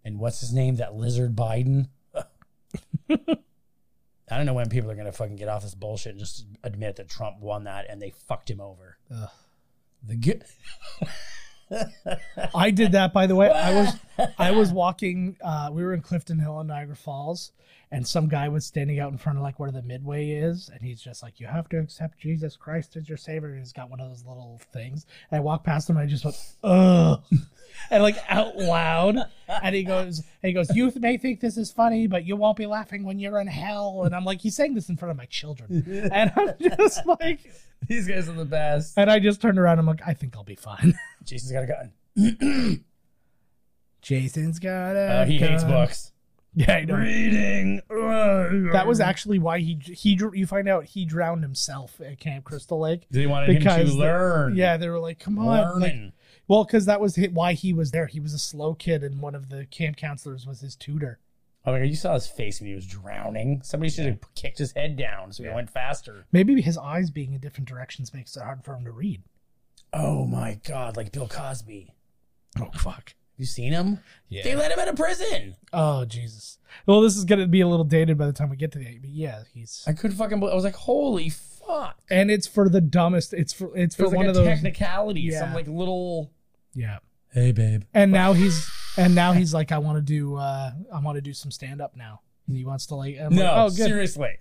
Speaker 1: and what's his name, that lizard Biden. [LAUGHS] I don't know when people are gonna fucking get off this bullshit and just admit that Trump won that and they fucked him over.
Speaker 2: Ugh.
Speaker 1: The good.
Speaker 2: I did that by the way. I was
Speaker 1: [LAUGHS]
Speaker 2: I was walking uh we were in Clifton Hill in Niagara Falls and some guy was standing out in front of like where the midway is and he's just like you have to accept Jesus Christ as your savior and he's got one of those little things. And I walked past him and I just went ugh [LAUGHS] and like out loud and he goes and he goes you may think this is funny but you won't be laughing when you're in hell and I'm like he's saying this in front of
Speaker 1: [LAUGHS]
Speaker 2: my children and I'm just like
Speaker 1: [LAUGHS] These guys are the best.
Speaker 2: and I just turned around I'm like I think I'll be fine.
Speaker 1: Jason's got a gun.
Speaker 2: Jason's got
Speaker 1: Oh,
Speaker 2: a
Speaker 1: he hates
Speaker 2: gun.
Speaker 1: books.
Speaker 2: [LAUGHS] Yeah, I know.
Speaker 1: Reading.
Speaker 2: That
Speaker 1: Mm.
Speaker 2: was actually why he he dr- you find out he drowned himself at Camp Crystal Lake.
Speaker 1: They wanted him
Speaker 2: because
Speaker 1: to
Speaker 2: the-
Speaker 1: learn.
Speaker 2: Yeah, they were like, "Come on!" Like,
Speaker 1: learning.
Speaker 2: well, because that was hi- why he was there. He was a slow kid, and one of the camp counselors was his tutor.
Speaker 1: Oh my god, you saw his face when he was drowning. Somebody should have kicked his head down so he went faster.
Speaker 2: Maybe his eyes being in different directions makes it hard for him to read.
Speaker 1: Oh my god, like Bill Cosby.
Speaker 2: Oh fuck!
Speaker 1: You seen him?
Speaker 5: Yeah.
Speaker 1: They let him out of prison.
Speaker 2: Oh Jesus! Well, this is gonna be a little dated by the time we get to the but yeah, he's
Speaker 1: I couldn't fucking. believe I was like, holy fuck.
Speaker 2: and it's for the dumbest. It's for
Speaker 1: It
Speaker 2: it's for
Speaker 1: was like
Speaker 2: one
Speaker 1: a
Speaker 2: of those.
Speaker 1: technicality, some
Speaker 2: Yeah.
Speaker 1: like little.
Speaker 2: yeah,
Speaker 1: Hey babe.
Speaker 2: and now he's
Speaker 1: [LAUGHS]
Speaker 2: and now he's like, I want to do uh I want to do some stand up now, and he wants to like I'm
Speaker 1: No,
Speaker 2: like, oh good
Speaker 1: seriously.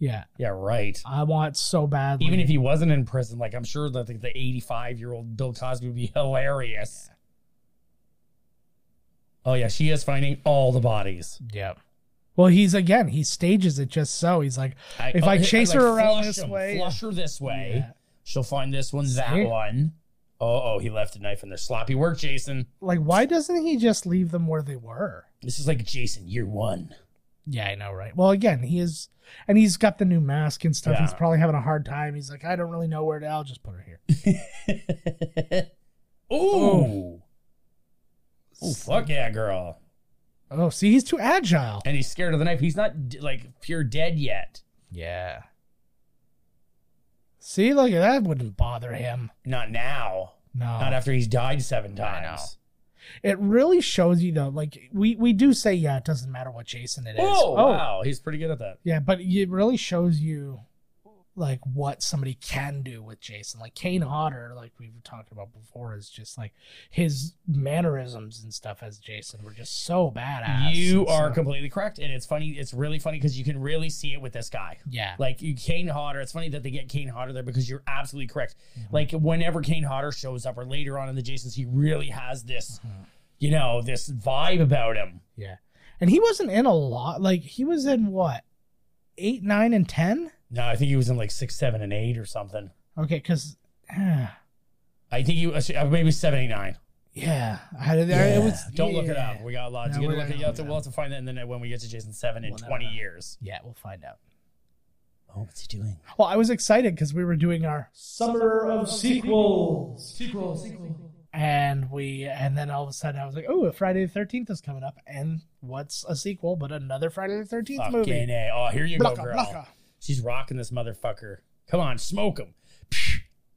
Speaker 2: yeah.
Speaker 1: Yeah, right.
Speaker 2: I want so badly.
Speaker 1: Even if he wasn't in prison, like I'm sure that like, the 85 year old Bill Cosby would be hilarious. Oh yeah, she is finding all the bodies.
Speaker 5: Yeah.
Speaker 2: well, he's again, he stages it just so. He's like, If I chase her around
Speaker 1: oh, flush
Speaker 2: this
Speaker 1: him,
Speaker 2: way-
Speaker 1: flush her this way,
Speaker 2: Yeah.
Speaker 1: she'll find this one, that
Speaker 2: See?
Speaker 1: one. Oh, oh, he left a knife in there. Sloppy work, Jason.
Speaker 2: like why doesn't he just leave them where they were?
Speaker 1: This is like Jason year one. [LAUGHS]
Speaker 2: Yeah, I know, right? Well, again, he is, and he's got the new mask and stuff. He's
Speaker 1: Yeah.
Speaker 2: probably having a hard time. He's like, I don't really know where to. I'll just put her here.
Speaker 1: Ooh.
Speaker 2: Oh.
Speaker 1: Oh, fuck yeah, girl.
Speaker 2: Oh, see, he's too agile.
Speaker 1: And he's scared of the knife. He's not d- like pure dead yet.
Speaker 5: Yeah.
Speaker 2: See, look at that wouldn't bother him.
Speaker 1: Not now.
Speaker 2: No,
Speaker 1: Not after he's died seven
Speaker 5: I know.
Speaker 1: times.
Speaker 2: it really shows you though. Like we we do say, yeah, it doesn't matter what Jason it is.
Speaker 1: Oh, wow. He's pretty good at that.
Speaker 2: Yeah, but it really shows you like what somebody can do with Jason. Like Kane Hodder, like we were talking about before, is just like his mannerisms and stuff as Jason were just so badass.
Speaker 1: You
Speaker 2: It's,
Speaker 1: are
Speaker 2: uh,
Speaker 1: completely correct. And it's funny. It's really funny because you can really see it with this guy.
Speaker 2: yeah.
Speaker 1: Like you, Kane Hodder. It's funny that they get Kane Hodder there because you're absolutely correct.
Speaker 2: Mm-hmm.
Speaker 1: Like whenever Kane Hodder shows up or later on in the Jasons, he really has this, you know, this vibe about him.
Speaker 2: Yeah. And he wasn't in a lot. Like he was in what? 8, 9 and 10?
Speaker 1: No, I think he was in like six, seven, and eight or something.
Speaker 2: Okay, [SIGHS] cuz
Speaker 1: I think he was uh, maybe seven, eight, nine.
Speaker 2: yeah, I, I- it
Speaker 1: Yeah.
Speaker 2: was
Speaker 1: Don't look it
Speaker 2: yeah.
Speaker 1: up. We got a lot
Speaker 2: No,
Speaker 1: to get
Speaker 2: we're
Speaker 1: look
Speaker 2: not
Speaker 1: at. You have to,
Speaker 2: gonna-
Speaker 1: we'll have to find that. And then when we get to Jason seven in
Speaker 2: We'll never
Speaker 1: twenty
Speaker 2: know.
Speaker 1: years.
Speaker 2: Yeah, we'll find out.
Speaker 1: Oh, what's he doing?
Speaker 2: Well, I was excited because we were doing our summer of sequels. Sequel, sequel. And we, and then all of a sudden, I was like, "Oh, Friday the Thirteenth is coming up, and what's a sequel but another Friday the Thirteenth
Speaker 1: Fucking
Speaker 2: movie?"
Speaker 1: a. Oh, here you
Speaker 2: Blocka,
Speaker 1: go, girl.
Speaker 2: blocka.
Speaker 1: She's rocking this motherfucker. Come on, smoke him.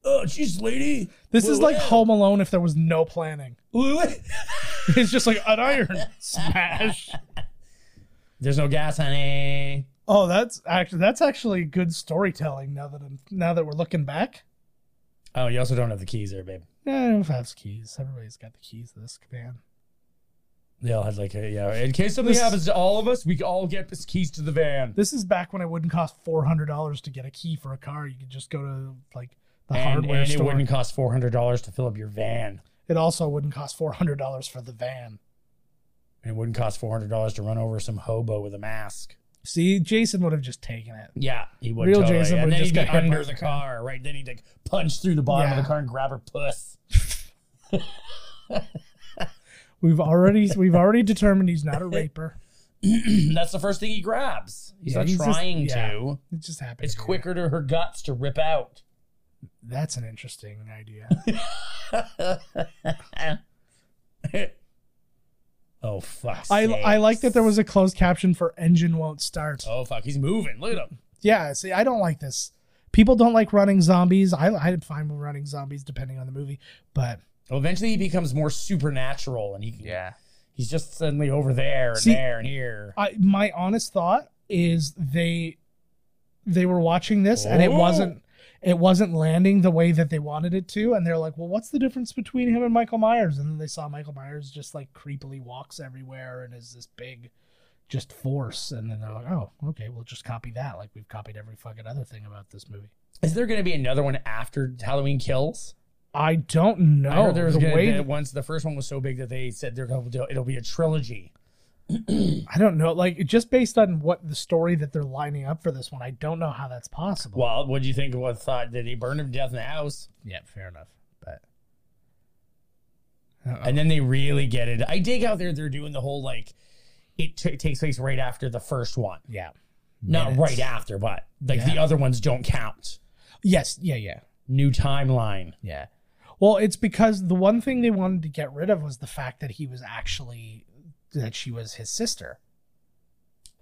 Speaker 1: Oh, jeez, lady.
Speaker 2: This is like
Speaker 1: Woo-woo.
Speaker 2: Home Alone if there was no planning. [LAUGHS]
Speaker 1: Woo-woo.
Speaker 2: It's just like an iron smash.
Speaker 1: [LAUGHS] There's no gas, honey.
Speaker 2: Oh, that's actually that's actually good storytelling. Now that I'm now that we're looking back,
Speaker 1: Oh, you also don't have the keys there, babe.
Speaker 2: yeah, if I have keys, everybody's got the keys to this command.
Speaker 1: They all had like a yeah. In case something
Speaker 2: This-
Speaker 1: happens to all of us, we all get his keys to the van.
Speaker 2: This is back when it wouldn't cost four hundred dollars to get a key for a car. You could just go to like the
Speaker 1: and
Speaker 2: hardware
Speaker 1: and it
Speaker 2: store.
Speaker 1: wouldn't
Speaker 2: It,
Speaker 1: cost four hundred dollars to fill up your van.
Speaker 2: also wouldn't cost four hundred dollars for the van.
Speaker 1: And it wouldn't cost four hundred dollars to run over some hobo with a mask.
Speaker 2: See, Jason would have just taken it.
Speaker 1: Yeah, he would.
Speaker 2: Real
Speaker 1: totally.
Speaker 2: Jason would
Speaker 1: and then
Speaker 2: just
Speaker 1: he'd
Speaker 2: get
Speaker 1: be
Speaker 2: hit by
Speaker 1: under
Speaker 2: the
Speaker 1: the car, right? Then he'd like punch through the bottom
Speaker 2: Yeah.
Speaker 1: of the car and grab her puss. [CLEARS THROAT] [LAUGHS]
Speaker 2: We've already we've already determined he's not a raper.
Speaker 1: That's the first thing he grabs. He's
Speaker 2: Yeah,
Speaker 1: not
Speaker 2: he's just-
Speaker 1: trying
Speaker 2: yeah.
Speaker 1: to.
Speaker 2: It just happened.
Speaker 1: It's
Speaker 2: to be-
Speaker 1: quicker to her guts to rip out. [LAUGHS]
Speaker 2: That's an interesting idea.
Speaker 1: Oh fuck.
Speaker 2: I, I like that there was a closed caption for engine won't start.
Speaker 1: Oh fuck, he's moving. Look at him.
Speaker 2: Yeah, see, I don't like this. People don't like running zombies. I, I'm fine with running zombies depending on the movie, but
Speaker 1: Well, eventually he becomes more supernatural, and he can,
Speaker 6: Yeah.
Speaker 1: he's just suddenly over there and
Speaker 2: See-
Speaker 1: there and here.
Speaker 2: I, my honest thought is they they were watching this and it
Speaker 1: Oh.
Speaker 2: wasn't it wasn't landing the way that they wanted it to and they're like well what's the difference between him and michael myers and then they saw michael myers just like creepily walks everywhere and is this big just force and then they're like oh okay we'll just copy that like we've copied every fucking other thing about this movie
Speaker 1: Is there going to be another one after Halloween Kills?
Speaker 2: i don't know
Speaker 1: I heard there was
Speaker 2: Oh, the
Speaker 1: gonna,
Speaker 2: way
Speaker 1: that once the first one was so big that they said they're going to do it'll be a trilogy.
Speaker 2: i don't know like just based on what the story that they're lining up for this one i don't know how that's possible
Speaker 1: Well, what do you think? of What thought did he burn him to death in the house?
Speaker 2: yeah fair enough but Oh.
Speaker 1: And then they really get it. I dig out there. They're doing the whole like it t- takes place right after the first one,
Speaker 2: yeah
Speaker 1: not right after, but like the other ones don't count.
Speaker 2: Yes, yeah, yeah,
Speaker 1: New timeline.
Speaker 2: yeah. Well, it's because the one thing they wanted to get rid of was the fact that he was actually that she was his sister,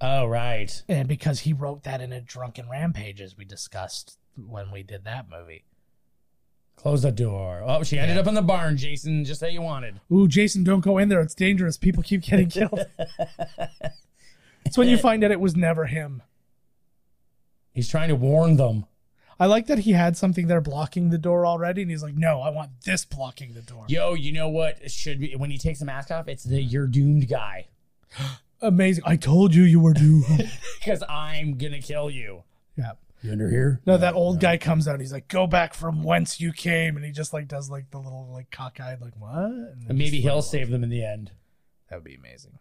Speaker 1: Oh right.
Speaker 2: and because he wrote that in a drunken rampage, as we discussed when we did that movie.
Speaker 1: Close the door. Oh, she ended up in the barn, Jason, just how you wanted.
Speaker 2: Ooh, Jason, don't go in there; it's dangerous. People keep getting [LAUGHS] killed. it's when you find out it was never him.
Speaker 1: He's trying to warn them.
Speaker 2: I like that he had something there blocking the door already, and he's like, "No, I want this blocking the door."
Speaker 1: Yo, you know what? It Should be when he takes the mask off, it's the you're doomed guy. [LAUGHS]
Speaker 2: Amazing! I told you you were due.
Speaker 1: Because I'm gonna kill you.
Speaker 2: yeah.
Speaker 1: You under here?
Speaker 2: No, that old guy comes out. And he's like, "Go back from whence you came," and he just like does like the little like cockeyed like what? And then
Speaker 1: And maybe
Speaker 2: just-
Speaker 1: he'll save them in the end.
Speaker 2: that would be amazing.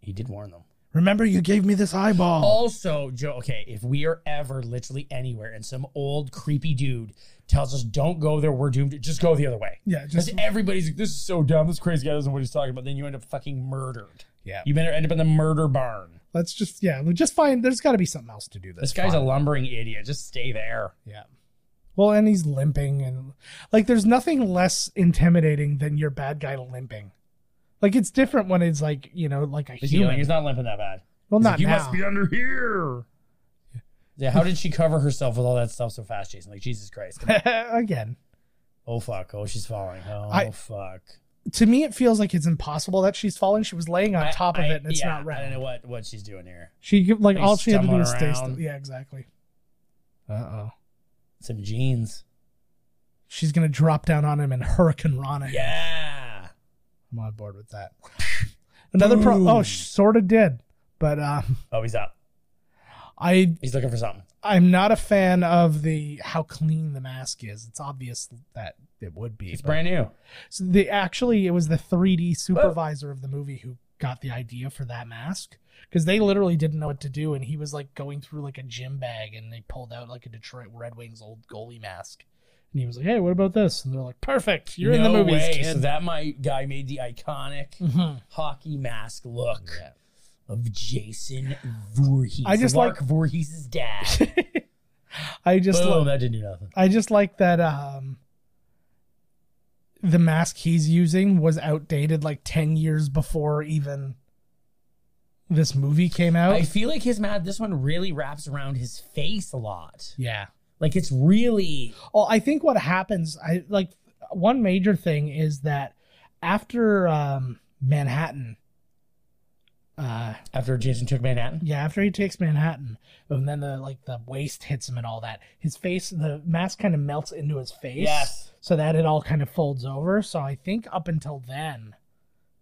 Speaker 1: He did warn them.
Speaker 2: Remember, you gave me this
Speaker 1: Oh.
Speaker 2: eyeball.
Speaker 1: Also, Joe, okay, if we are ever literally anywhere and some old creepy dude tells us don't go there, we're doomed, just go the other way.
Speaker 2: Yeah,
Speaker 1: Because
Speaker 2: just
Speaker 1: everybody's like, this is so dumb. This crazy guy doesn't know what he's talking about. Then you end up fucking murdered.
Speaker 2: yeah.
Speaker 1: You better end up in the murder barn.
Speaker 2: Let's just yeah, we'll just find. There's got to be something else to do
Speaker 1: This
Speaker 2: this.
Speaker 1: guy's a lumbering idiot. Just stay there.
Speaker 2: Yeah. Well, and he's limping, and like, there's nothing less intimidating than your bad guy limping. Like, it's different when it's like you know, like a
Speaker 1: Is he like,
Speaker 2: human.
Speaker 1: he's not limping that bad.
Speaker 2: Well,
Speaker 1: He's
Speaker 2: not
Speaker 1: like, you
Speaker 2: now.
Speaker 1: must be under here. Yeah, how did she cover herself with all that stuff so fast, Jason? Like, Jesus Christ.
Speaker 2: [LAUGHS]
Speaker 1: Come on.
Speaker 2: Again,
Speaker 1: Oh, fuck. Oh, she's falling. Oh,
Speaker 2: I-
Speaker 1: fuck.
Speaker 2: to me, it feels like it's impossible that she's falling. She was laying on
Speaker 1: I-
Speaker 2: top
Speaker 1: I-
Speaker 2: of it, and it's
Speaker 1: yeah,
Speaker 2: not right.
Speaker 1: I don't know what, what she's doing here.
Speaker 2: She give- like
Speaker 1: Like,
Speaker 2: all she had to do
Speaker 1: stumbling
Speaker 2: was stay
Speaker 1: around.
Speaker 2: still. Yeah, exactly. Uh oh.
Speaker 1: Some jeans.
Speaker 2: She's gonna drop down on him and hurricane Ron it.
Speaker 1: Yeah.
Speaker 2: I'm on board with that. Another pro. Oh,
Speaker 1: Boom.
Speaker 2: sort of did, but uh,
Speaker 1: Oh, he's up.
Speaker 2: I
Speaker 1: He's looking for something.
Speaker 2: I'm not a fan of the how clean the mask is. It's obvious that it would be.
Speaker 1: It's
Speaker 2: but-
Speaker 1: brand new.
Speaker 2: So the actually it was the 3D supervisor of the movie who got the idea for that mask because they literally didn't know what to do and he was like going through like a gym bag and they pulled out like a Detroit Red Wings old goalie mask and he was like, "Hey, what about this?" And they're like, "Perfect, you're in the
Speaker 1: No
Speaker 2: movies,
Speaker 1: way.
Speaker 2: kid."
Speaker 1: So that my guy made the iconic
Speaker 2: Mhm.
Speaker 1: hockey mask look of Jason Voorhees.
Speaker 2: I just
Speaker 1: Mark
Speaker 2: like-
Speaker 1: Voorhees' dad.
Speaker 2: [LAUGHS] I [LAUGHS] just
Speaker 1: Boom.
Speaker 2: love
Speaker 1: that didn't do nothing.
Speaker 2: I just like that um the mask he's using was outdated like 10 years before even this movie came out.
Speaker 1: I feel like his mad. This one really wraps around his face a lot.
Speaker 2: yeah.
Speaker 1: Like it's really
Speaker 2: Well, I think what happens, I like one major thing is that after um, Manhattan, uh,
Speaker 1: after Jason took Manhattan.
Speaker 2: yeah, after he takes Manhattan, and then the like the waist hats him and all that, his face, the mask kind of melts into his face,
Speaker 1: Yes.
Speaker 2: so that it all kind of folds over. So I think up until then,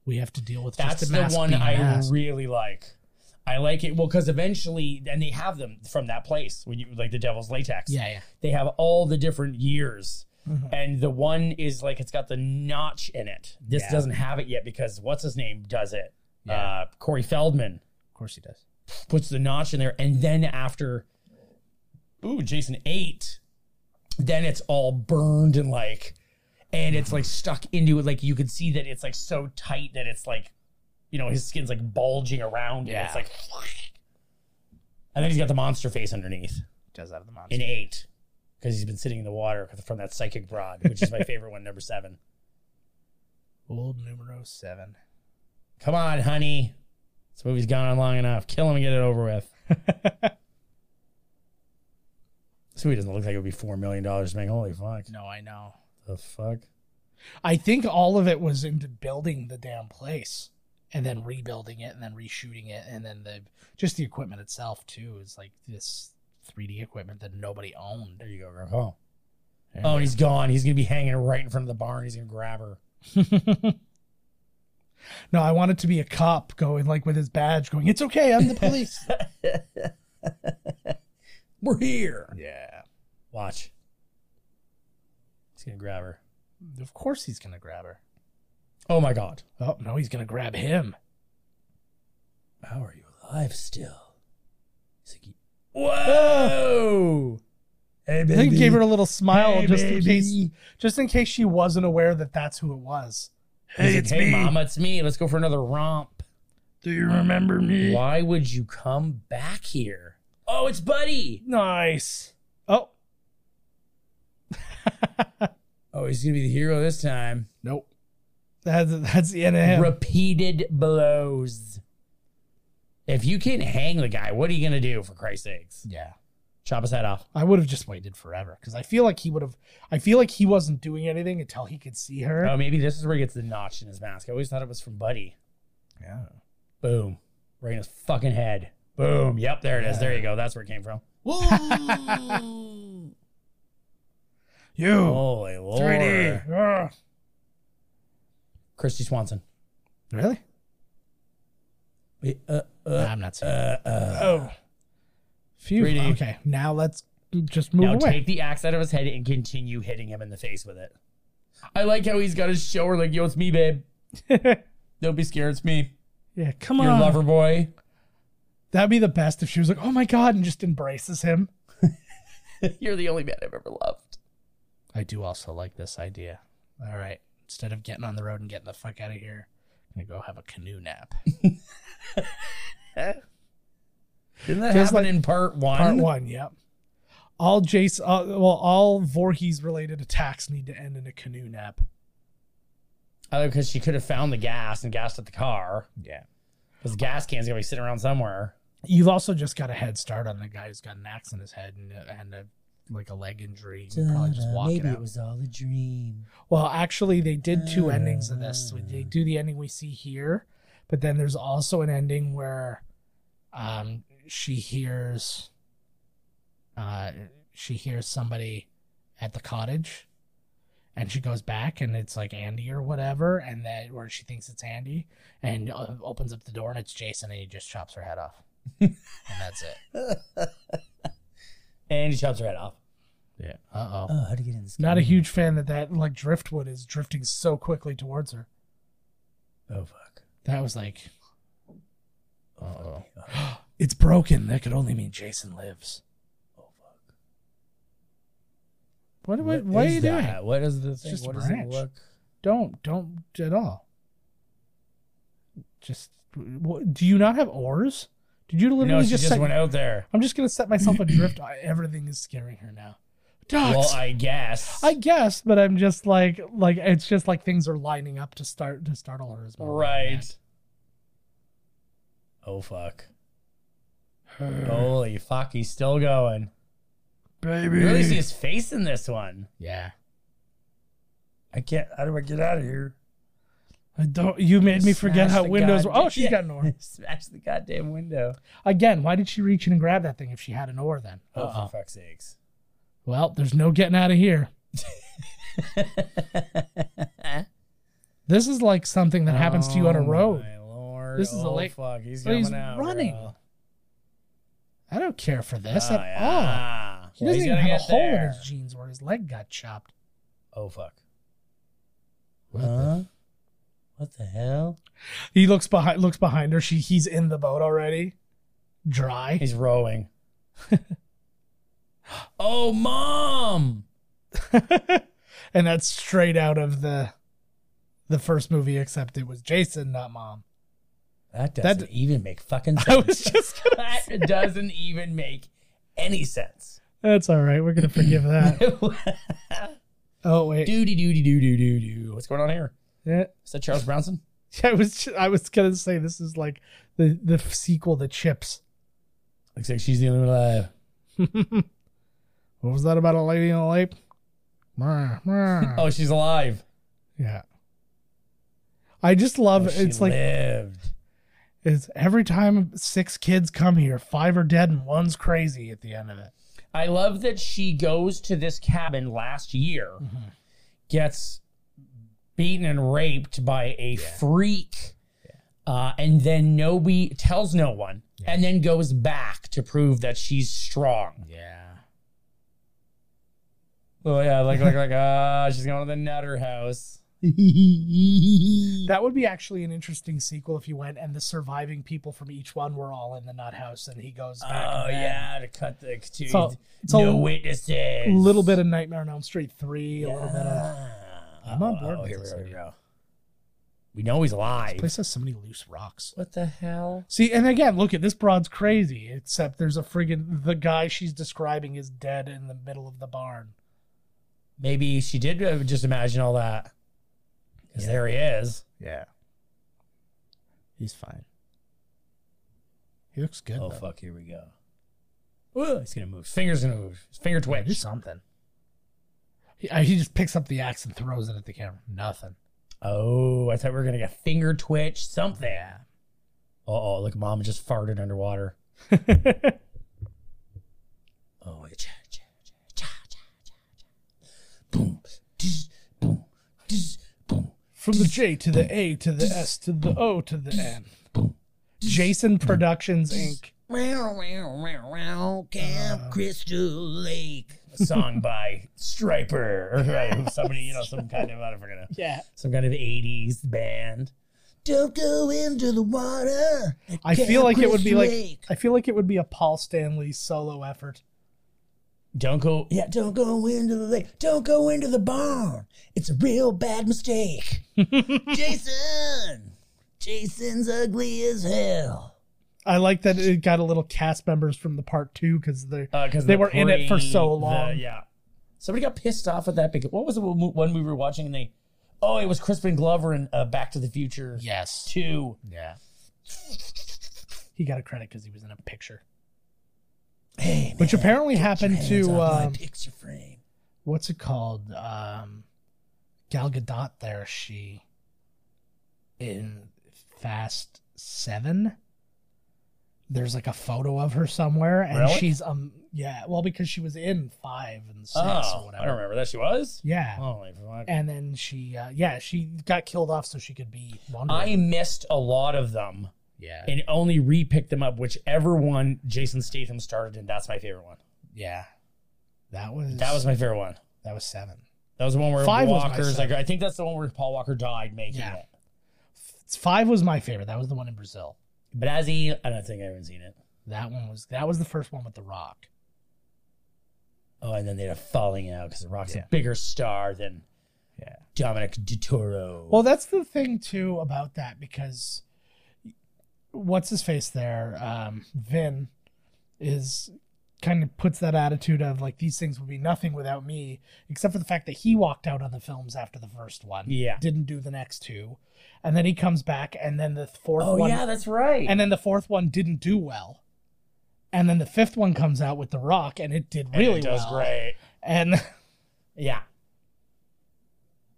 Speaker 2: we have to deal with
Speaker 1: That's
Speaker 2: just
Speaker 1: the,
Speaker 2: the, mask
Speaker 1: one
Speaker 2: being
Speaker 1: I
Speaker 2: a mask.
Speaker 1: really like. I like it well because eventually, and they have them from that place when you like the Devil's Latex.
Speaker 2: yeah, Mm-hmm. yeah,
Speaker 1: they have all the different years and the one is like it's got the notch in it this
Speaker 2: Yeah.
Speaker 1: doesn't have it yet because what's his name does it uh, corey feldman
Speaker 2: of course he does.
Speaker 1: puts the notch in there and then after ooh jason 8 then it's all burned and like and it's like stuck into it like you could see that it's like so tight that it's like you know his skin's like bulging around and it's like and then he's got the monster face underneath
Speaker 6: Does have the monster.
Speaker 1: an eight because he's been sitting in the water from that psychic broad, which is my favorite one, number seven.
Speaker 2: Old numero seven.
Speaker 1: Come on, honey. This movie's gone on long enough. Kill him and get it over
Speaker 2: [LAUGHS]
Speaker 1: with. this movie doesn't look like it would be $4 million to make. Holy fuck.
Speaker 2: No, I know.
Speaker 1: The fuck?
Speaker 2: I think all of it was into building the damn place and then rebuilding it and then reshooting it and then the just the equipment itself too is like this 3D equipment that nobody owned.
Speaker 1: There you go, girl. Oh. Oh, and he's gone. He's going to be hanging right in front of the barn. He's going to grab her.
Speaker 2: [LAUGHS] No, I wanted to be a cop going like with his badge going, "It's okay, I'm the police."
Speaker 1: We're here.
Speaker 2: [LAUGHS] yeah.
Speaker 1: Watch. He's going to grab her.
Speaker 2: Of course he's going to grab her.
Speaker 1: Oh, my God.
Speaker 2: Oh, no, he's going to grab him.
Speaker 1: How are you alive still? He's like, whoa! Hey,
Speaker 2: Ah! I
Speaker 1: baby.
Speaker 2: think he gave her a little smile
Speaker 1: Hey,
Speaker 2: just in
Speaker 1: baby.
Speaker 2: case just in case she wasn't aware that that's who it was.
Speaker 1: He's like, hey, mama, it's me. Let's go for another romp.
Speaker 2: Do you remember me?
Speaker 1: Why would you come back here? Oh, it's Buddy.
Speaker 2: Nice. Oh. [LAUGHS]
Speaker 1: Oh, he's gonna be the hero this time.
Speaker 2: Nope. That's that's the end of him.
Speaker 1: Repeated blows. If you can hang the guy, what are you gonna do? For Christ's sakes,
Speaker 2: yeah.
Speaker 1: chop his head off.
Speaker 2: I would have just waited forever because I feel like he would have. I feel like he wasn't doing anything until he could see her.
Speaker 1: Oh, maybe this is where he gets the notch in his mask. I always thought it was from Buddy.
Speaker 2: yeah.
Speaker 1: Boom, right in his fucking head. Boom. Yep, there it is. There you go. That's where it came from.
Speaker 2: [LAUGHS] You.
Speaker 1: Holy lord.
Speaker 2: 3D. Ugh.
Speaker 1: Christy Swanson.
Speaker 2: Really?
Speaker 1: Uh, uh,
Speaker 2: Nah,
Speaker 1: uh,
Speaker 2: I'm not
Speaker 1: uh,
Speaker 2: saying.
Speaker 1: uh.
Speaker 2: oh. Phew.
Speaker 1: 3D.
Speaker 2: Okay. Now let's just move
Speaker 1: Now
Speaker 2: away.
Speaker 1: take the axe out of his head and continue hitting him in the face with it. I like how he's got his shoulder like, yo, it's me, [LAUGHS] babe. Don't be scared, it's me.
Speaker 2: yeah. Come
Speaker 1: Your
Speaker 2: on.
Speaker 1: lover boy. [LAUGHS]
Speaker 2: That'd be the best if she was like, "Oh my god," and just embraces him.
Speaker 1: You're the only man I've ever loved.
Speaker 2: I do also like this idea. All right. Instead of getting on the road and getting the fuck out of here, I'm gonna go have a canoe nap.
Speaker 1: Didn't that
Speaker 2: Just
Speaker 1: happen
Speaker 2: like
Speaker 1: in part one?
Speaker 2: Part one, yep. All Jason, uh, well, all Voorhees related attacks need to end in a canoe nap.
Speaker 1: Because Oh, she could have found the gas and gassed at the car.
Speaker 2: Yeah.
Speaker 1: Because gas can's gonna be sitting around somewhere.
Speaker 2: You've also just got a head start on the guy who's got an axe in his head and, and a, like a leg injury. You probably just walk it out.
Speaker 1: was all a dream.
Speaker 2: Well, actually, they did two endings of this. We- They do the ending we see here, but then there's also an ending where um, she hears uh, she hears somebody at the cottage, and she goes back, and it's like Andy or whatever, and that where she thinks it's Andy, and uh, opens up the door, and it's Jason, and he just chops her head off, and that's it.
Speaker 1: And he chops her head off.
Speaker 2: Yeah. Uh oh.
Speaker 1: Oh, how to get in this
Speaker 2: Not a huge fan that that like driftwood is drifting so quickly towards her.
Speaker 1: Oh fuck.
Speaker 2: That was like, oh, [GASPS] it's broken. That could only mean Jason lives. Oh, What? What? What, are
Speaker 1: is
Speaker 2: you
Speaker 1: that?
Speaker 2: doing?
Speaker 1: What is the thing?
Speaker 2: just a
Speaker 1: what does it
Speaker 2: branch.
Speaker 1: look?
Speaker 2: Don't, don't at all. Just, what, do you not have oars? Did you literally
Speaker 1: No, she
Speaker 2: just,
Speaker 1: just
Speaker 2: say?
Speaker 1: went out there.
Speaker 2: I'm just gonna set myself adrift. I, everything is scaring her now. Ducks.
Speaker 1: Well,
Speaker 2: I,
Speaker 1: I guess.
Speaker 2: guess, but I'm just like, like it's just like things are lining up to start to startle her as well.
Speaker 1: Right. Oh
Speaker 2: [SIGHS]
Speaker 1: fuck. Holy fuck, he's still going.
Speaker 2: baby.
Speaker 1: You really see his face in this one.
Speaker 2: Yeah.
Speaker 1: I can't how do I get out of here?
Speaker 2: I don't. You made me
Speaker 1: Smash
Speaker 2: forget how
Speaker 1: the
Speaker 2: windows. Were.
Speaker 1: goddamn-
Speaker 2: Oh, she's
Speaker 1: [LAUGHS]
Speaker 2: got an oar
Speaker 1: [LAUGHS] Smash the goddamn window.
Speaker 2: again. Why did she reach in and grab that thing if she had an oar then?
Speaker 1: Oh
Speaker 2: Uh-oh.
Speaker 1: for fuck's [LAUGHS] sakes.
Speaker 2: Well, there's no getting out of here. This is like something that happens to you on a
Speaker 1: Oh,
Speaker 2: road.
Speaker 1: My lord.
Speaker 2: This is a
Speaker 1: oh,
Speaker 2: late-
Speaker 1: fuck. He's
Speaker 2: But
Speaker 1: coming
Speaker 2: he's
Speaker 1: out.
Speaker 2: running
Speaker 1: girl.
Speaker 2: I don't care for this
Speaker 1: Oh,
Speaker 2: at all.
Speaker 1: yeah.
Speaker 2: Ah. He
Speaker 1: Well,
Speaker 2: doesn't
Speaker 1: he's
Speaker 2: even
Speaker 1: gotta
Speaker 2: have a
Speaker 1: get
Speaker 2: hole in
Speaker 1: there.
Speaker 2: his jeans where his leg got chopped.
Speaker 1: Oh fuck.
Speaker 2: What the-
Speaker 1: Huh? What the hell?
Speaker 2: He looks behind. Looks behind her. She. He's in the boat already. Dry.
Speaker 1: He's rowing. oh, mom!
Speaker 2: [LAUGHS] and that's straight out of the, the first movie. Except it was Jason, not mom. [LAUGHS]
Speaker 1: That
Speaker 2: That-
Speaker 1: doesn't even make fucking
Speaker 2: I
Speaker 1: sense.
Speaker 2: was just gonna.
Speaker 1: that doesn't even make any sense. [LAUGHS]
Speaker 2: That's all right. We're gonna forgive that.
Speaker 1: Doody
Speaker 2: Oh wait.
Speaker 1: doody doo doo doo doo doo. What's going on here?
Speaker 2: Yeah. [LAUGHS]
Speaker 1: Is that Charles Bronson?
Speaker 2: I was ju- I was gonna say this is like the the sequel to Chips. [LAUGHS]
Speaker 1: Looks like she's the only one alive.
Speaker 2: What was that about a lady in a lake? Mwah, mwah.
Speaker 1: [LAUGHS] Oh, she's alive.
Speaker 2: Yeah. I just love
Speaker 1: Oh, she
Speaker 2: it's like
Speaker 1: lived.
Speaker 2: it's every time six kids come here, five are dead and one's crazy at the end of it.
Speaker 1: I love that she goes to this cabin last year, gets beaten and raped by a freak, uh, and then nobody tells no one, and then goes back to prove that she's strong.
Speaker 5: Yeah.
Speaker 1: Oh yeah, like like like ah, she's going to the Nutter [LAUGHS] House.
Speaker 2: That would be actually an interesting sequel if you went and the surviving people from each one were all in the nut house and he goes back.
Speaker 1: Oh
Speaker 2: and then-
Speaker 1: yeah, to cut the to
Speaker 2: So- so
Speaker 1: no witnesses.
Speaker 2: A little bit of Nightmare on Elm Street 3, a little bit of. I'm on board
Speaker 1: Oh,
Speaker 2: with
Speaker 1: here we
Speaker 2: this
Speaker 1: go, here we
Speaker 2: idea.
Speaker 1: go. We know he's
Speaker 2: This
Speaker 1: alive.
Speaker 2: place has so many loose rocks.
Speaker 1: What the hell?
Speaker 2: See, and again, look at this broad's crazy, except there's a friggin' the guy she's describing is dead in the middle of the barn.
Speaker 1: Maybe she did uh, just imagine all that. Because there he is.
Speaker 5: Yeah. He's fine.
Speaker 2: He looks good.
Speaker 1: Oh
Speaker 2: though.
Speaker 1: fuck! Here we go. Ooh, he's gonna move. His fingers gonna move. His finger
Speaker 2: Do
Speaker 1: twitch.
Speaker 2: something. He, uh, he just picks up the axe and throws it at the camera. Nothing.
Speaker 1: Oh, I thought we were gonna get finger twitch. Something. Uh oh! Look, mom just farted underwater. oh wait. Cha, cha, cha, cha, cha, cha, cha. Boom. Tsh, boom. Tsh, boom.
Speaker 2: From the J to the A to the S to the O to the N. Jason Productions Inc.
Speaker 1: Wow, wow, wow, wow, Camp Crystal Lake. Uh-huh. A song by Striper, [LAUGHS] or right, somebody, you know, some kind of, I don't forget, uh,
Speaker 2: Yeah.
Speaker 1: some kind of 80s band. Don't go into the water.
Speaker 2: I feel
Speaker 1: Camp
Speaker 2: like it would be
Speaker 1: Crystal
Speaker 2: like
Speaker 1: Lake.
Speaker 2: I feel like it would be a Paul Stanley solo effort.
Speaker 1: Don't go, yeah, don't go into the lake. Don't go into the barn. It's a real bad
Speaker 2: [LAUGHS]
Speaker 1: mistake. Jason! Jason's ugly as hell.
Speaker 2: I like that it got a little cast members from the part two because they're
Speaker 1: Because
Speaker 2: They were in it for so long.
Speaker 1: yeah. Somebody got pissed off at that because what was the one mo- one we were watching? And they, oh, it was Crispin Glover and uh, Back to the Future
Speaker 5: Yes.
Speaker 1: Two.
Speaker 5: Yeah.
Speaker 2: he got a credit because he was in a picture,
Speaker 1: Hey,
Speaker 2: which
Speaker 1: man,
Speaker 2: apparently happened
Speaker 1: hands
Speaker 2: to
Speaker 1: off my
Speaker 2: um,
Speaker 1: picture frame.
Speaker 2: what's it called? Um, Gal Gadot. There, she in Fast Seven. There's like a photo of her somewhere, and
Speaker 1: Really?
Speaker 2: she's um yeah, well because she was in five and six or
Speaker 1: Oh,
Speaker 2: whatever.
Speaker 1: I don't remember that she was.
Speaker 2: Yeah,
Speaker 1: Holy fuck.
Speaker 2: and then she uh, yeah she got killed off so she could be Wonder
Speaker 1: I
Speaker 2: Woman.
Speaker 1: missed a lot of them
Speaker 5: Yeah.
Speaker 1: and only repicked them up, whichever one Jason Statham started, and that's my favorite one.
Speaker 5: yeah.
Speaker 2: That was
Speaker 1: That was my favorite one.
Speaker 2: that was seven.
Speaker 1: That was the one where
Speaker 2: Five was my
Speaker 1: Walker's like,
Speaker 2: favorite.
Speaker 1: I think that's the one where Paul Walker died making
Speaker 2: Yeah.
Speaker 1: it.
Speaker 2: Five was my favorite. That was the one in Brazil.
Speaker 1: But as he, I don't think I haven't seen it.
Speaker 2: That one was that was the first one with The Rock.
Speaker 1: Oh, and then they had a falling out because The Rock's
Speaker 5: Yeah.
Speaker 1: a bigger star than
Speaker 5: Yeah.
Speaker 1: Dominic DeToro.
Speaker 2: Well, that's the thing too about that because what's his face there, um, Vin, is kind of puts that attitude of like these things would be nothing without me, except for the fact that he walked out on the films after the first one.
Speaker 1: Yeah.
Speaker 2: didn't do the next two, and then he comes back, and then the fourth
Speaker 1: oh
Speaker 2: one,
Speaker 1: yeah, that's right.
Speaker 2: and then the fourth one didn't do well. And then the fifth one comes out with The Rock, and it did
Speaker 1: And
Speaker 2: really
Speaker 1: it does
Speaker 2: well.
Speaker 1: great. [LAUGHS]
Speaker 2: And
Speaker 1: Yeah.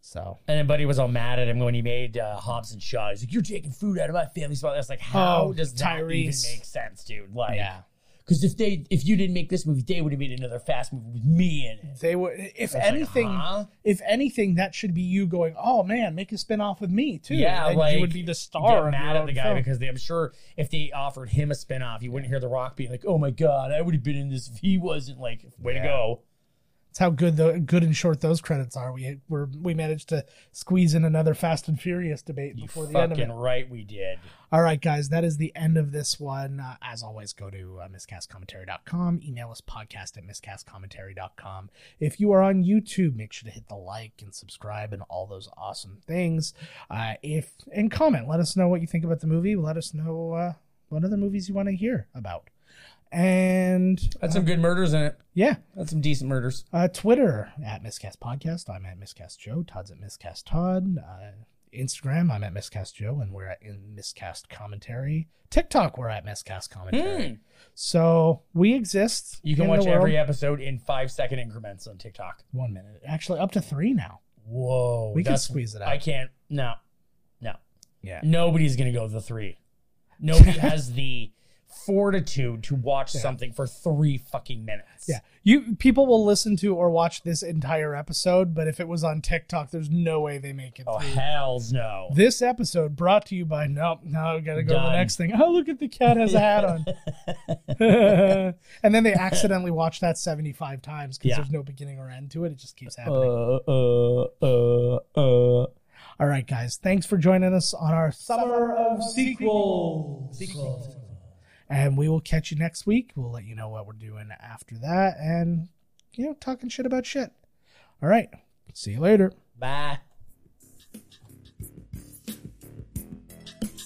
Speaker 5: So
Speaker 1: And then Buddy was all mad at him when he made uh, Hobbs and Shaw. He's like, "You're taking food out of my family spot." That's like, how
Speaker 2: Oh,
Speaker 1: does that even make
Speaker 2: Tyrese.
Speaker 1: sense, dude? Like,
Speaker 5: yeah.
Speaker 1: because if they, if you didn't make this movie, they would have made another fast movie with me in it.
Speaker 2: they were, if
Speaker 1: It's like,
Speaker 2: anything,
Speaker 1: huh?
Speaker 2: if anything, that should be you going, oh man, make a spin off with me too.
Speaker 1: Yeah,
Speaker 2: Then
Speaker 1: like,
Speaker 2: you would be the
Speaker 1: get
Speaker 2: star. of
Speaker 1: mad
Speaker 2: your
Speaker 1: at the
Speaker 2: own
Speaker 1: guy
Speaker 2: film.
Speaker 1: because they, I'm sure if they offered him a spinoff, you wouldn't hear The Rock being like, "Oh my god, I would have been in this if he wasn't." Like, way to
Speaker 5: Yeah.
Speaker 1: go.
Speaker 2: that's how good the good and short those credits are. We were we managed to squeeze in another Fast and Furious debate
Speaker 1: You
Speaker 2: before the end of
Speaker 1: fucking
Speaker 2: it.
Speaker 1: right, we did.
Speaker 2: All right, guys, that is the end of this one. Uh, as always, go to uh, miscastcommentary.com, email us podcast at miscastcommentary.com. If you are on YouTube, make sure to hit the like and subscribe and all those awesome things. Uh, if and comment, let us know what you think about the movie. Let us know uh, what other movies you want to hear about. And
Speaker 1: Had some good murders in it.
Speaker 2: yeah,
Speaker 1: Had some decent murders.
Speaker 2: uh, Twitter at Miscast Podcast. I'm at Miscast Joe. Todd's at Miscast Todd. Uh, Instagram, I'm at Miscast Joe, and we're at in Miscast Commentary. TikTok, we're at Miscast Commentary. So we exist.
Speaker 1: Hmm. You can
Speaker 2: in the
Speaker 1: watch every
Speaker 2: world.
Speaker 1: episode in five second increments on TikTok.
Speaker 2: one minute, actually, up to three now.
Speaker 1: Whoa.
Speaker 2: We can
Speaker 1: that's-
Speaker 2: squeeze it out.
Speaker 1: I can't. No. No.
Speaker 2: Yeah.
Speaker 1: Nobody's going to go the three.
Speaker 2: [LAUGHS]
Speaker 1: Nobody has the fortitude to watch something for three fucking minutes.
Speaker 2: Yeah, you people will listen to or watch this entire episode, but if it was on TikTok, there's no way they make it.
Speaker 1: Oh,
Speaker 2: through.
Speaker 1: hells no.
Speaker 2: This episode brought to you by nope. Now I gotta go to
Speaker 1: Done.
Speaker 2: the next thing. Oh, look at the cat has
Speaker 1: [LAUGHS]
Speaker 2: a hat on, [LAUGHS] and then they accidentally watch that seventy five times because
Speaker 1: Yeah.
Speaker 2: there's no beginning or end to it. It just keeps
Speaker 1: Uh,
Speaker 2: happening.
Speaker 1: uh, uh, uh.
Speaker 2: All right, guys, thanks for joining us on our summer of sequels. And we will catch you next week. We'll let you know what we're doing after that, and you know, talking shit about shit. All right, see you later.
Speaker 1: Bye.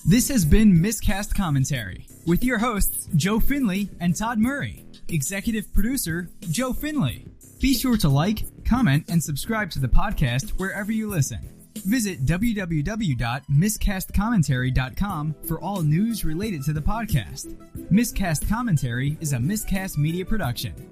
Speaker 6: This has been Miscast Commentary with your hosts, Joe Finley and Todd Murray. Executive producer, Joe Finley. Be sure to like, comment, and subscribe to the podcast wherever you listen. Visit www.miscastcommentary.com for all news related to the podcast. Miscast Commentary is a miscast media production.